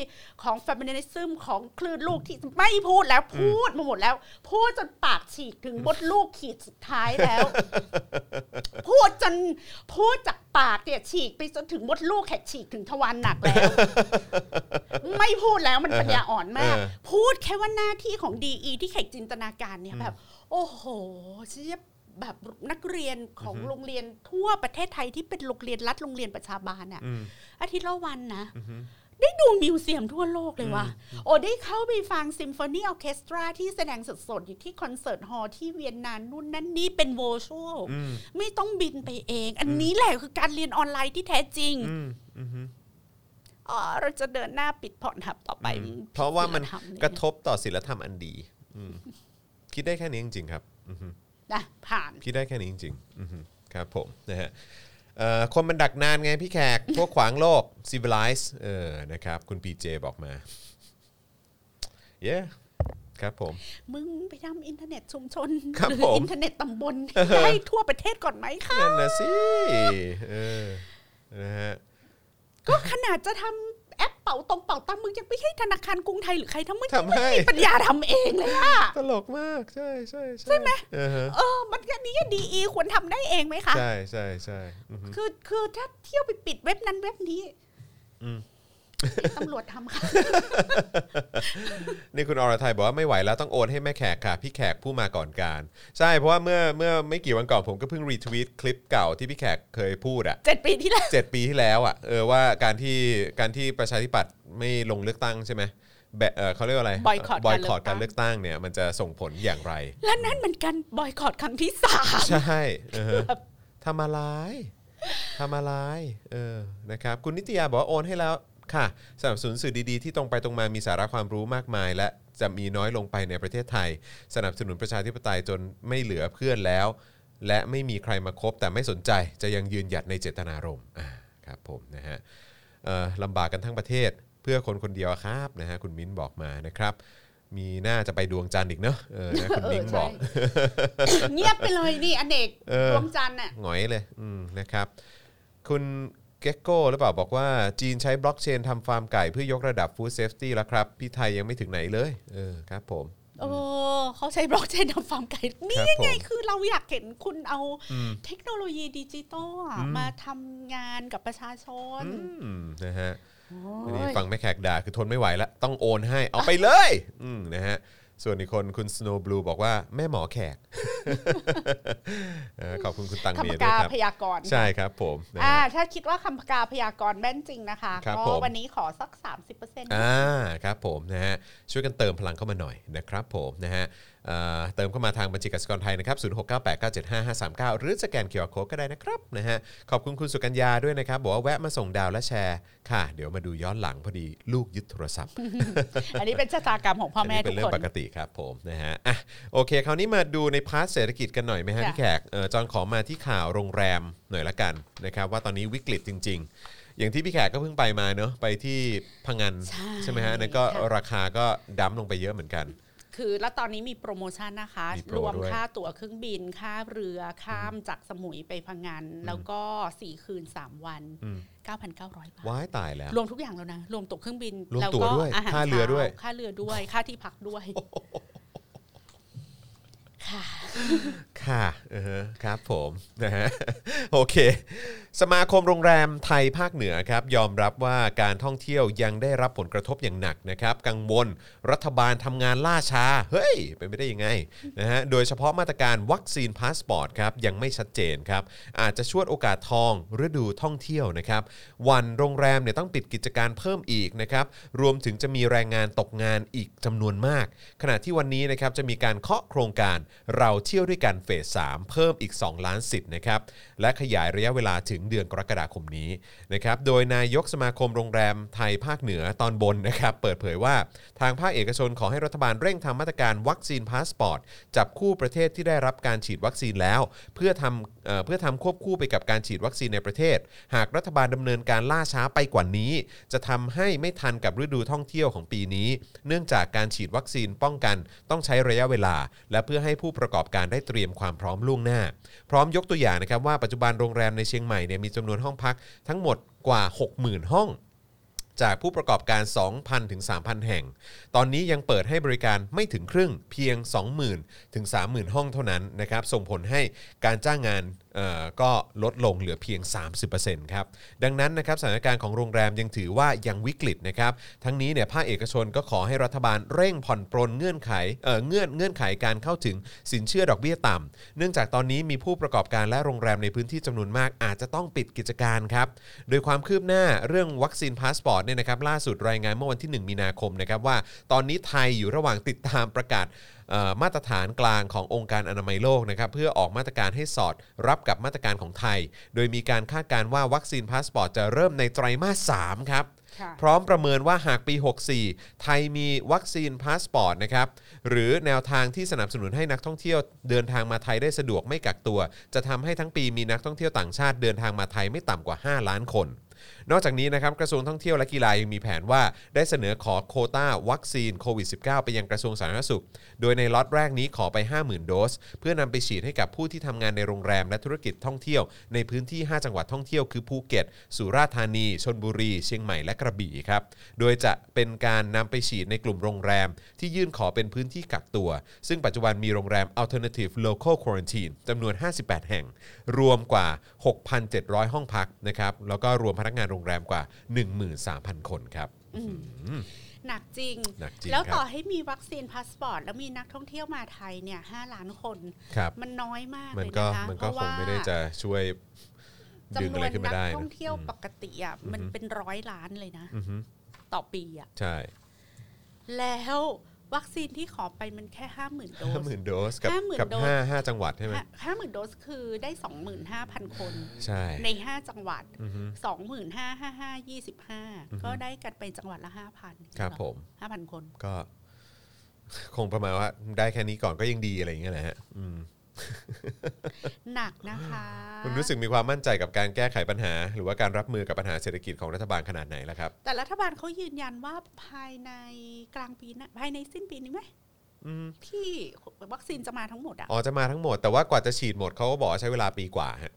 Speaker 3: ของเฟมินิซึมของคลื่นลูกที่ไม่พูดแล้วพูดมาหมดแล้ว พูดจนปากฉีกถึงบดลูกขีดสุดท้ายแล้ว พูดจนพูดจากปากเนี่ยฉีกไปจนถึงมดลูกแขกฉีกถึงทวารหนักแล้ว
Speaker 2: [LAUGHS]
Speaker 3: ไม่พูดแล้วมันปัญญาอ่อนมาก
Speaker 2: เออ
Speaker 3: พูดแค่ว่าหน้าที่ของดีอีที่แขกจินตนาการเนี่ยแบบ โอ้โหเชียบแบบนักเรียนของโรงเรียนทั่วประเทศไทยที่เป็นโรงเรียนรัฐโรงเรียนประชาบาลอะ
Speaker 2: อืม
Speaker 3: อาทิตย์ละวันนะ
Speaker 2: อืม
Speaker 3: ได้ดูมิวเซียมทั่วโลกเลยว่ะ โอ้ได้เข้าไปฟังซิมโฟนีออเคสตราที่แสดงสดๆ อยู่ที่คอนเสิร์ตฮอลล์ที่เวียนนานู่นนั่นนี่เป็นโวชัวล
Speaker 2: อืม
Speaker 3: ไม่ต้องบินไปเอง อันนี้แหละคือการเรียนออนไลน์ที่แท้จริง
Speaker 2: อืมอืมอืม
Speaker 3: อ๋อเราจะเดินหน้าปิดพอนับต่อไป
Speaker 2: เพราะว่ามัน
Speaker 3: ศีลธม
Speaker 2: กระทบต่อศีลธรรมอันดี อืมคิดได้แค่นี้จริงๆครับอือฮึ
Speaker 3: นะผ่าน
Speaker 2: พี่ได้แค่นี้จริงๆอือฮึครับผมนะฮะเอ่อคนมันดักนานไงพี่แขก
Speaker 3: [LAUGHS]
Speaker 2: พวกขวางโลก civilize เออนะครับ คุณปีเจบอกมา เย้ครับผม
Speaker 3: มึงไปทำอินเทอร์เน็ตชุมชน
Speaker 2: ครับ
Speaker 3: หรื
Speaker 2: ผม
Speaker 3: อินเทอร์เน็ตตำบลได้ทั่วประเทศก่อนไหมคะ
Speaker 2: นั่นนะสิเออนะฮะ
Speaker 3: ก็ขนาดจะทำแอปเป่าตรงเป่าตังมึงยังไม่ใช่ธนาคารกรุงไทยหรือใครทั้งมึงยั
Speaker 2: ทำ
Speaker 3: งไม่
Speaker 2: ให้
Speaker 3: มีปัญญาทำเองเลยอะ
Speaker 2: ตลกมาก ใช่ใช่ใช่ไหมเออฮะ
Speaker 3: เออ มันก็นี้ก็ดีอีควรทำได้เองไหมคะ [LAUGHS]
Speaker 2: ใช่ใช่ใช่อือฮึ
Speaker 3: คือ คือถ้าเที่ยวไปปิดเว็บนั้นเว็บนี้
Speaker 2: อืม
Speaker 3: ให้ตำรวจทำค่ะ [LAUGHS]
Speaker 2: นี่คุณอรทัยบอกว่าไม่ไหวแล้วต้องโอนให้แม่แขกค่ะ พี่แขกผู้มาก่อนการ ใช่เพราะว่าเมื่อเมื่อไม่กี่วันก่อนผมก็เพิ่งรีทวีตคลิปเก่าที่พี่แขกเคยพูดอะ
Speaker 3: เจ็ดปีที่แล้ว
Speaker 2: เจ็ดปีที่แล้วอ่ะเออว่าการที่การที่ประชาธิปัตย์ไม่ลงเลือกตั้งใช่ไหมแบบเอ่อเขาเรียกว่าอะไร
Speaker 3: boycott
Speaker 2: บ
Speaker 3: กา
Speaker 2: อย
Speaker 3: รเลื
Speaker 2: ค
Speaker 3: อกตั้ง
Speaker 2: อรการเลือกตั้งเนี่ยมันจะส่งผลอย่างไร
Speaker 3: และนั่นเหมือนกันบอยคอรดครั้งที่สาม
Speaker 2: ใช่เออทำอะไร ทำอะไรเออนะครับคุณนิตยาบอกว่าโอนให้แล้วค่ะสนับสนุนสื่อดีๆ ที่ตรงไปตรงมามีสาระความรู้มากมาย และจะมีน้อยลงไปในประเทศไทย สนับสนุนประชาธิปไตยจนไม่เหลือเพื่อนแล้ว และไม่มีใครมาคบแต่ไม่สนใจจะยังยืนหยัดในเจตนารมณ์อ่าครับผมนะฮะเอ่อลำบากกันทั้งประเทศเพื่อคนคนเดียวครับนะฮะคุณมิ้นบอกมานะครับ มีหน้าจะไปดวงจันทร์อีกเนาะเออนะคุณมิ้งบอก
Speaker 3: เงียบไปเลยนี่อเนก
Speaker 2: เออ
Speaker 3: ดวงจันทร์น่ะ
Speaker 2: หงอยเลยอืมนะครับ คุณเก็กโก้หรือเปล่าบอกว่าจีนใช้บล็อกเชนทำฟาร์มไก่เพื่อยกระดับฟู้ดเซฟตี้แล้วครับ พี่ไทยยังไม่ถึงไหนเลย เออครับผม
Speaker 3: เออเขาใช้บล็อกเชนทำฟาร์มไก่นี่
Speaker 2: ครับ
Speaker 3: ไง
Speaker 2: ผม
Speaker 3: คือเราอยากเห็นคุณเอา
Speaker 2: อืม
Speaker 3: เทคโนโลยีดิจิตอลอะ
Speaker 2: อืม
Speaker 3: มาทำงานกับประชาชน
Speaker 2: อืมนะฮะอันนี้
Speaker 3: โอ้ย
Speaker 2: ฟังแม่แขกด่าคือทนไม่ไหวแล้ว ต้องโอนให้เอาไปเลยอืมนะฮะส่วนอีกคนคุณ Snow Blue บอกว่าแม่หมอแขก [LAUGHS] เออขอบคุณคุณตัง
Speaker 3: คำ
Speaker 2: เมีย
Speaker 3: ปาก
Speaker 2: ด้วยค
Speaker 3: กา
Speaker 2: รับ
Speaker 3: พยากรณ์
Speaker 2: ใช่ครับผมนะ
Speaker 3: อ่า
Speaker 2: ฮะ
Speaker 3: ถ้าคิดว่าคำปากกาพยากรณ์แม่นจริงนะคะ
Speaker 2: ครับ
Speaker 3: ก็
Speaker 2: ผม
Speaker 3: วันนี้ขอสัก 30%
Speaker 2: อ่าครับผมนะฮะช่วยกันเติมพลังเข้ามาหน่อยนะครับผมนะฮะเอ่อเติมเข้ามาทางบัญชีกสิกรไทยนะครับ0698975539 หรือสแกน QR Code ก็ได้นะครับนะฮะขอบคุณคุณสุกัญญาด้วยนะครับ บอกว่าแวะมาส่งดาวและแชร์ค่ะ เดี๋ยวมาดูย้อนหลังพอดีลูกยึดโทรศัพท์
Speaker 3: อันนี้เป็นชะตากรรมของพ่อแม่
Speaker 2: นนี้เป็
Speaker 3: ทุก
Speaker 2: นเรื่อ
Speaker 3: ค
Speaker 2: งป
Speaker 3: น
Speaker 2: กติครับผมนะฮะอ่ะโอเค คราวนี้มาดูในพาร์ทเศรษฐกิจกันหน่อยไหมฮะ
Speaker 3: จ้ะ
Speaker 2: พี่แขกเออจอนขอมาที่ข่าวโรงแรมหน่อยละกันนะครับว่าตอนนี้วิกฤตจริง ๆ อย่างที่พี่แขกก็เพิ่งไปมาเนอะไปที่พังงนไหมฮะนั่นก็ราคาก็ดั้มลงไปเยอะเหมือนกัน
Speaker 3: คือแล้วตอนนี้มีโปรโมชั่นนะคะ
Speaker 2: มีโปร
Speaker 3: รวม
Speaker 2: ด้วย
Speaker 3: ค่าตั๋วเครื่องบิน ค่าเรือข้ามจากสมุยไปพังงานแล้วก็ 4 คืน 3 วัน
Speaker 2: อืม
Speaker 3: 9,900 บาท
Speaker 2: ว้ายตายแล้ว
Speaker 3: รวมทุกอย่างแล้วนะ รวมตั๋วเครื่องบิน
Speaker 2: รวม
Speaker 3: แล้ว
Speaker 2: ตั๋ว
Speaker 3: ก็
Speaker 2: ด้วย
Speaker 3: อาหาร
Speaker 2: ค่าเรือด้วย
Speaker 3: ช้ค่าเรือด้วย ค่าที่พักด้วย ค่ะ
Speaker 2: ค่ะเออฮะครับผมนะฮ [LAUGHS] ะ โอเค สมาคมโรงแรมไทยภาคเหนือครับ ยอมรับว่าการท่องเที่ยวยังได้รับผลกระทบอย่างหนักนะครับ กังวลรัฐบาลทำงานล่าช้า เฮ้ย เป็นไปได้ยังไงนะฮะโดยเฉพาะมาตรการวัคซีนพาสปอร์ตครับ ยังไม่ชัดเจนครับ อาจจะชวดโอกาสทองฤดูท่องเที่ยวนะครับ วันโรงแรมเนี่ยต้องปิดกิจการเพิ่มอีกนะครับ รวมถึงจะมีแรงงานตกงานอีกจำนวนมาก ขณะที่วันนี้นะครับจะมีการเคาะโครงการเราเที่ยวด้วยกันเฟส3เพิ่มอีก 2 ล้านสิทธิ์นะครับ และขยายระยะเวลาถึงเดือนกรกฎาคมนี้นะครับ โดยนายกสมาคมโรงแรมไทยภาคเหนือตอนบนนะครับ เปิดเผยว่าทางภาคเอกชนขอให้รัฐบาลเร่งทำมาตรการวัคซีนพาสปอร์ตจับคู่ประเทศที่ได้รับการฉีดวัคซีนแล้ว เพื่อทำเอ่อเพื่อทำควบคู่ไปกับการฉีดวัคซีนในประเทศ หากรัฐบาลดำเนินการล่าช้าไปกว่านี้ จะทำให้ไม่ทันกับฤดูท่องเที่ยวของปีนี้ เนื่องจากการฉีดวัคซีนป้องกันต้องใช้ระยะเวลา และเพื่อให้ผู้ประกอบการได้เตรียมความพร้อมล่วงหน้า พร้อมยกตัวอย่างนะครับว่าปัจจุบันโรงแรมในเชียงใหม่เนี่ยมีจำนวนห้องพักทั้งหมดกว่า 60,000 ห้อง จากผู้ประกอบการ 2,000 ถึง 3,000 แห่ง ตอนนี้ยังเปิดให้บริการไม่ถึงครึ่งเพียง 20,000 ถึง 30,000 ห้องเท่านั้นนะครับ ส่งผลให้การจ้างงานเอ่อก็ลดลงเหลือเพียง 30%ครับ ดังนั้นนะครับสถานการณ์ของโรงแรมยังถือว่ายังวิกฤตนะครับ ทั้งนี้เนี่ยภาคเอกชนก็ขอให้รัฐบาลเร่งผ่อนปรนเงื่อนไขเอ่อเงื่อนเงื่อนไขการเข้าถึงสินเชื่อดอกเบี้ยต่ำเนื่องจากตอนนี้มีผู้ประกอบการและโรงแรมในพื้นที่จำนวนมากอาจจะต้องปิดกิจการครับ โดยความคืบหน้าเรื่องวัคซีนพาสปอร์ตเนี่ยนะครับล่าสุดรายงานเมื่อวันที่ 1 มีนาคมนะครับว่าตอนนี้ไทยอยู่ระหว่างติดตามประกาศเอ่อมาตรฐานกลางขององค์การอนามัยโลกนะครับเพื่อออกมาตรการให้สอดรับกับมาตรการของไทย โดยมีการคาดการณ์ว่าวัคซีนพาสปอร์ตจะเริ่มในไตรมาส3ครับ
Speaker 3: ค่ะ
Speaker 2: พร้อมประเมินว่าหากปี 64 ไทยมีวัคซีนพาสปอร์ตนะครับ หรือแนวทางที่สนับสนุนให้นักท่องเที่ยวเดินทางมาไทยได้สะดวกไม่กักตัว จะทำให้ทั้งปีมีนักท่องเที่ยวต่างชาติเดินทางมาไทยไม่ต่ำกว่า 5 ล้านคน นอกจากนี้นะครับกระทรวงท่องเที่ยวและกีฬายังมีแผนว่าได้เสนอขอโควต้าวัคซีนโควิด -19 ไปยังกระทรวงสาธารณสุข โดยในล็อตแรกนี้ขอไป 50,000 โดส เพื่อนำไปฉีดให้กับผู้ที่ทำงานในโรงแรมและธุรกิจท่องเที่ยว ในพื้นที่ 5 จังหวัดท่องเที่ยวคือภูเก็ต สุราษฎร์ธานี ชนบุรี เชียงใหม่และกระบี่ครับ โดยจะเป็นการนำไปฉีดในกลุ่มโรงแรม ที่ยื่นขอเป็นพื้นที่กักตัว ซึ่งปัจจุบันมีโรงแรม alternative local quarantine จำนวน 58 แห่ง รวมกว่า 6,700 ห้องพักนะครับแล้วก็รวมพนักงานโรงแรมกว่า 13,000 คนครับ
Speaker 3: หนักจริง
Speaker 2: หนักจริง
Speaker 3: แล้วต่อ
Speaker 2: ครับ
Speaker 3: ให้มีวัคซีนพาสปอร์ต แล้วมีนักท่องเที่ยวมาไทยเนี่ยห้าล้านคน
Speaker 2: ครับ
Speaker 3: มันน้อยมาก
Speaker 2: มั
Speaker 3: เล
Speaker 2: น
Speaker 3: ย
Speaker 2: ก็
Speaker 3: นะคะ
Speaker 2: มันก็ค
Speaker 3: เพราะ
Speaker 2: ง
Speaker 3: ว่า
Speaker 2: ไม่ได้จะช่วยดึง
Speaker 3: จำน
Speaker 2: อะ
Speaker 3: ว
Speaker 2: ไร
Speaker 3: น
Speaker 2: ขึ้น
Speaker 3: นั
Speaker 2: มาได้นะ
Speaker 3: ท่องเที่ยวปกติอ่ะมันเป็นร้อยล้านเลยนะ
Speaker 2: อือฮึ
Speaker 3: ต่อปีอ่ะ
Speaker 2: ใช่
Speaker 3: แล้ว วัคซีนที่ขอไปมันแค่ห้าหมื่นโด
Speaker 2: ห้า
Speaker 3: ส
Speaker 2: หมื่นโดสกับ
Speaker 3: 50,000
Speaker 2: กับ
Speaker 3: โดส
Speaker 2: ห้าห้าจังหวัดใช่ไหม
Speaker 3: ห้าหมื่นโดสคือได้สองหมื่นห้าพันคน
Speaker 2: ใช่
Speaker 3: ในห้าจังหวัด
Speaker 2: อือฮึ
Speaker 3: สองหมื่นห้าห้าห้ายี่สิบห้า
Speaker 2: อือฮึ
Speaker 3: ก็ได้กันไปจังหวัดละห้าพัน
Speaker 2: ครับผม
Speaker 3: ห้าพันคน
Speaker 2: ก็ [LAUGHS] คงประมาณว่าได้แค่นี้ก่อนก็ยังดีอะไรอย่างเงี้ยแหละฮะอืม
Speaker 3: หนักนะคะ
Speaker 2: คุณรู้สึกมีความมั่นใจกับการแก้ไขปัญหา หรือว่าการรับมือกับปัญหาเศรษฐกิจของรัฐบาลขนาดไหนแล้วครับ
Speaker 3: แต่รัฐบาลเขายืนยันว่าภายในกลางปีหนะภายในสิ้นปีนี้ไหม
Speaker 2: อืม
Speaker 3: ที่วัคซีนจะมาทั้งหมดอะ
Speaker 2: อ๋อจะมาทั้งหมด แต่ว่ากว่าจะฉีดหมดเขาก็บอกว่าใช้เวลาปีกว่าฮะ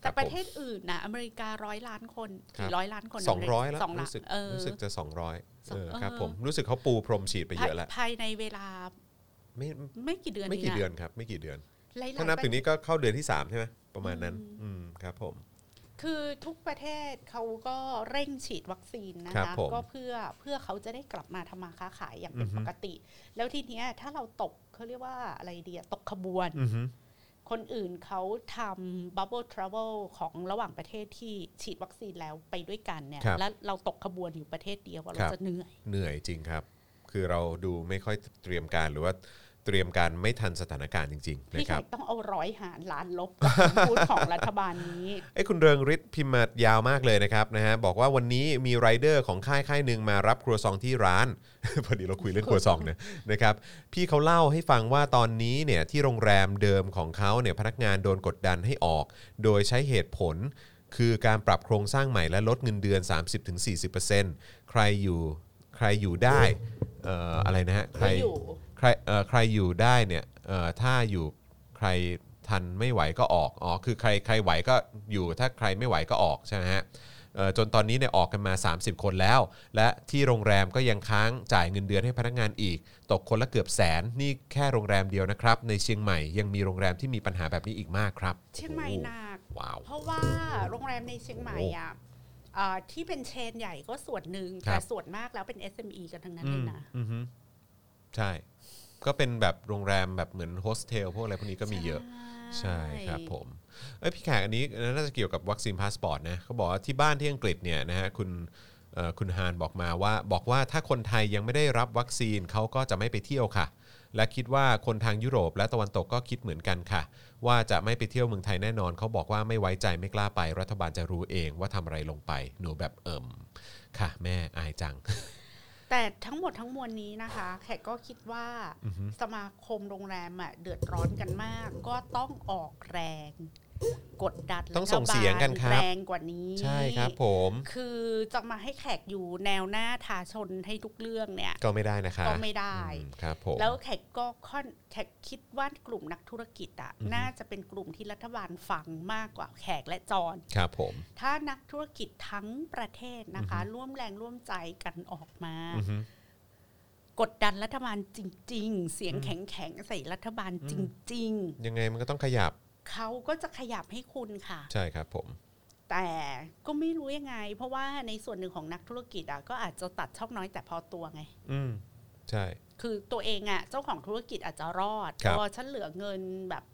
Speaker 3: แต่ประเทศอื่นนะอเมริการ้อยล้านคน
Speaker 2: ครับ
Speaker 3: กี่ร้อยล้านคนนะ
Speaker 2: สองร้อยแล้ว
Speaker 3: สองล้าน
Speaker 2: รู้สึก
Speaker 3: เออ
Speaker 2: รู้สึกจะสองร้อย
Speaker 3: สอง
Speaker 2: เออ
Speaker 3: เออ
Speaker 2: ครับผมรู้สึกเขาปูพรมฉีดไปเยอะแล้ว
Speaker 3: ภายในเวลา
Speaker 2: ไม่
Speaker 3: ไม่กี่เดือน
Speaker 2: ไม่กี่
Speaker 3: งะ
Speaker 2: เดือนครับ ไม่กี่เดือน
Speaker 3: หลยๆ
Speaker 2: ถ้านับ
Speaker 3: ประเทศ
Speaker 2: ถึงนี้ก็เข้าเดือนที่สามใช่ไหมประมาณนั้น อืมครับผม
Speaker 3: คือทุกประเทศเขาก็เร่งฉีดวัคซีนนะครับ คะ
Speaker 2: ผม
Speaker 3: ก็เพื่อเพื่อเขาจะได้กลับมาทำมาค้าขายอย่างเป็น
Speaker 2: อือฮึ
Speaker 3: ปกติ แล้วทีเนี้ยถ้าเราตกเขาเรียกว่าอะไรเดียตกขบวน
Speaker 2: อือฮึ
Speaker 3: คนอื่นเขาทำบับเบิลทราเวลของระหว่างประเทศที่ฉีดวัคซีนแล้วไปด้วยกันเนี่ย
Speaker 2: ครับ
Speaker 3: แล้วเราตกขบวนอยู่ประเทศเดียว
Speaker 2: ค
Speaker 3: อะเรา
Speaker 2: รับ
Speaker 3: จะเหนื่อย
Speaker 2: เหนื่อยจริงครับ คือเราดูไม่ค่อยเตรียมการหรือว่าเตรียมการไม่ทันสถานการณ์จริง ๆ นะ
Speaker 3: พี่
Speaker 2: ค
Speaker 3: แข
Speaker 2: รับ
Speaker 3: กต้องเอาร้อยหารล้านลบกับคำพูดของรัฐบาลนี้
Speaker 2: ไอ้ยคุณเริงฤทธิ์พิมพ์มายาวมากเลยนะครับนะฮะบอกว่าวันนี้มีไรเดอร์ของค่ายค่ายหนึ่งมารับครัวซองที่ร้าน [LAUGHS] พอดีเราคุยเรื่องครัวซองนะนะครับพี่เขาเล่าให้ฟังว่าตอนนี้เนี่ยที่โรงแรมเดิมของเขาเนี่ยพนักงานโดนกดดันให้ออก โดยใช้เหตุผล คือการปรับโครงสร้างใหม่และลดเงินเดือน 30-40%ใครอยู่ใครอยู่ได้เอ่ออะไรนะฮะ ใคร
Speaker 3: ใครอยู่
Speaker 2: ใครเอ่อใครอยู่ได้เนี่ยเอ่อถ้าอยู่ใครทันไม่ไหวก็ออกอ๋อคือใครใครไหวก็อยู่ถ้าใครไม่ไหวก็ออกใช่ไหมฮะเอ่อจนตอนนี้เนี่ยออกกันมา 30 คนแล้ว และที่โรงแรมก็ยังค้างจ่ายเงินเดือนให้พนักงานอีก ตกคนละเกือบแสนนี่แค่โรงแรมเดียวนะครับ ในเชียงใหม่ยังมีโรงแรมที่มีปัญหาแบบนี้อีกมากครับ
Speaker 3: เชียงใหม่หนัก
Speaker 2: โอ้โหว้าว
Speaker 3: เพราะว่าโรงแรมในเชียงใหม่อ่ะเอ่อที่เป็นเชนใหญ่ก็ส่วนหนึ่ง
Speaker 2: ครับ
Speaker 3: แต่ส่วนมากแล้วเป็น SME กันทั้งนั้นเลยนะ
Speaker 2: อืมอือฮึใช่ ก็เป็นแบบโรงแรมแบบเหมือนโฮสเทลพวกอะไรพวกนี้ก็มีเยอะ ใช่ครับผมเอ้ยพี่แขกอันนี้น่าจะเกี่ยวกับวัคซีนพาสปอร์ตนะเขาบอกว่าที่บ้านที่อังกฤษเนี่ยนะฮะคุณเอ่อคุณฮานบอกมาว่า บอกว่าถ้าคนไทยยังไม่ได้รับวัคซีนเขาก็จะไม่ไปเที่ยวค่ะ และคิดว่าคนทางยุโรปและตะวันตกก็คิดเหมือนกันค่ะ ว่าจะไม่ไปเที่ยวเมืองไทยแน่นอนเขาบอกว่าไม่ไว้ใจไม่กล้าไป รัฐบาลจะรู้เองว่าทำอะไรลงไปหนูแบบเอิ่มค่ะ แม่อายจั
Speaker 3: [LAUGHS]
Speaker 2: ง
Speaker 3: แต่ทั้งหมดทั้งมวลนี้นะคะ แขกก็คิดว่าสมาคมโรงแรมอ่ะเดือดร้อนกันมาก ก็ต้องออกแรง กดดัน
Speaker 2: ต้องส่งเสียงกันครับ
Speaker 3: ฐาลแรงกว่านี้
Speaker 2: ใช่ครับผม
Speaker 3: คือจะมาให้แขกอยู่แนวหน้าทาชนให้ทุกเรื่องเนี่ย
Speaker 2: ก็ไม่ได้นะคะ
Speaker 3: ก็ไม่ได้
Speaker 2: อืมครับผม
Speaker 3: แล้วแขกก็ค่อนแขกคิดว่ากลุ่มนักธุรกิจอะน่าจะเป็นกลุ่มที่รัฐบาลฟังมากกว่าแขกและจอน
Speaker 2: ครับผม
Speaker 3: ถ้านักธุรกิจทั้งประเทศนะคะ ร่วมแรงร่วมใจกันออกมา
Speaker 2: อือฮึ
Speaker 3: กดดันรัฐบาลจริง ๆ เสียงแข็งๆใส่รัฐบาลจริง
Speaker 2: ยังไงมันก็ต้องขยับ
Speaker 3: ๆ เขาก็จะขยับให้คุณค่ะ
Speaker 2: ใช่ครับผม
Speaker 3: แต่ก็ไม่รู้ยังไง เพราะว่าในส่วนหนึ่งของนักธุรกิจอ่ะก็อาจจะตัดช่องน้อยแต่พอตัวไง
Speaker 2: อืมใช่
Speaker 3: คือตัวเองอ่ะเจ้าของธุรกิจอาจจะรอด
Speaker 2: ครับ
Speaker 3: พอฉันเหลือเงินแบบ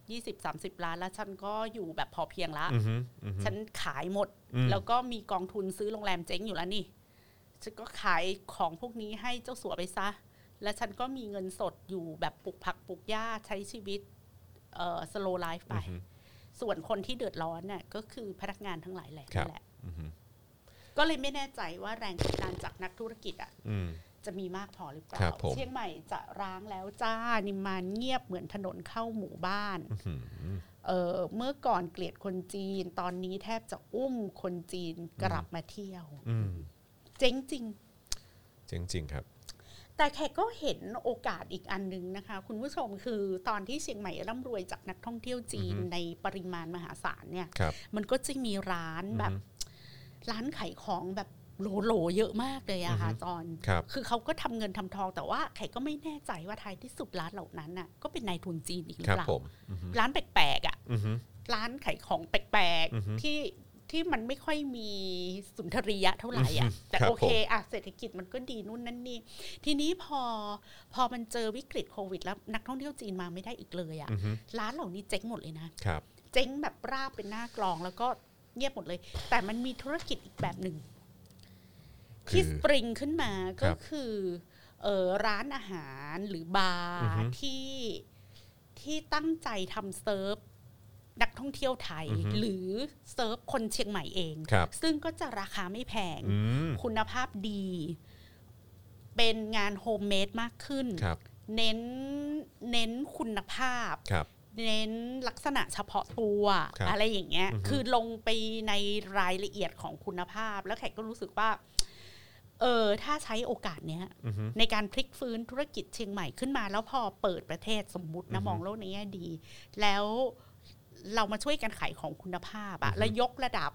Speaker 3: 20-30 ล้านแล้วฉันก็อยู่แบบพอเพียงละ
Speaker 2: อือฮึอือฮึ
Speaker 3: ฉันขายหมด
Speaker 2: อืม
Speaker 3: แล้วก็มีกองทุนซื้อโรงแรมเจ๊งอยู่แล้วนี่ ฉันก็ขายของพวกนี้ให้เจ้าสัวไปซะ และฉันก็มีเงินสดอยู่แบบปลูกผักปลูกหญ้าใช้ชีวิตเอ่อสโลไลฟ์ไป ส่วนคนที่เดือดร้อนน่ะก็คือพนักงานทั้งหลายแหละ
Speaker 2: ครับ
Speaker 3: นั่นแหละ ก็เลยไม่แน่ใจว่าแรงกดดันจากนักธุรกิจอ่ะ
Speaker 2: อืม
Speaker 3: จะมีมากพอหรือเปล่า
Speaker 2: ครับผม
Speaker 3: เชียงใหม่จะร้างแล้วจ้านิมมานเงียบเหมือนถนนเข้าหมู่บ้าน
Speaker 2: อืม
Speaker 3: เอ่อเมื่อก่อนเกลียดคนจีน ตอนนี้แทบจะอุ้มคนจีนกลับมาเที่ยว
Speaker 2: อืม
Speaker 3: เจ๊งจริง
Speaker 2: จริงจริงๆครับ
Speaker 3: แต่แขกก็เห็นโอกาสอีกอันหนึงนะคะ คุณผู้ชมคือตอนที่เชียงใหม่ร่ำรวยจากนักท่องเที่ยวจีน
Speaker 2: อือฮึ
Speaker 3: ในปริมาณมหาศาลเนี่ย
Speaker 2: ครับ
Speaker 3: มันก็จะมีร้านแบบ ร้านขายของแบบโหลๆเยอะมากเลยอะค่ะ
Speaker 2: อือฮึ
Speaker 3: จอน
Speaker 2: ครับ
Speaker 3: อเขาก็ทำเงินทำทองแต่ว่าแขกก็ไม่แน่ใจว่าท้ายที่สุดร้านเหล่านั้นน่ะก็เป็นนายทุนจีนอีกหรื
Speaker 2: ค
Speaker 3: อ
Speaker 2: รับ
Speaker 3: เปล่า
Speaker 2: ผมอือฮึ
Speaker 3: ร้านแปลกๆอะ
Speaker 2: อือฮึ
Speaker 3: ร้านขายของแปลก
Speaker 2: อือฮึ
Speaker 3: ๆที่ที่มันไม่ค่อยมีสุนทรียะเท่าไหร่อ่ะ
Speaker 2: อือฮึ
Speaker 3: แต่
Speaker 2: ครับ
Speaker 3: โอเคอ่ะเศรษฐกิจมันก็ดีนู่นนั่นนี่ ทีนี้พอพอมันเจอวิกฤตโควิด แล้วนักท่องเที่ยวจีนมาไม่ได้อีกเลยอ่ะ
Speaker 2: อือฮึ
Speaker 3: ร้านเหล่านี้เจ๊งหมดเลยนะ
Speaker 2: ครับ
Speaker 3: เจ๊งแบบราบเป็นหน้ากลองแล้วก็เงียบหมดเลย แต่มันมีธุรกิจอีกแบบหนึ่งที่
Speaker 2: คือ
Speaker 3: สปริงขึ้นมา
Speaker 2: ครั
Speaker 3: ก็
Speaker 2: บ
Speaker 3: คือ เออร้านอาหารหรือบา
Speaker 2: อือฮึ
Speaker 3: ร์ที่ที่ตั้งใจทำเซิร์ฟนักท่องเที่ยวไทย
Speaker 2: อือฮึ
Speaker 3: หรือเซิร์ฟคนเชียงใหม่เอง
Speaker 2: ครับ
Speaker 3: ซึ่งก็จะราคาไม่แพง
Speaker 2: อืม
Speaker 3: คุณภาพดี เป็นงานโฮมเมดมากขึ้น
Speaker 2: ครับ
Speaker 3: เน้นเน้นคุณภาพ
Speaker 2: ครับ
Speaker 3: เน้นลักษณะเฉพาะตัว
Speaker 2: ครับ
Speaker 3: อะไรอย่างเงี้ย
Speaker 2: อือฮึ
Speaker 3: คือลงไปในรายละเอียดของคุณภาพ แล้วแขกก็รู้สึกว่า เออถ้าใช้โอกาสเนี้ย
Speaker 2: อือฮึ
Speaker 3: ในการพลิกฟื้นธุรกิจเชียงใหม่ขึ้นมา แล้วพอเปิดประเทศสมมติ
Speaker 2: อื
Speaker 3: นะ
Speaker 2: อฮึ
Speaker 3: มองโลกในแง่ดี แล้วเรามาช่วยกันขายของคุณภาพอะ
Speaker 2: อือฮึ
Speaker 3: แล้วยกระดับ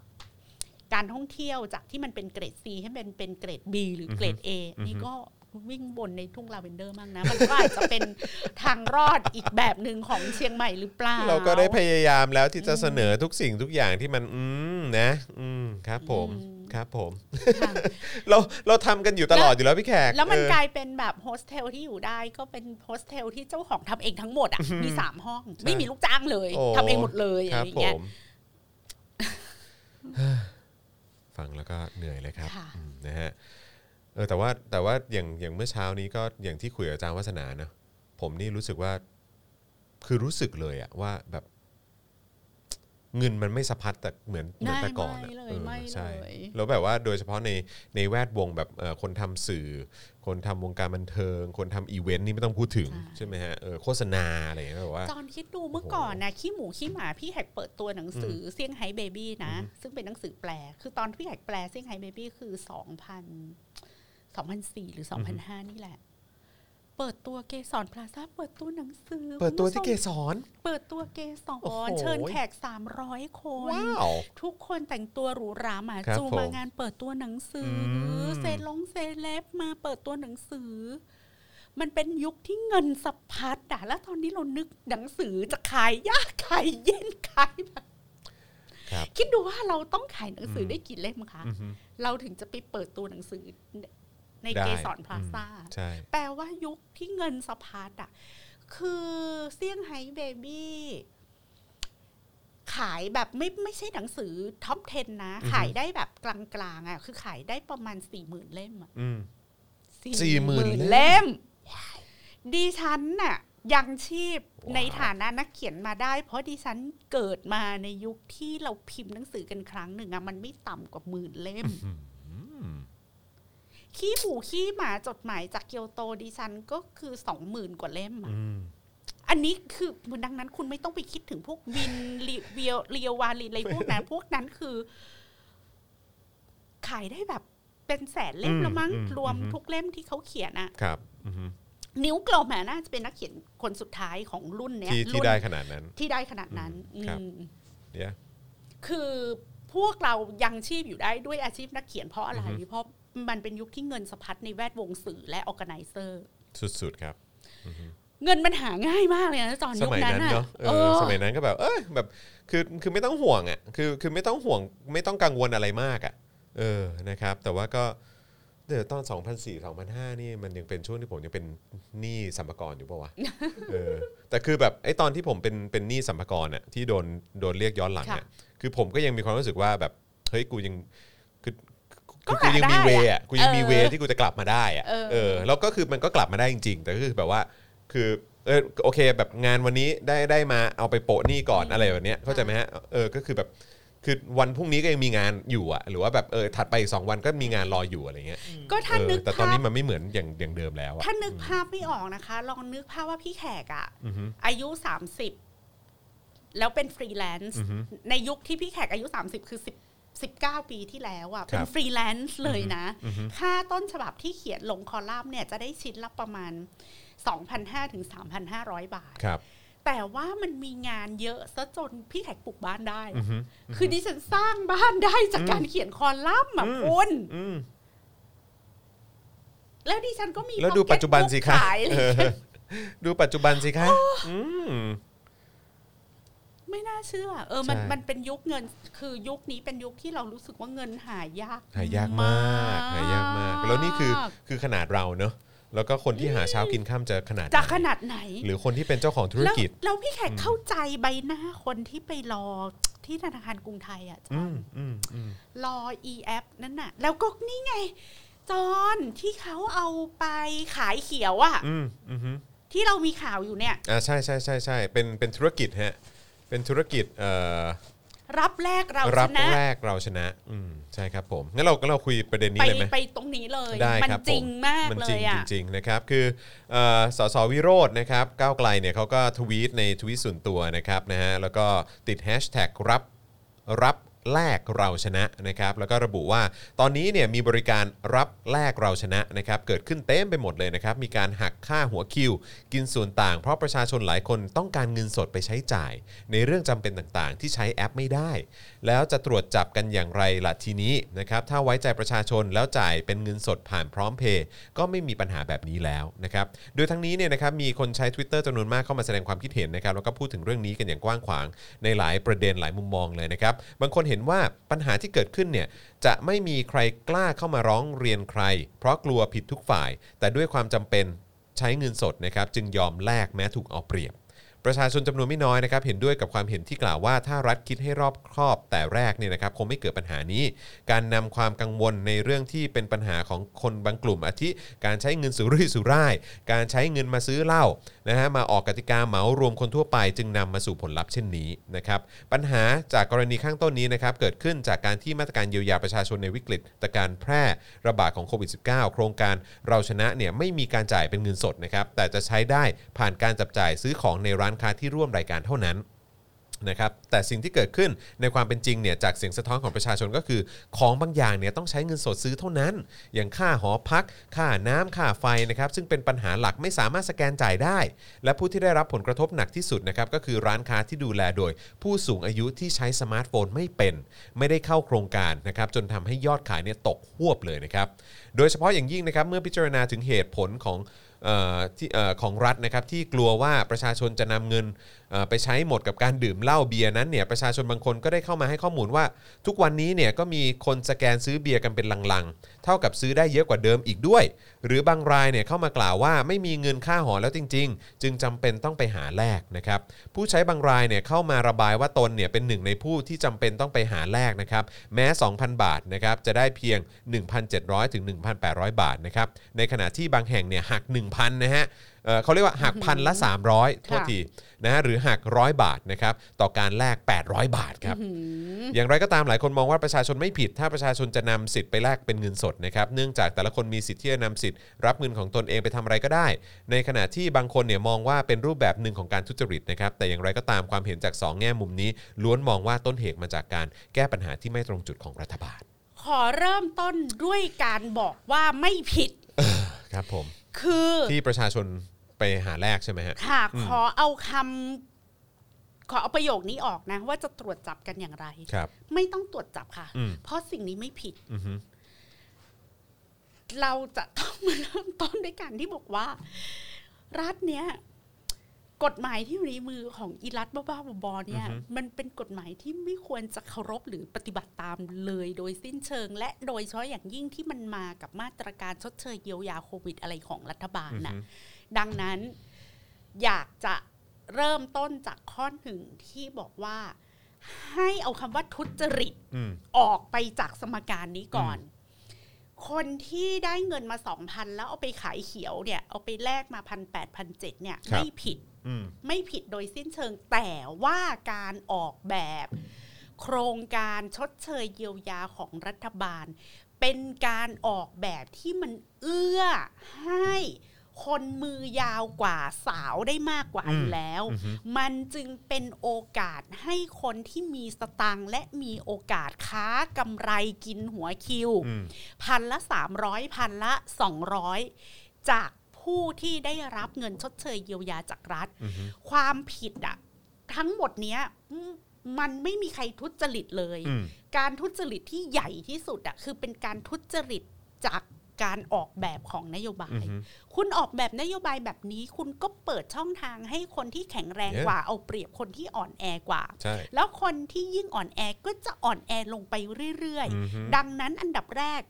Speaker 3: การท่องเที่ยวจากที่มันเป็นเกรด C ให้เป็นเป็นเกรด B หรือเกรด A
Speaker 2: อือฮึ
Speaker 3: นี่ก็วิ่งบนในทุ่งลาเวนเดอร์มากนะ มันก็อาจจะเป็นทางรอดอีกแบบหนึ่งของเชียงใหม่หรือเปล่า
Speaker 2: เราก็ได้พยายามแล้วที่จะเสนอทุกสิ่งทุกอย่างที่มัน อืมนะอืมครับผม
Speaker 3: อืม
Speaker 2: ครับผม
Speaker 3: ค่ะ
Speaker 2: เราเราทำกันอยู่ตลอดอยู่แล้วพี่แขก
Speaker 3: แล้วมัน
Speaker 2: เออ
Speaker 3: กลายเป็นแบบโฮสเทลที่อยู่ได้ก็เป็นโฮสเทลที่เจ้าของทำเองทั้งหมดอ่ะมีสามห้อง ไม่มีลูกจ้างเลย
Speaker 2: โอ้
Speaker 3: ทำเองหมดเลย
Speaker 2: ค
Speaker 3: อะ
Speaker 2: รั
Speaker 3: ไร
Speaker 2: บ
Speaker 3: อย่า
Speaker 2: ผ
Speaker 3: งเงี้ย [LAUGHS]
Speaker 2: ม ฟังแล้วก็เหนื่อยเลยครับ
Speaker 3: ค่ะ
Speaker 2: อืมนะฮะเออแต่ว่าแต่ว่าอย่างอย่างเมื่อเช้านี้ก็อย่างที่คุยกับอาจารย์วัฒนาเนอะผมนี่รู้สึกว่า คือรู้สึกเลยอะว่าแบบ เงินมันไม่สะพัดแต่เหมือนเหมือนแต่ก่อนอะ
Speaker 3: ไม่เลย
Speaker 2: ออ
Speaker 3: ไม่เลย
Speaker 2: ใช่แล้วแบบว่าโดยเฉพาะในในแวดวงแบบเอ่อคนทำสื่อ คนทำวงการบันเทิง คนทำอีเวนต์นี่ไม่ต้องพูดถึง ใช่ไหมฮะเออโฆษณาอะไรอย่างเงี้ยแบบว่า
Speaker 3: จอนคิดดูเมื่อก่อนนะขี้หมูขี้หมาพี่แหกเปิดตัวหนังสือเซี่ยงไฮ้เบบี้นะ ซึ่งเป็นหนังสือแปล คือตอนพี่แหกแปลเซี่ยงไฮ้เบบี้คือสองพันสองพันสี่หรือสองพันห้านี่แหละ เปิดตัวเกสรพลาซ่าเปิดตัวหนังสือ
Speaker 2: เปิดตัวที่
Speaker 3: คุณ
Speaker 2: เก
Speaker 3: ผู้ชม
Speaker 2: สร
Speaker 3: เปิดตัวเกส
Speaker 2: โอ้โห
Speaker 3: รเชิญแขกสามร้อยคน
Speaker 2: ว้าว
Speaker 3: ทุกคนแต่งตัวหรูหราหมา
Speaker 2: ครับ
Speaker 3: จู
Speaker 2: ผม
Speaker 3: มางานเปิดตัวหนังสืออ
Speaker 2: ม
Speaker 3: เซลงเซเลบมาเปิดตัวหนังสือ มันเป็นยุคที่เงินสะพัดอะแล้วตอนนี้เรานึกหนังสือจะขายยากขายเย็นขายแบบ
Speaker 2: ครับ
Speaker 3: คิดดูว่าเราต้องขายหนังสืออ
Speaker 2: ม
Speaker 3: ได้กี่เล่มคะ
Speaker 2: อือฮึ
Speaker 3: เราถึงจะไปเปิดตัวหนังสือใน
Speaker 2: ได้
Speaker 3: เกสรพลาซ่า
Speaker 2: อืมใช่
Speaker 3: แปลว่ายุคที่เงินสะพัดอ่ะ คือเซี่ยงไฮ้เบบี้ขายแบบไม่ไม่ใช่หนังสือท็อป 10 นะ
Speaker 2: อือฮึ
Speaker 3: ขายได้แบบกลางๆอ่ะ คือขายได้ประมาณสี่หมื่นเล่มอ่ะ
Speaker 2: อืม 40,000
Speaker 3: 40,000เล่ม ดิฉันน่ะ ยังชีพ
Speaker 2: ว้าว
Speaker 3: ในฐานะนักเขียนมาได้ เพราะดิฉันเกิดมาในยุคที่เราพิมพ์หนังสือกันครั้งหนึ่งอ่ะมันไม่ต่ำกว่าหมื่นเล่ม ขี้หมูขี้หมาจดหมายจากเกียวโตดิฉันก็คือสองหมื่นกว่าเล่มอะ
Speaker 2: อืม
Speaker 3: อันนี้คือดังนั้นคุณไม่ต้องไปคิดถึงพวกวินลีเวียวเรียววาลีอะไรพวกนั้น พวกนั้นคือ ขายได้แบบเป็นแสนเล่ม
Speaker 2: อืม
Speaker 3: แล้วมั้ง
Speaker 2: อืม
Speaker 3: รวม
Speaker 2: อืม
Speaker 3: ทุกเล่มที่เขาเขียนอะ
Speaker 2: ครับอือฮึ
Speaker 3: นิ้วกลมอะน่าจะเป็นนักเขียนคนสุดท้ายของรุ่นเนี้ย
Speaker 2: ที่ที่
Speaker 3: รุ่น
Speaker 2: ได้ขนาดนั้น
Speaker 3: ที่ได้ขนาดนั้น
Speaker 2: อืมครับ
Speaker 3: อืม
Speaker 2: เดี๋ยว
Speaker 3: คือพวกเรายังชีพอยู่ได้ด้วยอาชีพนักเขียนเพราะอะไร
Speaker 2: อือฮึ
Speaker 3: เพราะมันเป็นยุคที่เงินสะพัดในแวดวงสื่อและออแกไนเซอร์
Speaker 2: สุดๆครับอือฮึ
Speaker 3: เงินมันหาง่ายมากเลยนะตอน
Speaker 2: ส
Speaker 3: ยุค
Speaker 2: มัย
Speaker 3: นั้
Speaker 2: นั้น น
Speaker 3: อะ
Speaker 2: เนาะเอ
Speaker 3: เอ
Speaker 2: อ
Speaker 3: อ
Speaker 2: สมัยนั้นก็แบบ เอ้ยแบบคือคือไม่ต้องห่วงอ่ะคือคือไม่ต้องห่วงไม่ต้องกังวลอะไรมากอ่ะ เออนะครับ แต่ว่าก็เดี๋ยวตอน 2004 2005 นี่มันยังเป็นช่วงที่ผมยังเป็นหนี้สัมภาระอยู่ปะวะ เออแต่คือแบบไอ้ตอนที่ผมเป็นเป็นหนี้สัมภาระอ่ะที่โดนโดนเรียกย้อนหลังอ่ะ
Speaker 3: ค่ะ
Speaker 2: คือผมก็ยังมีความรู้สึกว่าแบบเฮ้ยกูยังคือ
Speaker 3: ก็
Speaker 2: คือกูยัง
Speaker 3: หาได้
Speaker 2: มีเว
Speaker 3: อะ
Speaker 2: อ่ะกูยังมี
Speaker 3: เออ
Speaker 2: เวที่กูจะกลับมาได้อ่ะ
Speaker 3: เออ
Speaker 2: เออแล้วก็คือมันก็กลับมาได้จริง ๆ แต่ก็คือแบบว่าคือเออโอเคแบบงานวันนี้ได้ได้มาเอาไปโปะหนี้ก่อนอะไรแบบเนี้ยเข้าใจไหมฮะเออก็คือแบบคือวันพรุ่งนี้ก็ยังมีงานอยู่อ่ะหรือว่าแบบเออถัดไปอีกสองวันก็มีงานรออยู่อะไรเงี้ย
Speaker 3: ก็ถ้า
Speaker 2: เออ
Speaker 3: นึก
Speaker 2: แต่ตอน
Speaker 3: ภาพ
Speaker 2: นี้มันไม่เหมือนอย่างอย่างเดิมแล้วอ่ะ
Speaker 3: ถ้านึกภาพไม่ออกนะคะ ลองนึกภาพว่าพี่แขกอะ
Speaker 2: อือฮึ
Speaker 3: อายุ 30 แล้วเป็นฟรีแลนซ์
Speaker 2: อือฮึ
Speaker 3: ในยุคที่พี่แขกอายุ 30 คือ 10 19 ปีที่แล้วอะ
Speaker 2: ค
Speaker 3: เป็
Speaker 2: น รับ
Speaker 3: ฟรีแลนซ์เลยนะ
Speaker 2: อือฮึ
Speaker 3: ค่าต้นฉบับที่เขียนลงคอลัมน์เนี่ยจะได้ชิ้นละประมาณ 2,500ถึง3,500 บาท
Speaker 2: ครับ
Speaker 3: แต่ว่ามันมีงานเยอะซะจนพี่แขกปลูกบ้านได้
Speaker 2: อือฮึ
Speaker 3: คือดิฉันสร้างบ้านได้จากการเขียนคอลัมน์อะ
Speaker 2: อืม
Speaker 3: คุณ
Speaker 2: อืม
Speaker 3: แล้วดิฉันก็มี
Speaker 2: แล้วดูปัจจุบันสิคะ
Speaker 3: pocket book ขายอะไรอย่างเงี้ย
Speaker 2: เออดูปัจจุบันสิคะอืม
Speaker 3: ไม่น่าเชื่อ เออ มัน
Speaker 2: ใช่
Speaker 3: มันเป็นยุคเงิน คือยุคนี้เป็นยุคที่เรารู้สึกว่าเงินหายาก
Speaker 2: หายากมากหายากมาก แล้วนี่คือคือขนาดเราเนอะแล้วก็คนที่หาเช้ากินข้ามจะขนาด
Speaker 3: จาก
Speaker 2: ไห
Speaker 3: ขนาดไหน
Speaker 2: หรือคนที่เป็นเจ้าของธุร
Speaker 3: แล้ว
Speaker 2: กิจ
Speaker 3: แล้วพี่แขกเข้าใจใบหน้าคนที่ไปรอที่ธนาคารกรุงไทยอ่ะ
Speaker 2: อืมอืมอืม
Speaker 3: รอ e app นั่นน่ะ แล้วก็นี่ไง จอนที่เขาเอาไปขายเขียวอะ
Speaker 2: อืมอืมฮึ
Speaker 3: ที่เรามีข่าวอยู่เนี่ย
Speaker 2: อ่าใช่ใช่ใช่ใช่เป็นเป็นธุรกิจฮะเป็นธุรกิจเอ่อ
Speaker 3: รับแรกเราช
Speaker 2: รับ
Speaker 3: นะ
Speaker 2: แรกเราชนะอืมใช่ครับผมงั้นเราก็เราคุยประเด็นนี้
Speaker 3: ไป
Speaker 2: เลยไหม
Speaker 3: ไปตรงนี้เลย
Speaker 2: ได้
Speaker 3: มัน
Speaker 2: ครับ
Speaker 3: จริง
Speaker 2: ผ
Speaker 3: มาก
Speaker 2: มัน
Speaker 3: เล
Speaker 2: จริง
Speaker 3: ยอะ
Speaker 2: จริงๆนะครับคือเอ่อสสวิโรจน์นะครับก้าวไกลเนี่ยเขาก็ทวีตในทวีตส่วนตัวนะครับนะฮะแล้วก็ติดแฮชแท็กรับรับแลกเราชนะนะครับแล้วก็ระบุว่าตอนนี้เนี่ยมีบริการรับแลกเราชนะนะครับเกิดขึ้นเต็มไปหมดเลยนะครับมีการหักค่าหัวคิว กินส่วนต่าง เพราะประชาชนหลายคนต้องการเงินสดไปใช้จ่าย ในเรื่องจำเป็นต่างๆ ที่ใช้แอปไม่ได้ แล้วจะตรวจจับกันอย่างไรล่ะทีนี้นะครับถ้าไว้ใจประชาชนแล้วจ่ายเป็นเงินสดผ่านพร้อมเพย์ก็ไม่มีปัญหาแบบนี้แล้วนะครับโดยทั้งนี้เนี่ยนะครับมีคนใช้ Twitter จำนวนมากเข้ามาแสดงความคิดเห็นนะครับแล้วก็พูดถึงเรื่องนี้กันอย่างกว้างขวางในหลายประเด็นหลายมุมมองเลยนะครับบางคนเห็นว่าปัญหาที่เกิดขึ้นเนี่ยจะไม่มีใครกล้าเข้ามาร้องเรียนใคร เพราะกลัวผิดทุกฝ่าย แต่ด้วยความจำเป็นใช้เงินสดนะครับจึงยอมแลกแม้ถูกเอาเปรียบ ประชาชนจำนวนไม่น้อยนะครับเห็นด้วยกับความเห็นที่กล่าวว่าถ้ารัฐคิดให้รอบครอบแต่แรกเนี่ยนะครับคงไม่เกิดปัญหานี้ การนำความกังวลในเรื่องที่เป็นปัญหาของคนบางกลุ่มอาทิ การใช้เงินสุรุ่ยสุร่าย การใช้เงินมาซื้อเหล้านะฮะมาออกกติกาเหมารวมคนทั่วไป จึงนำมาสู่ผลลัพธ์เช่นนี้นะครับปัญหาจากกรณีข้างต้นนี้นะครับเกิดขึ้นจากการที่มาตรการเยียวยาประชาชนในวิกฤตการแพร่ระบาดของโควิด -19 โครงการเราชนะเนี่ยไม่มีการจ่ายเป็นเงินสดนะครับแต่จะใช้ได้ผ่านการจับจ่ายซื้อของในร้านค้าที่ร่วมรายการเท่านั้น นะครับแต่สิ่งที่เกิดขึ้นในความเป็นจริงเนี่ยจากเสียงสะท้อนของประชาชนก็คือ ของบางอย่างเนี่ยต้องใช้เงินสดซื้อเท่านั้น อย่างค่าหอพัก ค่าน้ำค่าไฟนะครับซึ่งเป็นปัญหาหลักไม่สามารถสแกนจ่ายได้ และผู้ที่ได้รับผลกระทบหนักที่สุดนะครับก็คือร้านค้าที่ดูแลโดย ผู้สูงอายุที่ใช้สมาร์ทโฟนไม่เป็น ไม่ได้เข้าโครงการนะครับจนทำให้ยอดขายเนี่ยตกหวบเลยนะครับโดยเฉพาะอย่างยิ่งนะครับเมื่อพิจารณาถึงเหตุผลของ เอ่อที่เอ่อของรัฐนะครับที่กลัวว่าประชาชนจะนำเงินเอ่อไปใช้หมดกับการดื่มเหล้าเบียร์นั้นเนี่ยประชาชนบางคนก็ได้เข้ามาให้ข้อมูลว่า ทุกวันนี้เนี่ยก็มีคนสแกนซื้อเบียร์กันเป็นลังๆ เท่ากับซื้อได้เยอะกว่าเดิมอีกด้วย หรือบางรายเนี่ยเข้ามากล่าวว่าไม่มีเงินค่าหอแล้วจริง ๆ จึงจำเป็นต้องไปหาแลกนะครับผู้ใช้บางรายเนี่ยเข้ามาระบายว่าตนเนี่ยเป็นหนึ่งในผู้ที่จำเป็นต้องไปหาแลกนะครับแม้ 2,000 บาทนะครับจะได้เพียง 1,700ถึง1,800 บาทนะครับในขณะที่บางแห่งเนี่ยหัก 1,000นะฮะเอ่อเขาเรียกว่าหักพันละ 300 โทษทีนะฮะหรือหักร้อยบาทนะครับต่อการแลก 800 บาทครับ อย่างไรก็ตามหลายคนมองว่าประชาชนไม่ผิด ถ้าประชาชนจะนำสิทธิ์ไปแลกเป็นเงินสดนะครับเนื่องจากแต่ละคนมีสิทธิ์ที่จะนำสิทธิ์รับเงินของตนเองไปทำอะไรก็ได้ ในขณะที่บางคนเนี่ยมองว่าเป็นรูปแบบหนึ่งของการทุจริตนะครับแต่อย่างไรก็ตามความเห็นจาก 2 แง่มุมนี้ ล้วนมองว่าต้นเหตุมาจากการแก้ปัญหาที่ไม่ตรงจุดของรัฐบาล
Speaker 3: ขอเริ่มต้นด้วยการบอกว่าไม่ผิด
Speaker 2: ครับผม
Speaker 3: คือ
Speaker 2: ที่ประชาชนไปหาแลกใช่ไหมฮะ
Speaker 3: ค่ะ
Speaker 2: อืม
Speaker 3: ขอเอาคำขอเอาประโยคนี้ออกนะ ว่าจะตรวจจับกันอย่างไร
Speaker 2: ครับ
Speaker 3: ไม่ต้องตรวจจับค่ะ
Speaker 2: อืม
Speaker 3: เพราะสิ่งนี้ไม่ผิด
Speaker 2: อือฮึ
Speaker 3: เราจะต้องมาเริ่มต้นด้วยการที่บอกว่า รัฐเนี้ยกฎหมายที่อยู่ในมือของอีรัฐบ้าๆบอๆเนี่ย มันเป็นกฎหมายที่ไม่ควรจะเคารพหรือปฏิบัติตามเลยโดยสิ้นเชิง และโดยเฉพาะอย่างยิ่งที่มันมากับมาตรการชดเชยเยียวยาโควิดอะไรของรัฐบาล
Speaker 2: อือ
Speaker 3: นะ
Speaker 2: ฮึ
Speaker 3: ดังนั้นอยากจะเริ่มต้นจากข้อหนึ่งที่บอกว่า ให้เอาคำว่าทุจริต
Speaker 2: อืม
Speaker 3: ออกไปจากสมการนี้ก่อน คนที่ได้เงินมาสองพันแล้วเอาไปขายเขียวเนี่ย เอาไปแลกมาพันแปดพันเจ็ดเนี่ย ไม่ผิด
Speaker 2: อืม
Speaker 3: ไม่ผิดโดยสิ้นเชิงแต่ว่าการออกแบบ โครงการชดเชยเยียวยาของรัฐบาล เป็นการออกแบบที่มันเอื้อให้คนมือยาวกว่าสาวได้มากกว่าอยู่แล้ว
Speaker 2: อือฮึ
Speaker 3: มันจึงเป็นโอกาสให้คนที่มีสตังค์และมีโอกาสค้ากำไรกินหัวคิว
Speaker 2: อืม
Speaker 3: พันละ 300 พันละ 200 จากผู้ที่ได้รับเงินชดเชยเยียวยาจากรัฐ
Speaker 2: อือฮึ
Speaker 3: ความผิดอะทั้งหมดเนี้ยอืมมันไม่มีใครทุจริตเลย
Speaker 2: อืม
Speaker 3: การทุจริตที่ใหญ่ที่สุดอะคือเป็นการทุจริตจากการออกแบบของนโยบา
Speaker 2: อือย ฮึ
Speaker 3: คุณออกแบบนโยบายแบบนี้ คุณก็เปิดช่องทางให้คนที่แข็งแรง
Speaker 2: Yeah.
Speaker 3: กว่าเอาเปรียบคนที่อ่อนแอกว่า
Speaker 2: ใช่
Speaker 3: แล้วคนที่ยิ่งอ่อนแอก็จะอ่อนแอลงไปเรื่อย
Speaker 2: อือฮึ
Speaker 3: ๆ ดังนั้นอันดับแรก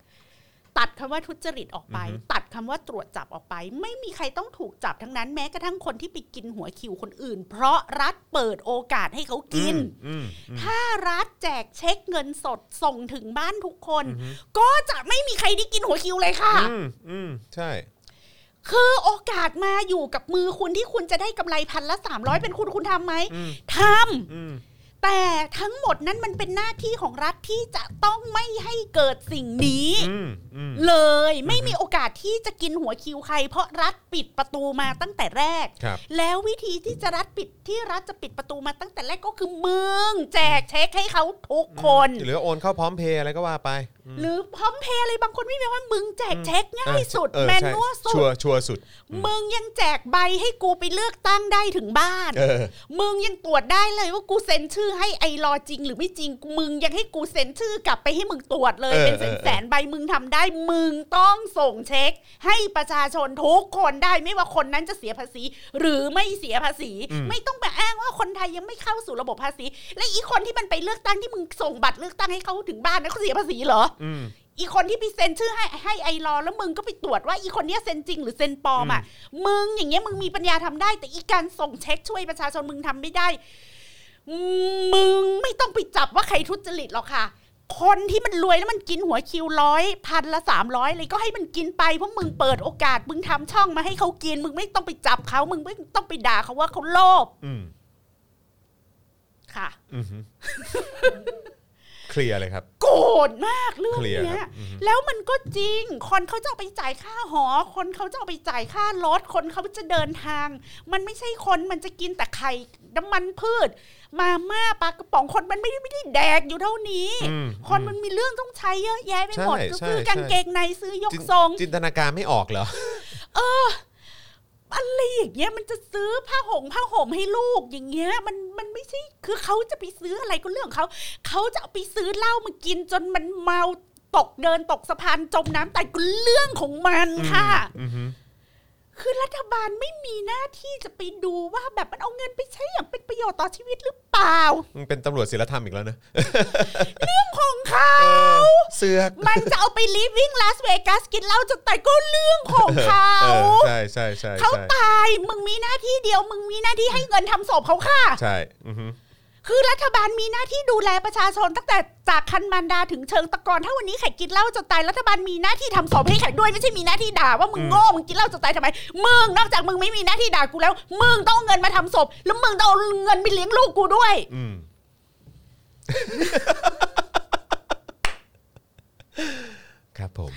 Speaker 3: ตัดคำว่าทุจริตออกไป
Speaker 2: อือฮึ
Speaker 3: ตัดคำว่าตรวจจับออกไป ไม่มีใครต้องถูกจับทั้งนั้นแม้กระทั่งคนที่ไปกินหัวคิวคนอื่น เพราะรัฐเปิดโอกาสให้เขากิน
Speaker 2: อืมอืม
Speaker 3: ถ้ารัฐแจกเช็คเงินสดส่งถึงบ้านทุกคน
Speaker 2: อืม
Speaker 3: ก็จะไม่มีใครได้กินหัวคิวเลยค่ะ
Speaker 2: อืมอืมใช่
Speaker 3: คือโอกาสมาอยู่กับมือคุณที่คุณจะได้กำไรพันละสามร้อยเป็นคุณคุณทำไหม
Speaker 2: อืม
Speaker 3: ท
Speaker 2: อืม
Speaker 3: ำแต่ทั้งหมดนั้นมันเป็นหน้าที่ของรัฐที่จะต้องไม่ให้เกิดสิ่งนี้
Speaker 2: อืมอืม
Speaker 3: เลยไม่มีโอกาสที่จะกินหัวคิวใคร เพราะรัฐปิดประตูมาตั้งแต่แรก
Speaker 2: ครับ
Speaker 3: แล้ววิธีที่จะรัฐปิดที่รัฐจะปิดประตูมาตั้งแต่แรกก็คือมึงแจกเช็คให้เขาทุกคน
Speaker 2: หรือโอนเข้าพร้อมเพย์อะไรก็ว่าไปอืม
Speaker 3: หรือพร้อมเพย์อะไรบางคนไม่มีว่ามึงแจกเช็คง่ายสุด
Speaker 2: เออ
Speaker 3: แมน
Speaker 2: ใช่
Speaker 3: นัวสุ
Speaker 2: ชัว
Speaker 3: ด
Speaker 2: ร์ชัวร์สุด
Speaker 3: มึงยังแจกใบให้กูไปเลือกตั้งได้ถึงบ้าน
Speaker 2: เออ
Speaker 3: มึงยังตรวจได้เลยว่ากูเซ็นชื่อให้ไอรอจริง หรือไม่จริง มึงยังให้กูเซ็นชื่อกลับไปให้มึงตรวจเลย
Speaker 2: เออ
Speaker 3: เป็นแสน
Speaker 2: เออ
Speaker 3: แสนใบมึงทำได้ มึงต้องส่งเช็ค ให้ประชาชนทุกคนได้ไม่ว่าคนนั้นจะเสียภาษี หรือไม่เสียภาษี ไม่ต้องไปอ้างว่าคนไทยยังไม่เข้าสู่ระบบภาษี และอีกคนที่มันไปเลือกตั้งที่มึงส่งบัตรเลือกตั้งให้เขาถึงบ้านนะเขาเสียภาษีเหรอ
Speaker 2: อืม
Speaker 3: อีคนที่ไปเซ็นชื่อให้ให้ไอรอว์แล้วมึงก็ไปตรวจว่าอีคนเนี้ยเซ็นจริงหรือเซ็นปลอมอ่ะมึงอย่างเงี้ยมึงมีปัญญาทำได้ แต่อีการส่งเช็คช่วยประชาชนมึงทำไม่ได้ มึงไม่ต้องไปจับว่าใครทุจริตหรอกค่ะ คนที่มันรวยแล้วมันกินหัวคิวร้อยพันละสามร้อยเลยก็ให้มันกินไปเพราะมึงเปิดโอกาส มึงทำช่องมาให้เขากิน มึงไม่ต้องไปจับเขามึงไม่ต้องไปด่าเขาว่าเขาโลภ
Speaker 2: อืม
Speaker 3: ค่ะ
Speaker 2: อืมเคลียร์เลยครับ
Speaker 3: โกรธมากเรื่อง
Speaker 2: เคลียร์
Speaker 3: เนี้
Speaker 2: ครั
Speaker 3: ย
Speaker 2: บอือฮึ
Speaker 3: แล้วมันก็จริง คนเขาจะเอาไปจ่ายค่าหอ คนเขาจะเอาไปจ่ายค่ารถ คนเขาจะเดินทาง มันไม่ใช่คนมันจะกินแต่ไข่น้ำมันพืช มาม่าปลากระป๋องคนมันไม่ได้ไม่ได้แดกอยู่เท่านี้
Speaker 2: อืม
Speaker 3: คนมันมีเรื่องต้องใช้เยอะแยะไปหมด
Speaker 2: ใช่
Speaker 3: ซื้อ
Speaker 2: ใช่
Speaker 3: กางเกงในซื้อยก
Speaker 2: จิน
Speaker 3: ทรง
Speaker 2: จินตนาการไม่ออกเหรอ
Speaker 3: อะไรอย่างเงี้ยมันจะซื้อผ้าห่มผ้าห่มให้ลูกอย่างเงี้ยมันมันไม่ใช่คือเขาจะไปซื้ออะไรก็เรื่องของเขาเขาจะเอาไปซื้อเหล้ามากินจนมันเมาตกเดินตกสะพานจมน้ำตายก็เรื่องของมันค่ะ
Speaker 2: อืมอืม
Speaker 3: คือรัฐบาลไม่มีหน้าที่จะไปดูว่าแบบมันเอาเงินไปใช้อย่างเป็นประโยชน์ต่อชีวิตหรือเปล่า
Speaker 2: มันเป็นตำรวจศีลธรรมอีกแล้วนะ
Speaker 3: ของเขา
Speaker 2: เออเสือก
Speaker 3: มันจะเอาไปลิฟวิ่งลาสเวกัสกินเหล้าจนตายก็เรื่องของเขา
Speaker 2: เออใช่ใช่ใช่
Speaker 3: เขา
Speaker 2: ใช่
Speaker 3: ตายมึงมีหน้าที่เดียว มึงมีหน้าที่ให้เงินทำศพเขาค่ะ
Speaker 2: ใช่อือฮึ
Speaker 3: คือรัฐบาลมีหน้าที่ดูแลประชาชนตั้งแต่จากคันมันดาถึงเชิงตะกอนถ้าวันนี้ไข่กินเหล้าจนตายรัฐบาลมีหน้าที่ทำสอบให้ไข่ด้วยไม่ใช่มีหน้าที่ด่าว่ามึงโง่มึงกินเหล้าจนตายทำไมมึงนอกจากมึงไม่มีหน้าที่ด่ากูแล้ว มึงต้องเอาเงินมาทำศพแล้วมึงต้องเอาเงินไปเลี้ยงลูกกูด้วย
Speaker 2: อื [LAUGHS] มครับผม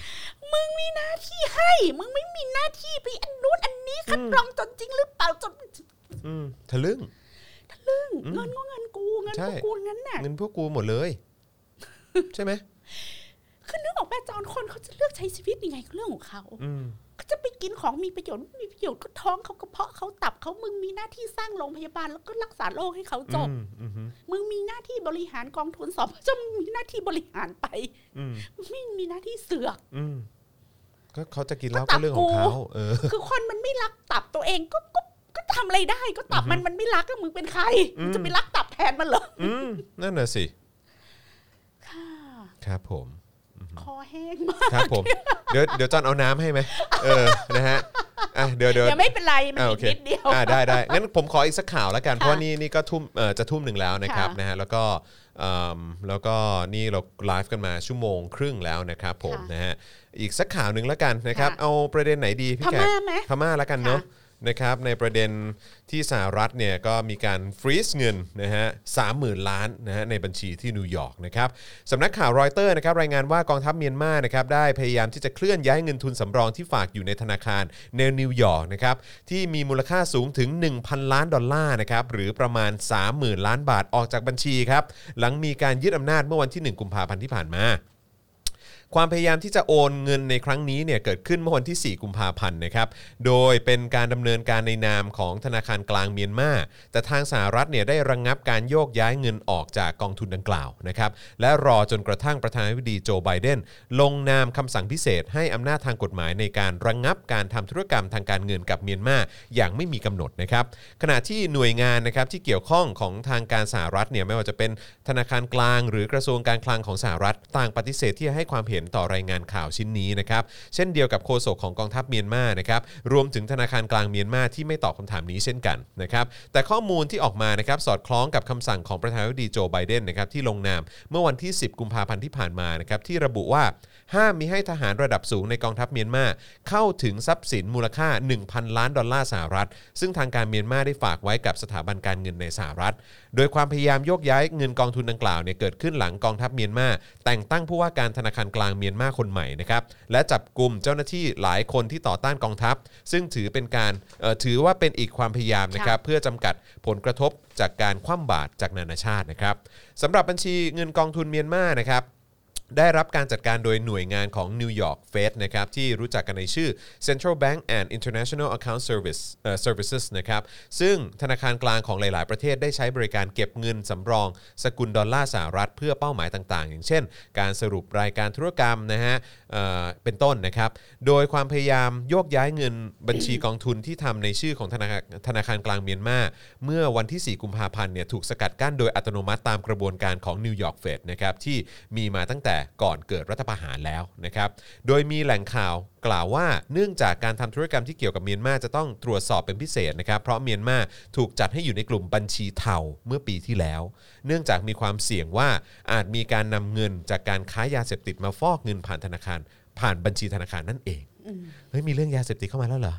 Speaker 3: มึงมีหน้าที่ให้ มึงไม่มีหน้าที่ไปอันนู้นอันนี้คัดกรองจนจริงหรือเปล่าจน
Speaker 2: อืมทะลึ่ง
Speaker 3: ลึงเงินก็เงินกูเงิน
Speaker 2: ใช่
Speaker 3: พวกกูนั้นน่ะ
Speaker 2: เงินพวกกูหมดเลย
Speaker 3: [LAUGHS]
Speaker 2: ใช่ไหม
Speaker 3: คือนึกออกป่ะจอนคนเขาจะเลือกใช้ชีวิตยังไงก็เรื่องของเขา
Speaker 2: อืม
Speaker 3: ก็จะไปกินของมีประโยชน์ไม่มีประโยชน์ก็ท้องเขากระเพาะเขาตับเขามึงมีหน้าที่สร้างโรงพยาบาลแล้วก็รักษาโรคให้เขาจบ
Speaker 2: อืมอือฮึ
Speaker 3: มึงมีหน้าที่บริหารกองทุนสอบจนมึงมีหน้าที่บริหาร [LAUGHS] ไป
Speaker 2: อืม
Speaker 3: มึงไม่มีหน้าที่เสือก
Speaker 2: อืมก็เขาจะกินเหล้า
Speaker 3: ก็ตั
Speaker 2: ก็
Speaker 3: บ
Speaker 2: เรื่องของ
Speaker 3: กู
Speaker 2: เขาเอ
Speaker 3: [LAUGHS]
Speaker 2: อ
Speaker 3: คือคนมันไม่รักตับตัวเองก็ก็ก็ทำอะไรได้ก็ตับมันมันไม่รักก็มึงเป็นใคร
Speaker 2: อืม
Speaker 3: มึงจะไปรักตับแทนมันเหรอ
Speaker 2: อืมนั่นน่ะสิ
Speaker 3: ค่ะ
Speaker 2: ครับผม
Speaker 3: [LAUGHS] คอแห้งมาก
Speaker 2: ครับผม เดี๋ยวเดี๋ยวจอนเอาน้ำให้ไหมเออ นะฮะ อ่ะ เดี๋ยวเดี๋ยว
Speaker 3: เดี๋ยวไม่เป็นไรมัน
Speaker 2: อ่ะ
Speaker 3: อี
Speaker 2: โอก เค
Speaker 3: นิดเดียว
Speaker 2: อ่ะได้ได้งั้นผมขออีกสักข่าวแล้วกันเพ
Speaker 3: ค่ะ
Speaker 2: ราะว่านี่นี่ก็ทุ่มเอ่อจะทุ่มหนึ่งแล้วนะครับ
Speaker 3: ค่ะ
Speaker 2: นะฮะ แล้วก็เอิ่มแล้วก็นี่เราไลฟ์กันมาชั่วโมงครึ่งแล้วนะครับผม
Speaker 3: ค่ะ
Speaker 2: นะฮะ อีกสักข่าวหนึ่งแล้วกันนะครับ
Speaker 3: ค่ะ
Speaker 2: เอาประเด็นไหนดีพี่
Speaker 3: พ
Speaker 2: แขก
Speaker 3: ม่าไหม
Speaker 2: พม่าแล้วกันเนาะนะครับในประเด็นที่สหรัฐเนี่ยก็มีการฟรีซเงินนะฮะสามหมื่นล้านนะฮะในบัญชีที่นิวยอร์กนะครับสำนักข่าวรอยเตอร์นะครับรายงานว่ากองทัพเมียนมานะครับได้พยายามที่จะเคลื่อนย้ายเงินทุนสำรองที่ฝากอยู่ในธนาคารในนิวยอร์กนะครับที่มีมูลค่าสูงถึง 1,000 ล้านดอลลาร์นะครับหรือประมาณ 30,000 ล้านบาทออกจากบัญชีครับหลังมีการยึดอำนาจเมื่อวันที่ 1 กุมภาพันธ์ที่ผ่านมา ความพยายามที่จะโอนเงินในครั้งนี้เนี่ยเกิดขึ้นเมื่อวันที่ 4 กุมภาพันธ์นะครับ โดยเป็นการดำเนินการในนามของธนาคารกลางเมียนมา แต่ทางสหรัฐเนี่ยได้ระงงับการโยกย้ายเงินออกจากกองทุนดังกล่าวนะครับ และรอจนกระทั่งประธานาธิบดีโจไบเดนลงนามคำสั่งพิเศษให้อำนาจทางกฎหมายในการระงงับการทำธุรกรรมทางการเงินกับเมียนมาอย่างไม่มีกำหนดนะครับ ขณะที่หน่วยงานนะครับที่เกี่ยวข้องของทางการสหรัฐเนี่ยไม่ว่าจะเป็นธนาคารกลาง หรือกระทรวงการคลังของสหรัฐต่างปฏิเสธที่จะให้ความเห็น ห็นต่อรายงานข่าวชิ้นนี้นะครับ เช่นเดียวกับโฆษกของกองทัพเมียนมานะครับรวมถึงธนาคารกลางเมียนมาที่ไม่ตอบคำถามนี้เช่นกันนะครับแต่ข้อมูลที่ออกมานะครับสอดคล้องกับคำสั่งของประธานาธิบดีโจไบเดนนะครับที่ลงนามเมื่อวันที่ 10 กุมภาพันธ์ที่ผ่านมานะครับที่ระบุว่า ห้ามมิให้ทหารระดับสูงในกองทัพเมียนมาเข้าถึงทรัพย์สินมูลค่า 1,000 ล้านดอลลาร์สหรัฐ ซึ่งทางการเมียนมาได้ฝากไว้กับสถาบันการเงินในสหรัฐ โดยความพยายามโยกย้ายเงินกองทุนดังกล่าวเนี่ยเกิดขึ้นหลังกองทัพเมียนมาแต่งตั้งผู้ว่าการธนาคารกลางเมียนมาคนใหม่นะครับและจับกลุ่มเจ้าหน้าที่หลายคนที่ต่อต้านกองทัพ ซึ่งถือเป็นการเอ่อถือว่าเป็นอีกความพยายามนะครับ เพื่อจำกัดผลกระทบจากการคว่ำบาตรจากนานาชาตินะครับสำหรับบัญชีเงินกองทุนเมียนมานะครับ ได้รับการจัดการโดยหน่วยงานของ New York Fed นะครับที่รู้จักกันในชื่อ Central Bank and International Account Service เอ่อ Services นะครับซึ่งธนาคารกลางของหลาย ๆ ประเทศได้ใช้บริการเก็บเงินสำรอง สกุลดอลลาร์สหรัฐเพื่อเป้าหมายต่าง ๆ อย่างเช่น การสรุปรายการธุรกรรมนะฮะเอ่อเป็นต้นนะครับ โดยความพยายามโยกย้ายเงินบัญชีกองทุนที่ทำในชื่อของธนาคารธนาคารกลางเมียนมาเมื่อวันที่ 4 กุมภาพันธ์เนี่ยถูกสกัดกั้นโดยอัตโนมัติตามกระบวนการของนิวยอร์กเฟดนะครับที่มีมาตั้งแต่ก่อนเกิดรัฐประหารแล้วนะครับโดยมีแหล่งข่าวกล่าวว่าเนื่องจากการทำธุรกรรมที่เกี่ยวกับเมียนมาจะต้องตรวจสอบเป็นพิเศษนะครับเพราะเมียนมาถูกจัดให้อยู่ในกลุ่มบัญชีเทาเมื่อปีที่แล้ว เนื่องจากมีความเสี่ยงว่าอาจมีการนำเงินจากการค้ายาเสพติดมาฟอกเงินผ่านธนาคาร ผ่านบัญชีธนาคารนั่นเอง เฮ้ยมีเรื่องยาเสพติดเข้ามาแล้วเหรอ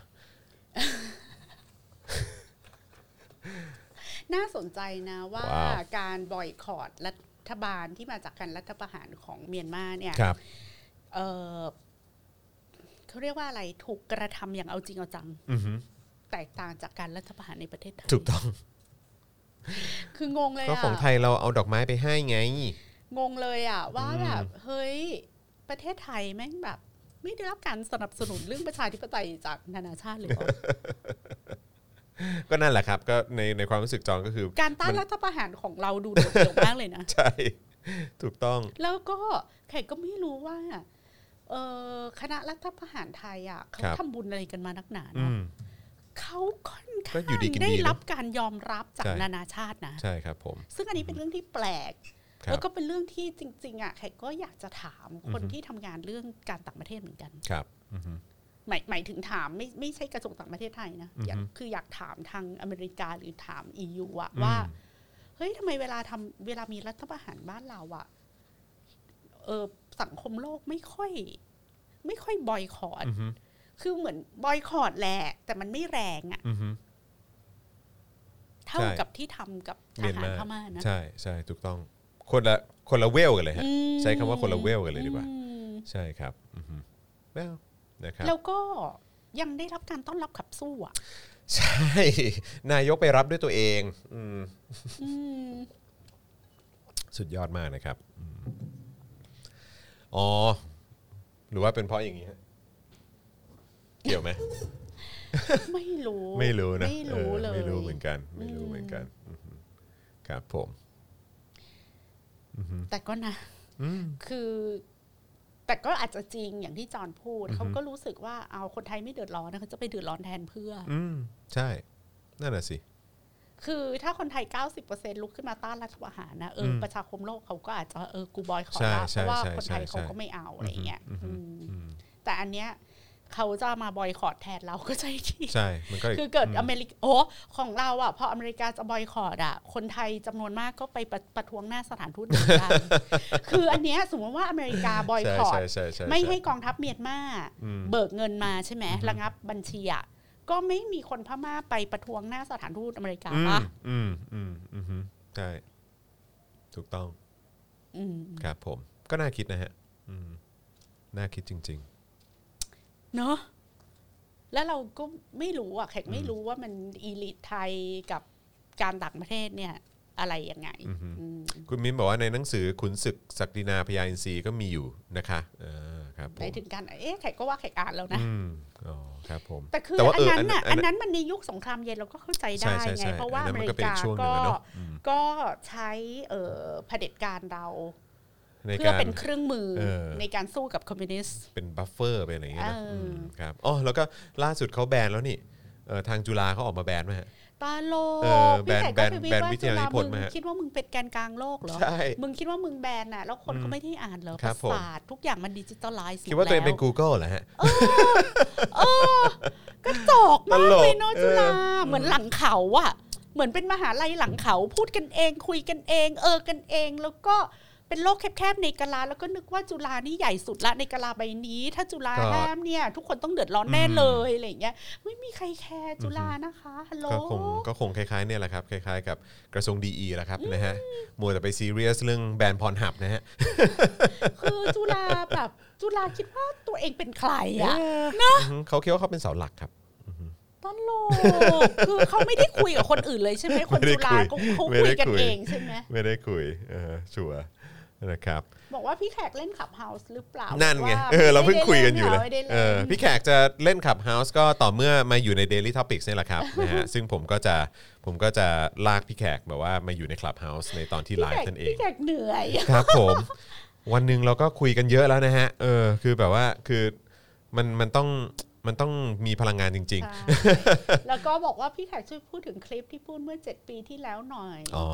Speaker 3: น่าสนใจนะว่า
Speaker 2: ว้าว
Speaker 3: การบอยคอรดรัฐบาลที่มาจากการรัฐประหารของเมียนมาเนี่ย
Speaker 2: ครับ
Speaker 3: เออเขาเรียกว่าอะไรถูกกระทำอย่างเอาจริงเอาจัง
Speaker 2: อือฮึ
Speaker 3: แตกต่างจากการรัฐประหารในประเทศไทย
Speaker 2: ถูกต้อง
Speaker 3: คืองงเลย
Speaker 2: ก็
Speaker 3: อะ
Speaker 2: ของไทยเราเอาดอกไม้ไปให้ไง
Speaker 3: งงเลยอ่ะว่า
Speaker 2: อืม
Speaker 3: แบบเฮ้ย ประเทศไทยแม่งแบบ ไม่ได้รับการสนับสนุนเรื่องประชาธิปไตยจากนานาชาติเลยเหร
Speaker 2: [LAUGHS]
Speaker 3: อ
Speaker 2: ก็นั่นแหละครับ ก็ในในความรู้สึกจองก็คือ [LAUGHS]
Speaker 3: การต้าน
Speaker 2: มัน
Speaker 3: รัฐประหารของเราดูโดดเดี่ยวมากเลยนะ
Speaker 2: ใช่ ถูกต้อง
Speaker 3: แล้วก็แขกก็ไม่รู้ว่าเออคณะรัฐประหารไทยอ่ะเขา
Speaker 2: ครับ
Speaker 3: ทำบุญอะไรกันมานักหนา
Speaker 2: อื
Speaker 3: นะ
Speaker 2: ม
Speaker 3: เขาค่อน
Speaker 2: ก็
Speaker 3: ข้าง
Speaker 2: อยู่ดีกินดีนะ
Speaker 3: ได้รับการยอมรับจาก
Speaker 2: ใช่
Speaker 3: นานาชาตินะ
Speaker 2: ใช่ครับผม
Speaker 3: ซึ่งอันนี้เป็นเรื่องที่แปลก
Speaker 2: ครั
Speaker 3: แล้ว
Speaker 2: บ
Speaker 3: ก็เป็นเรื่องที่จริง ๆอ่ะแขกก็อยากจะถามคน
Speaker 2: อือฮึ
Speaker 3: ที่ทำงานเรื่องการต่างประเทศเหมือนกัน
Speaker 2: ครับอือฮึ
Speaker 3: หมายหมายถึงถามไม่ไม่ใช่กระทรวงต่างประเทศไทยนะอยาก
Speaker 2: อือฮึ
Speaker 3: คืออยากถามทางอเมริกาหรือถาม EU อะว่า เฮ้ยทำไมเวลาทำเวลามีรัฐประหารบ้านเราอะเออสังคมโลกไม่ค่อย ไม่ค่อยบอยคอรด
Speaker 2: อือฮึ
Speaker 3: คือเหมือนบอยคอรดแหละแต่มันไม่แรงอะ
Speaker 2: อือฮึ
Speaker 3: เท่า
Speaker 2: ใช่
Speaker 3: กับที่ทำกับทหารพม่านะ
Speaker 2: ใช่ใช่ถูกต้อง คนละคนละเวลกันเลยฮะ
Speaker 3: อืม
Speaker 2: ใช้คำว่าคนละเวลกันเลยดีกว่า
Speaker 3: อืม
Speaker 2: ใช่ครับอือฮึแล้วนะครับ
Speaker 3: แล้วก็ยังได้รับการต้อนรับขับสู้อะ
Speaker 2: ใช่ นายกไปรับด้วยตัวเองอืม
Speaker 3: อืม
Speaker 2: สุดยอดมากนะครับอืมอ๋อ หรือว่าเป็นเพราะอย่างนี้ฮะเกี่ยวไหม
Speaker 3: ไม่รู้
Speaker 2: ไม่รู้นะ
Speaker 3: ไม่รู้
Speaker 2: ออ
Speaker 3: เลย
Speaker 2: ไม่รู้เหมือนกัน ไม่รู้เหมือนกันอือฮึครับผม
Speaker 3: แต่ก็นะ
Speaker 2: อืม
Speaker 3: คือ แต่ก็อาจจะจริงอย่างที่จอห์นพูด
Speaker 2: อือฮึ
Speaker 3: เขาก็รู้สึกว่าเอาคนไทยไม่เดือดร้อนนะเขาจะไปเดือดร้อนแทนเพื่ออ
Speaker 2: อืมใช่ นั่นแหะสิ
Speaker 3: คือถ้าคนไทย 90%ลุกขึ้นมาต้านรัฐประหารนะเออ
Speaker 2: ม
Speaker 3: ประชาคมโลกเขาก็อาจจะเออกูบอยขอ
Speaker 2: ใช่
Speaker 3: ละ
Speaker 2: ใช่
Speaker 3: เพราะว่า
Speaker 2: ใช่
Speaker 3: คนไทย
Speaker 2: ใช่
Speaker 3: เขาก็ไม่เอาอะไรเงี้ย
Speaker 2: อือฮึอือฮึ
Speaker 3: อืม
Speaker 2: อืม
Speaker 3: แต่อันเนี้ยเขาจะมาบอยคอรดแทนเรา [LAUGHS] ก็ใช่ที่
Speaker 2: ใช่มันก็อี
Speaker 3: คือเกิด
Speaker 2: ม
Speaker 3: อเมริกาโอ้ของเราอ่ะพออเมริกาจะบอยคอรดอ่ะ คนไทยจำนวนมากก็ไปประประท้วงหน้าสถานทูตเหมือ
Speaker 2: [LAUGHS]
Speaker 3: นกันคืออันเนี้ยสมมติว่าอเมริกาบอยคอรด
Speaker 2: ใช่ใช่ใช่ช่
Speaker 3: ไม่ให้
Speaker 2: ช่
Speaker 3: กองทัพเมียนมา
Speaker 2: อืม
Speaker 3: เบิกเงินมาใช่ไหม
Speaker 2: อือฮึ
Speaker 3: ระงับบัญชีอะก็ไม่มีคนพม่าไปประท้วงหน้าสถานทูตอเมริกา
Speaker 2: อืม
Speaker 3: ปะ
Speaker 2: อืมอืมอืมอืมใช่ถูกต้อง
Speaker 3: อืม
Speaker 2: ครับผม ก็น่าคิดนะฮะอืมน่าคิดจริง
Speaker 3: เนอะแล้วเราก็ไม่รู้อะแขกไม่รู้ว่ามันอีลิทไทยกับการต่างประเทศเนี่ย อะไรยังไง
Speaker 2: อือฮึ
Speaker 3: อืม
Speaker 2: ๆ คุณมิ้นบอกว่าในหนังสือขุนศึกศักดินาพญาอินทรีย์ก็มีอยู่นะคะเออครับผ
Speaker 3: หมาย
Speaker 2: ม
Speaker 3: ถึงการเอ๊ะแขกก็ว่าแขกอ่านแล้วนะ
Speaker 2: อืมอ๋อครับผม
Speaker 3: แต่คือ
Speaker 2: แต่ว่า
Speaker 3: อั
Speaker 2: เอน ออั
Speaker 3: นั้น นน่ะ
Speaker 2: อันนั้น
Speaker 3: อันนั้นมันในยุคสงครามเย็นเราก็เข้าใจได้
Speaker 2: ใช่ใช่
Speaker 3: ไง
Speaker 2: ใช่
Speaker 3: เพราะว่า
Speaker 2: อันนั้
Speaker 3: อน
Speaker 2: มันก็
Speaker 3: เมริ
Speaker 2: เป็น
Speaker 3: กา
Speaker 2: ช่วงหนึ่
Speaker 3: ก็
Speaker 2: งอะเนอะอืม
Speaker 3: ก็ใช้เอ่อเผด็จการเรา
Speaker 2: ใน
Speaker 3: เพื่
Speaker 2: กา
Speaker 3: อ
Speaker 2: ร
Speaker 3: เป็นเครื่องมือ
Speaker 2: เออ
Speaker 3: ในการสู้กับคอมมิวนิสต์
Speaker 2: เป็นบัฟเฟอร์ไปนอะไรอย่างเงี้ยนะ
Speaker 3: เอออื
Speaker 2: มครับอ๋อแล้วก็ล่าสุดเขาแบนแล้วนี่ เออทางจุฬาเขาออกมาแบนไหมฮะ
Speaker 3: ตาโลก
Speaker 2: เออ
Speaker 3: พี่ไก่
Speaker 2: แบ
Speaker 3: ก็
Speaker 2: น
Speaker 3: ไป
Speaker 2: แบน
Speaker 3: วิ
Speaker 2: วิทยา
Speaker 3: จาร
Speaker 2: นิ
Speaker 3: ณ์
Speaker 2: พ
Speaker 3: มึ
Speaker 2: นธ์
Speaker 3: ง
Speaker 2: ไหมฮะ
Speaker 3: คิดว่ามึงเป็นแกนกลางโลกเหรอ
Speaker 2: ใช่
Speaker 3: มึงคิดว่ามึงแบนน่ะ แล้วคนก็ไม่ได้อ่านเหรอ
Speaker 2: ครับผม
Speaker 3: ประสาททุกอย่างมันดิจิตอลไลซ์
Speaker 2: คิดว่าตัวเองเป็น Google เหรอฮะ
Speaker 3: ก็จอกมาก
Speaker 2: ตลก
Speaker 3: เลยเนอะ
Speaker 2: เออ
Speaker 3: จุฬาเหมือนหลังเขาอะเหมือนเป็นมหาลัยหลังเขาพูดกันเอง คุยกันเอง เออกันเอง แล้วก็เป็นโลกแคบๆในกะลา แล้วก็นึกว่าจุฬานี่ใหญ่สุดละในกะลาใบนี้ ถ้าจุฬาห้ามเนี่ย ทุกคนต้องเดือดร้อนแน่เลยอะไรอย่างเงี้ยไม่มีใครแคร์จุฬานะคะฮัลโหล
Speaker 2: ก็คงก็คงคล้ายๆเนี่ยแหละครับ คล้ายๆ กับกระทรวงดีแหละครับนะฮะมัวแต่ไปซีเรียสเรื่องแบนพรหับนะฮะ
Speaker 3: คือจุฬาแบบจุฬาคิดว่าตัวเองเป็นใครอะ
Speaker 2: อือฮึเขาคิดว่าเขาเป็นเสาหลักครับ
Speaker 3: ตลกคือเขาไม่ได้คุยกับคนอื่นเลยใช่ไหมคนจุฬาก็เขา
Speaker 2: ไม่
Speaker 3: คุ
Speaker 2: ได้
Speaker 3: ยกัน
Speaker 2: คุย
Speaker 3: เองใช่ไหม
Speaker 2: ไม่ได้คุยเออชัวร์นะครับ
Speaker 3: บอกว่าพี่แขกเล่นขับเฮาส์หรือเปล่า
Speaker 2: นั่นไง
Speaker 3: ว่า
Speaker 2: เออเราเพิ่งคุยกันอยู่เลย
Speaker 3: ไม่ได้
Speaker 2: เอ
Speaker 3: เล่
Speaker 2: อน พี่แขกจะเล่นขับ House ก็ต่อเมื่อมาอยู่ใน Daily Topics เนี่ยแห
Speaker 3: [LAUGHS]
Speaker 2: ละครับ นะฮะซึ่งผมก็จะผมก็จะลากพี่แขกแบบว่ามาอยู่ใน Club House ในตอนที่
Speaker 3: พี่
Speaker 2: ไล
Speaker 3: แข
Speaker 2: ฟ์
Speaker 3: ก
Speaker 2: นั่นเอง
Speaker 3: พี่แขก [LAUGHS] เหนื่อย
Speaker 2: ครับผม วันหนึ่งเราก็คุยกันเยอะแล้วนะฮะ เออ คือแบบว่าคือมันมันต้องมันต้องมีพลังงานจริง
Speaker 3: ใช่แล้วก็บอกว่าพี่แขกช่วยพูดถึงคลิปที่พูดเมื่อ 7 ปีที่แล้วหน่อย
Speaker 2: ๆ อ๋อ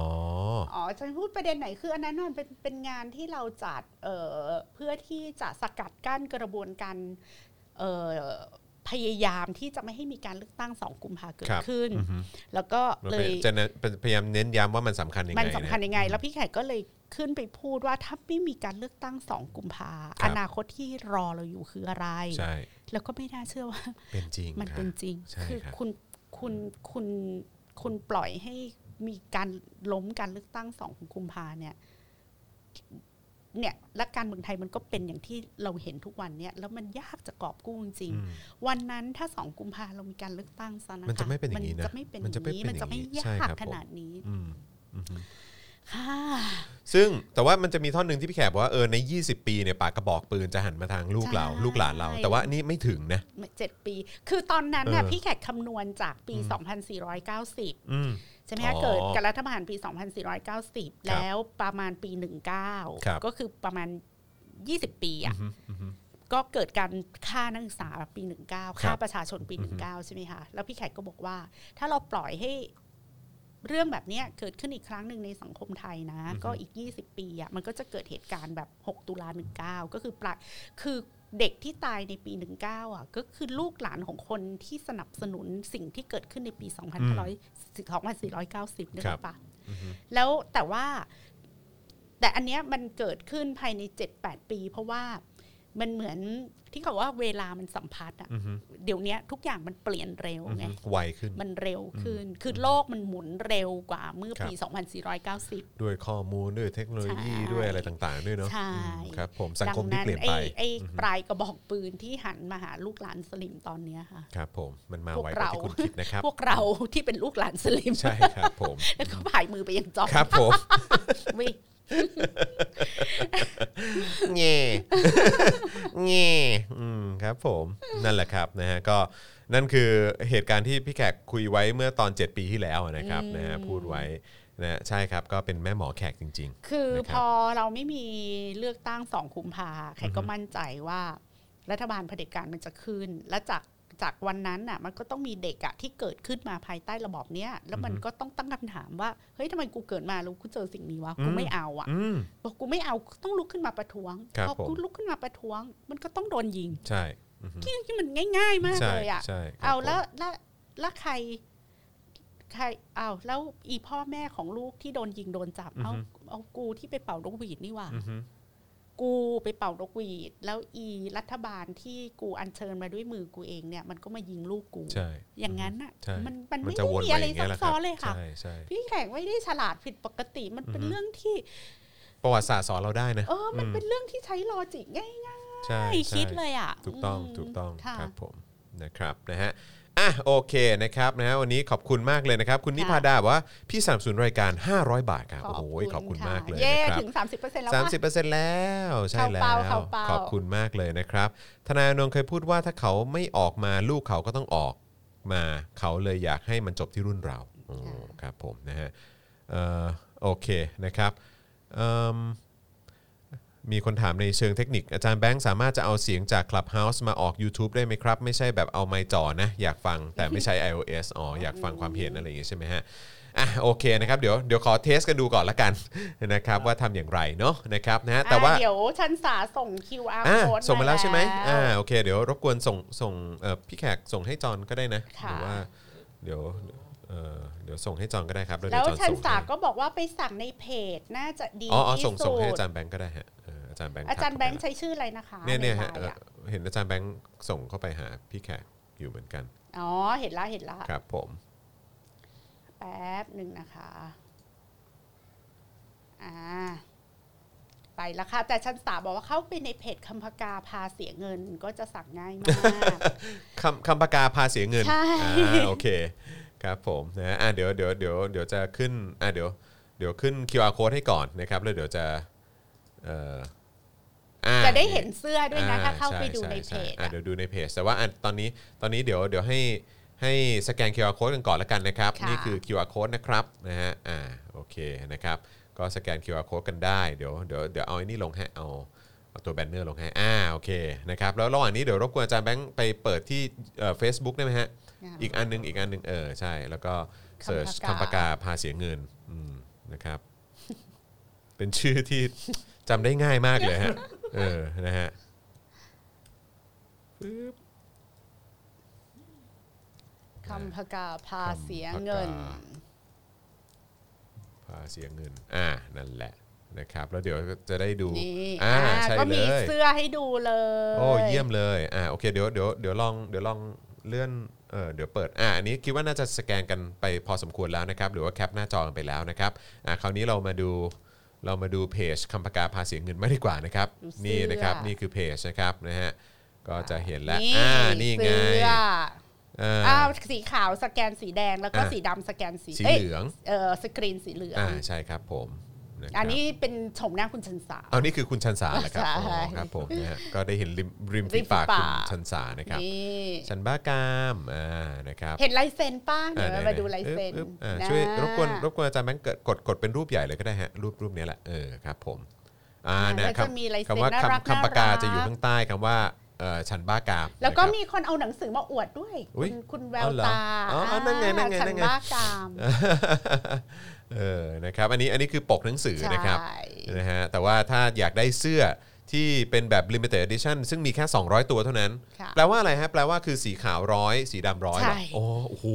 Speaker 3: อ๋อฉันพูดประเด็นไหนคืออันนั้นมันเป็นเป็นงานที่เราจัดเอ่อเพื่อที่จะสกัดกั้นกระบวนการเอ่อพยายามที่จะไม่ให้มีการเลือกตั้งสองกุมภาเกิ
Speaker 2: ค
Speaker 3: ด
Speaker 2: รับ
Speaker 3: ขึ้น แล้วก็
Speaker 2: มัน
Speaker 3: เล
Speaker 2: เป็น
Speaker 3: ย
Speaker 2: จะเน้นเป็นพยายามเน้นย้ำว่ามันสำคัญยังไง
Speaker 3: มันสำคัญ
Speaker 2: นะ
Speaker 3: ยังไง แล้วพี่แขกก็เลยขึ้นไปพูดว่าถ้าไม่มีการเลือกตั้งสองกุมภา
Speaker 2: ครับ
Speaker 3: อนาคตที่รอเราอยู่คืออะไร
Speaker 2: ใช่
Speaker 3: แล้วก็ไม่น่าเชื่อว่า
Speaker 2: เป็นจริง
Speaker 3: มัน
Speaker 2: ครับ
Speaker 3: เป็นจริง
Speaker 2: ใช่
Speaker 3: คือ
Speaker 2: ครับ
Speaker 3: คุณคุณคุณคุณปล่อยให้มีการล้มการเลือกตั้งสองกุมภาเนี่ย เนี่ยและการเมืองไทยมันก็เป็นอย่างที่เราเห็นทุกวันเนี่ยแล้วมันยากจะกอบกู้จริง
Speaker 2: อืม
Speaker 3: ๆวันนั้นถ้าสองกุมภาเรามีการเลือกตั้งซะนะคะ
Speaker 2: มันจะไม่เป็นอย่างนี้นะ
Speaker 3: มัจะไม่เป็นอ
Speaker 2: มั
Speaker 3: ย่าน
Speaker 2: จะ
Speaker 3: ง
Speaker 2: ไม่
Speaker 3: นี้
Speaker 2: เป็น
Speaker 3: มันจะไม่
Speaker 2: อย่างนี้ใช่
Speaker 3: ยาก
Speaker 2: ครับผม
Speaker 3: ขนาดนี้
Speaker 2: อืมอืม
Speaker 3: ค่ะ
Speaker 2: ซึ่งแต่ว่ามันจะมีท่อนหนึ่งที่พี่แขกบอกว่าเออใน 20 ปีเนี่ยปากกระบอกปืนจะหันมาทางลูกเรา ลูกหลานเรา แต่ว่านี่ไม่ถึงนะ
Speaker 3: เจ็ดปี คือตอนนั้นน่ะ
Speaker 2: เออ
Speaker 3: พี่แขกคำนวณจากปี 2490
Speaker 2: อืม
Speaker 3: ใช่ไหมคะ
Speaker 2: อ๋อ
Speaker 3: เกิดการรัฐประหารปี
Speaker 2: ค
Speaker 3: 2490
Speaker 2: รับ
Speaker 3: แล้วประมาณปี
Speaker 2: ครับ
Speaker 3: 19 ก็คือประมาณ 20 ปีอ่ะ
Speaker 2: อืมอืม
Speaker 3: ก็เกิดการฆ่านักศึกษาปี 19ฆ่าประชาชนปี
Speaker 2: อือฮึ
Speaker 3: 19 ใช่ไหมคะ แล้วพี่แขกก็บอกว่า ถ้าเราปล่อยให้เรื่องแบบเนี้ยเกิดขึ้นอีกครั้งหนึ่งในสังคมไทยนะ ก็อีก 20 ปีอ่ะมันก็จะเกิดเหตุการณ์แบบ 6 ตุลา19 ก็คือปลายคือเด็กที่ตายในปี 19 อ่ะ ก็คือลูกหลานของคนที่สนับสนุนสิ่งที่เกิดขึ้นในปี2500 2490นี่
Speaker 2: ครับ
Speaker 3: ปะแล้วแต่ว่าแต่อันเนี้ยมันเกิดขึ้นภายใน 7-8 ปี เพราะว่ามันเหมือนที่เขาว่าเวลามันสัมพัทธ์อ่ะ
Speaker 2: อืม
Speaker 3: เดี๋ยวเนี้ยทุกอย่างมันเปลี่ยนเร็วไง
Speaker 2: ไวขึ้น
Speaker 3: มันเร็วขึ้น คือโลกมันหมุนเร็วกว่าเมื่อปี
Speaker 2: ครับ
Speaker 3: 2490
Speaker 2: ด้วยข้อมูลด้วยเทคโนโลยี
Speaker 3: ใช่
Speaker 2: ด้วยอะไรต่างๆ ด้วยเนาะ
Speaker 3: ใช่
Speaker 2: อืมครับ ผมสังคมที่เปลี่ยนไป
Speaker 3: ดังไอ้ไอ้ปลายกระบอกปืนที่หันมาหาลูกหลานสลิมตอนเนี้ยค่ะ
Speaker 2: ครับ ผมมันมา
Speaker 3: พวก
Speaker 2: ไวกว่า
Speaker 3: เรา
Speaker 2: ที่คุณคิดนะครับ
Speaker 3: พวกเราที่เป็นลูกหลานสลิม
Speaker 2: ใช่ครับผม
Speaker 3: แล้วก็ผ่ายมือไปยังจอม
Speaker 2: ครับผม
Speaker 3: วิ
Speaker 2: เง่เง่อืมครับผมนั่นแหละครับนะฮะก็นั่นคือเหตุการณ์ที่พี่แขกคุยไว้เมื่อตอน 7 ปีที่แล้วนะครับนะฮะพูดไว้นะใช่ครับก็เป็นแม่หมอแขกจริง
Speaker 3: คือ
Speaker 2: นะครับ
Speaker 3: พอเราไม่มีเลือกตั้งสองคุมภาใครก็มั่นใจว่า รัฐบาลเผด็จการมันจะขึ้น และจากจากวันนั้นน่ะ มันก็ต้องมีเด็กอะที่เกิดขึ้นมาภายใต้ระบอบเนี้ยแล้วมัน
Speaker 2: อือฮึ
Speaker 3: ก็ต้องตั้งคำถามว่าเฮ้ยทำไมกูเกิดมาแล้วกูเจอสิ่งนี้วะกูไม่เอาอะ
Speaker 2: ๆอืม
Speaker 3: บอกกูไม่เอาต้องลุกขึ้นมาประท้วง
Speaker 2: ครับ
Speaker 3: พอ
Speaker 2: ผ
Speaker 3: กู
Speaker 2: ม
Speaker 3: ลุกขึ้นมาประท้วง มันก็ต้องโดนยิง
Speaker 2: ใช่อือฮึ
Speaker 3: ที่ที่มันง่าย ๆ มาก
Speaker 2: ใช่
Speaker 3: เลยอ่ะ
Speaker 2: ใช่ครับ
Speaker 3: เอา
Speaker 2: ผม
Speaker 3: แล้วแล้วแล้วใคร ใครเอาแล้วอีพ่อแม่ของลูกที่โดนยิงโดนจับ เอา
Speaker 2: อือฮึ
Speaker 3: เอากูที่ไปเป่านกหวีดนี่หว่า
Speaker 2: อือฮึ
Speaker 3: กูไปเป่านกหวีด แล้วอีรัฐบาลที่กูอัญเชิญมาด้วยมือกูเองเนี่ย มันก็มายิงลูกกู
Speaker 2: ใช่
Speaker 3: อย่างนั้นอ่ะ
Speaker 2: ใช่
Speaker 3: มันมัน
Speaker 2: มัน
Speaker 3: ไม่
Speaker 2: จะ
Speaker 3: ได้
Speaker 2: วน
Speaker 3: มี
Speaker 2: ไป
Speaker 3: อะไร
Speaker 2: อย่าง
Speaker 3: ซั
Speaker 2: เงี้ยแห
Speaker 3: บ
Speaker 2: ละค
Speaker 3: ซ้
Speaker 2: รั
Speaker 3: อบ นเลยค่ะ
Speaker 2: ใช่ใช่
Speaker 3: พี่แขกไม่ได้ฉลาดผิดปกติมันเป็นเรื่องที่
Speaker 2: ประวัติศาสตร์สอนเราได้นะ
Speaker 3: เออ มัน
Speaker 2: ม
Speaker 3: เป็นเรื่องที่ใช้ลอจิกง่าย
Speaker 2: ใช่
Speaker 3: ไม่
Speaker 2: ใช่
Speaker 3: คิดเลยอ่ะ
Speaker 2: ถูกต้อง
Speaker 3: ม
Speaker 2: ถูกต้อง
Speaker 3: ค่ะ
Speaker 2: ครับผมนะครับนะฮะอ่ะโอเคนะครับนะฮะวันนี้ขอบคุณมากเลยนะครับ คุณ
Speaker 3: ค่ะ
Speaker 2: นิพาดาบอกว่าพี่สามศูนย์รายการ 500 บาทครับโอ้โหขอบคุณ
Speaker 3: ะ
Speaker 2: มากเลย
Speaker 3: เย่
Speaker 2: นะครับ
Speaker 3: ถึง 30%แล้ว
Speaker 2: สาม
Speaker 3: ว่ะ
Speaker 2: สิบเปอร์เซ็นต์แล้วใช่แล้ว
Speaker 3: เข้าเป้าเข้าเป้า
Speaker 2: ขอบคุณมากเลยนะครับ ทนายอนงค์เคยพูดว่าถ้าเขาไม่ออกมาลูกเขาก็ต้องออกมาเขาเลยอยากให้มันจบที่รุ่นเราโอ้ครับผมนะฮะเอ่อโอเคนะครับเอิ่ม มีคนถามในเชิงเทคนิคอาจารย์แบงค์สามารถจะเอาเสียงจาก Clubhouse มาออก YouTube ได้ไหมครับ ไม่ใช่แบบเอาไมค์จ่อนะ อยากฟังแต่ไม่ใช่ iOS
Speaker 3: [LAUGHS]
Speaker 2: อ๋ออยากฟังความเห็นอะไรอย่างงี้ใช่ไหมฮะอ่ะโอเคนะครับเดี๋ยวเดี๋ยวขอเทสกันดูก่อนละกัน [LAUGHS] นะครับว่าทำอย่างไรเนาะนะครับนะฮะแต่ว่า
Speaker 3: อ่ะเดี๋ยวชันสาส่ง QR
Speaker 2: อ่า
Speaker 3: code
Speaker 2: ส่งมาแล้วใช่ไหมอ่า
Speaker 3: แล้ว
Speaker 2: โอเค เดี๋ยวรบกวนส่งส่งเอ่อพี่แขกส่งให้จอนก็ได้นะห
Speaker 3: ค่ะ
Speaker 2: รือว่าเดี๋ยวเอ่อเดี๋ยวส่งให้จอนก็ได้ครับ
Speaker 3: แล้ว
Speaker 2: เดี๋ยจอ
Speaker 3: ชัน
Speaker 2: ส่ง
Speaker 3: สา
Speaker 2: ให้
Speaker 3: ก็บอกว่าไปสั่งในเพจน่าจะดี
Speaker 2: อ๋ออ๋อ
Speaker 3: ที่
Speaker 2: ส่ง
Speaker 3: สุ
Speaker 2: ส่งให้อา
Speaker 3: ด
Speaker 2: จารย์แบงก์ก็ได้ฮะเอออาจารย์แบงก์
Speaker 3: อาจารย์
Speaker 2: ทัก
Speaker 3: แบงค์ใช้ชื่ออะไรนะคะ
Speaker 2: เนี่ยเนี่ยฮะ
Speaker 3: ใไลน์อะ
Speaker 2: เอ่อเห็นอาจารย์แบงก์ส่งเข้าไปหาพี่แขกอยู่เหมือนกัน
Speaker 3: อ๋อเห็นละเห็นละ
Speaker 2: ครับผม
Speaker 3: แป๊บหนึ่งนะคะอ่าไปละค่ะ แต่ชันสาบอกว่าเข้าไปในเพจคำพกาพาเสียเงินก็จะสั่งง่ายมาก
Speaker 2: คำคำปากกาพาเสียเงิน
Speaker 3: ใช่
Speaker 2: อ่าโอเคครับผมนะฮะอ่ะเดี๋ยวเดี๋ยวเดี๋ยวเดี๋ยวจะขึ้นอ่ะเดี๋ยวเดี๋ยวขึ้น QR code ให้ก่อนนะครับแล้วเดี๋ยวจะเอ่ออ่า
Speaker 3: จะได้เห็นเสื้อด้วยนะ
Speaker 2: อ่
Speaker 3: ถ้าเข้าไปดูในเพ
Speaker 2: ช่
Speaker 3: จ
Speaker 2: ช่อ่ะ
Speaker 3: อะ
Speaker 2: เดี๋ยวดูในเพจ แต่ว่าอ่ะตอนนี้ตอนนี้เดี๋ยวเดี๋ยวให้ให้สแกน QR code กันก่อนละกันนะครับ
Speaker 3: ค่ะ
Speaker 2: นี่คือ QR code นะครับนะฮะอ่าโอเคนะครับ ก็สแกน QR code กันได้เดี๋ยวเดี๋ยวเดี๋ยวเอาไอ้นี่ลงให้เอาเอาตัวแบนเนอร์ลงให้อ่าโอเคนะครับแล้วระหว่างนี้เดี๋ยวรบกวนอาจารย์แบงค์ไปเปิดที่เฟซบุ๊กได้ไหมฮะ อีกอันหนึงอีกอันหนึงเออใช่ แล้วก็เสิร์ชคำ
Speaker 3: คำ
Speaker 2: ปา
Speaker 3: ปาก
Speaker 2: กาก
Speaker 3: กา
Speaker 2: พาเสียเงินอืม
Speaker 3: [LAUGHS]
Speaker 2: นะครับ เป็นชื่อที่จำได้ง่ายมากเลยฮะ เออนะฮะปึ๊บ
Speaker 3: คำพกาพาเสียเงิน
Speaker 2: คำพกา พาเสียเงิน อ่านั่นแหละนะครับ แล้วเดี๋ยวจะได้ดู
Speaker 3: นี่
Speaker 2: อ่า
Speaker 3: อ่า
Speaker 2: ใช่
Speaker 3: ก็
Speaker 2: เล
Speaker 3: มี
Speaker 2: ย
Speaker 3: เสื้อให้ดูเลย
Speaker 2: โอ้เยี่ยมเลยอ่าโอเคเดี๋ยวเดี๋ยวเดี๋ยวลองเดี๋ยวลองเลื่อนเออเดี๋ยวเปิดอ่าอันนี้คิดว่าน่าจะสแกนกันไปพอสมควรแล้วนะครับ หรือว่าแคปหน้าจอกันไปแล้วนะครับอ่าคราวนี้เรามาดูเรามาดูเพจคำปากกาพาเสียเงินไม่ดีกว่านะครับ นี่นะครับนี่คือเพจนะครับนะฮะก็จะเห็นแล้วอ่านี่ไง
Speaker 3: เสื้อ
Speaker 2: เอออ
Speaker 3: อ้าวสีขาวสแกนสีแดงแล้วก็
Speaker 2: อ่ะ
Speaker 3: สีดำสแกนสี
Speaker 2: สี
Speaker 3: ย
Speaker 2: เหลือง
Speaker 3: เออสกรีนสีเหลือง
Speaker 2: อ่าใช่ครับผมะครับ
Speaker 3: อันนี้เป็นชมหน้าคุณชันสา
Speaker 2: เอานี่คือคุณชันสาเหรอครับ
Speaker 3: ใช่
Speaker 2: อ๋อครับผมนะฮะก็ได้เห็นริมริมฝีปาก
Speaker 3: ริมฝีปาก
Speaker 2: คุณชันสานะครับ
Speaker 3: นี่
Speaker 2: ชันบ้ากามอ่านะครับ
Speaker 3: เห็นลายเซ็นป้าเดี๋ยว
Speaker 2: อ่
Speaker 3: เรา
Speaker 2: ไห
Speaker 3: มา
Speaker 2: ๆ
Speaker 3: ดูลายเซ็น
Speaker 2: อึ๊บอึ๊บอ่า
Speaker 3: ะ
Speaker 2: ช่วยรบกวนรบกวนอาจารย์แบงค์เกิดกดกดเป็นรูปใหญ่เลยก็ได้ฮะรูปรูปเนี้ยแหละเออครับผมอ่า
Speaker 3: อ่า
Speaker 2: นะ
Speaker 3: แล้ว
Speaker 2: ค
Speaker 3: จะมีลาย
Speaker 2: ำ
Speaker 3: เซ็น
Speaker 2: คำว่า
Speaker 3: น่ารัก
Speaker 2: คำคำปากกา
Speaker 3: น่รั
Speaker 2: จะอยู่ข้างใต้คำว่าเอ่อชันบ้ากาม
Speaker 3: แล้วก็มีคนเอาหนังสือมาอวดด้วย
Speaker 2: อุ๊ย
Speaker 3: คุณคุณแว
Speaker 2: อ๋
Speaker 3: ว
Speaker 2: อเหรอ
Speaker 3: ตา
Speaker 2: อ๋ออ๋อนั่นไงนั่นไง
Speaker 3: ฉั
Speaker 2: นั่นไง
Speaker 3: บ้ากาม
Speaker 2: [LAUGHS] เออ นะครับ อันนี้ อันนี้คือปกหนังสือนะครับ
Speaker 3: ใช่
Speaker 2: นะฮะ แต่ว่าถ้าอยากได้เสื้อที่เป็นแบบ limited edition ซึ่งมีแค่ 200 ตัวเท่านั้น
Speaker 3: ค่ะ
Speaker 2: แปลว่าอะไรฮะ แปลว่าคือสีขาวร้อย สีดำร้อย
Speaker 3: ใช่
Speaker 2: โอ้โอ้โห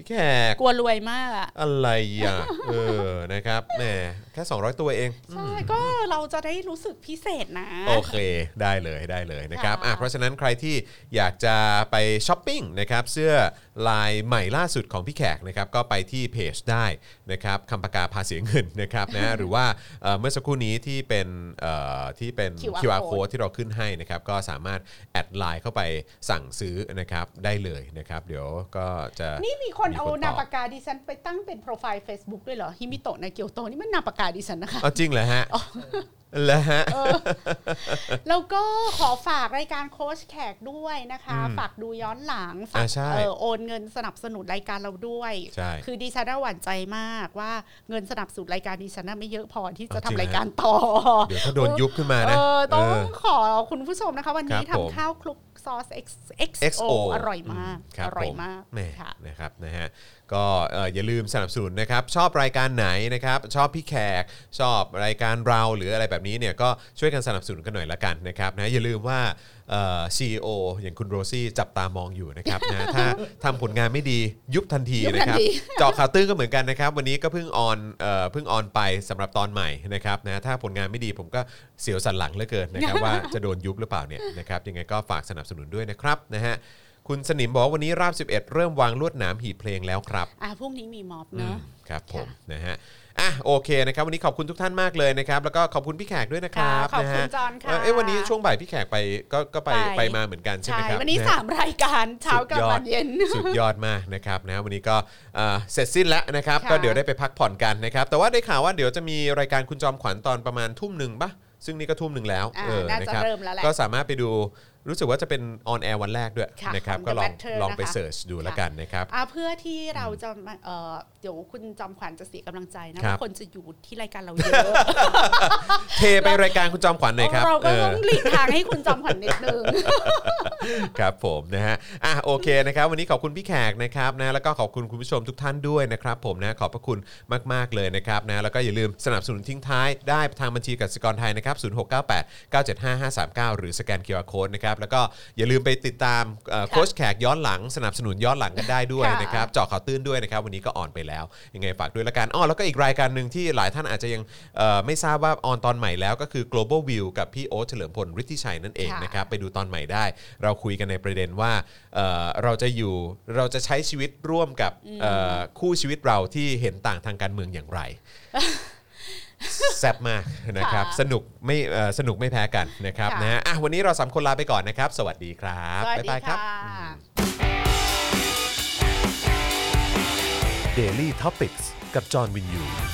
Speaker 2: พี่แขก
Speaker 3: กลัวรวยมากอะ
Speaker 2: อะไรอ่ะ เออ นะครับ แหม แค่ 200 ตัวเอง
Speaker 3: ใช่ ก็เราจะได้รู้สึกพิเศษนะ
Speaker 2: โอเค ได้เลยได้เลยนะครับ
Speaker 3: ค่ะ
Speaker 2: อ่ะเพราะฉะนั้นใครที่อยากจะไปช้อปปิ้งนะครับเสื้อลายใหม่ล่าสุดของพี่แขกนะครับก็ไปที่เพจได้นะครับคำปากกาภาษีเงิน [LAUGHS] นะครับนะ
Speaker 3: [LAUGHS]
Speaker 2: หรือว่าเอ่อเมื่อสักครู่นี้ที่เป็นเอ่อที่เป็น
Speaker 3: QR
Speaker 2: QR
Speaker 3: code
Speaker 2: code ที่เราขึ้นให้นะครับก็สามารถแอดไลน์เข้าไปสั่งซื้อนะครับได้เลยนะครับ เดี๋ยวก็จะ
Speaker 3: นี่มีคน
Speaker 2: มีคนต
Speaker 3: เอา
Speaker 2: อบ
Speaker 3: นามปากกาดิฉันไปตั้งเป็นโปรไฟล์ Facebook ด้วยเหรอ ฮิมิโตะในเกียวโตนี่มันนามปากกาดิฉันนะคะ
Speaker 2: เอาจริงเหรอฮะเหรอฮะ
Speaker 3: แล้วก็ขอฝากรายการโค้ชแขกด้วยนะคะ ฝากดูย้อนหลัง ฝาก
Speaker 2: อ่าใช่
Speaker 3: เออโอนเงินสนับสนุนรายการเราด้วย
Speaker 2: ใช่
Speaker 3: คือดิฉันน่ะหวั่นใจมากว่าเงินสนับสนุนรายการดิฉันน่ะไม่เยอะพอที่จะ
Speaker 2: เอาจริง
Speaker 3: ทำรายการต่อ
Speaker 2: เดี๋ยวถ้าโดนยุบขึ้นมานะ
Speaker 3: เออต้อง
Speaker 2: เออ
Speaker 3: ขอคุณผู้ชมนะคะ วันนี้
Speaker 2: ครับผม
Speaker 3: ทำข้าวคลุกซอส XO
Speaker 2: XO
Speaker 3: อร่อยมาก
Speaker 2: คบ
Speaker 3: อร่อย
Speaker 2: ผม
Speaker 3: าก
Speaker 2: แห
Speaker 3: ค่ะ
Speaker 2: นะครับนะฮะก็เอ่ออย่าลืมสนับสนุนนะครับ ชอบรายการไหนนะครับ ชอบพี่แขก ชอบรายการเราหรืออะไรแบบนี้เนี่ยก็ช่วยกันสนับสนุนกันหน่อยละกันนะครับนะอย่าลืมว่าเอ่อ CEO อย่างคุณโรซี่จับตามองอยู่นะครับนะ ถ้าทำผลงานไม่ดียุบทันที
Speaker 3: ยุบทัน
Speaker 2: นะครับ
Speaker 3: ที
Speaker 2: เจาะข่าวตื้นก็เหมือนกันนะครับ วันนี้ก็เพิ่งออนเอ่อเพิ่งออนไปสำหรับตอนใหม่นะครับนะถ้าผลงานไม่ดีผมก็เสียวสันหลังเหลือเกิน
Speaker 3: [LAUGHS]
Speaker 2: นะครับ ว่าจะโดนยุบหรือเปล่าเนี่ยนะครับยังไงก็ฝากสนับสนุนด้วยนะครับนะฮะคุณสนิมบอกว่าวันนี้ราบ 11 เริ่มวางลวดหนามหีบเพลงแล้วครับ
Speaker 3: อ่ะพรุ่งนี้มีม็อบ
Speaker 2: อื
Speaker 3: เน
Speaker 2: ม
Speaker 3: อะ
Speaker 2: ครับผมนะฮะอ่ะโอเคนะครับ วันนี้ขอบคุณทุกท่านมากเลยนะครับ แล้วก็ขอบคุณพี่แขกด้วยนะครับ
Speaker 3: ค่ะขอบคุณ
Speaker 2: นะฮะ
Speaker 3: จอนค่ะ
Speaker 2: เอ้ยวันนี้ช่วงบ่ายพี่แขกไปก็ก็ไป
Speaker 3: ไป
Speaker 2: ไปมาเหมือนกันใช่ไหมครับ
Speaker 3: วันนี้
Speaker 2: ะฮะ
Speaker 3: 3 รายการเช้ากับวันเย็น
Speaker 2: สุดยอดมากนะครับนะวันนี้ก็เอ่อเสร็จสิ้นแล้วนะครับ
Speaker 3: ค่ะ
Speaker 2: ก็เดี๋ยวได้ไปพักผ่อนกันนะครับ แต่ว่าได้ข่าวว่าเดี๋ยวจะมีรายการคุณจอมขวัญตอนประมาณทุ่มหนึ่งปะซึ่งนี่ก็ทุ่มหนึ่งแล้ว
Speaker 3: อ่า
Speaker 2: เออ
Speaker 3: น่าจะ
Speaker 2: คบ
Speaker 3: เริ่มแล้วแหละ
Speaker 2: ก็สามารถไปดู รู้สึกว่าจะเป็นออนแอร์วันแรกด้วย
Speaker 3: ค่ะ
Speaker 2: นะครับ
Speaker 3: ของ
Speaker 2: ก็ลอง
Speaker 3: The Matter
Speaker 2: ลองไป
Speaker 3: นะคะ
Speaker 2: เสิร์ชดู
Speaker 3: ค่ะ
Speaker 2: แล้วกันนะครับ
Speaker 3: อ่าเพื่อที่เราจะมาเอ่อเดี๋ยวคุณจอมขวัญจะเสียกำลังใจนะครับ ว่าคนจะอยู่ที่รายการเราเยอะ
Speaker 2: เทไปรายการคุณจอมขวัญหน่อยครับ
Speaker 3: เราก็
Speaker 2: เออ
Speaker 3: ต้องหลีกทางให้คุณจอมขวัญนิดนึง
Speaker 2: ครับผมนะฮะอ่ะโอเคนะครับ วันนี้ขอบคุณพี่แขกนะครับนะแล้วก็ขอบคุณคุณผู้ชมทุกท่านด้วยนะครับผมนะขอบพระคุณมาก ๆ เลยนะครับนะแล้วก็อย่าลืมสนับสนุนทิ้งท้ายได้ทางบัญชีกสิกรไทยนะครับ0 6 9 8 9 7 5 5 3 9 หรือสแกน QR Code นะครับแล้วก็อย่าลืมไปติดตามเอ่อ
Speaker 3: ค่ะ
Speaker 2: โค้ชแขกย้อนหลัง สนับสนุนย้อนหลังกันได้ด้วย
Speaker 3: ค่ะ
Speaker 2: นะครับ เจาะข่าวตื้นด้วยนะครับวันนี้ก็ออนไปแล้วยังไงฝากด้วยละกันอ้อแล้วก็อีกรายการหนึ่งที่หลายท่านอาจจะยังเอ่อไม่ทราบว่าออนตอนใหม่แล้วก็คือ global view กับพี่โอ๊ตเฉลิมพลฤทธิชัยนั่นเอง
Speaker 3: ค่ะ
Speaker 2: นะครับไปดูตอนใหม่ได้ เราคุยกันในประเด็นว่าเอ่อเราจะอยู่เราจะใช้ชีวิตร่วมกับเอ่อคู่ชีวิตเราที่เห็นต่างทางการเมืองอย่าง
Speaker 3: [LAUGHS]
Speaker 2: ไร แซ่บมากนะครับ
Speaker 3: ค่ะ
Speaker 2: สนุกไม่เอ่อสนุกไม่แพ้กันนะครับ
Speaker 3: ค่ะ
Speaker 2: นะฮะอ่ะวันนี้เราสามคนลาไปก่อนนะครับ สวัสดีครับ
Speaker 3: สวัส
Speaker 2: บ๊าย
Speaker 3: ดี
Speaker 2: บายครั
Speaker 3: ค่ะ
Speaker 2: บ
Speaker 1: Daily t o p i c กกับจอห์นวินยู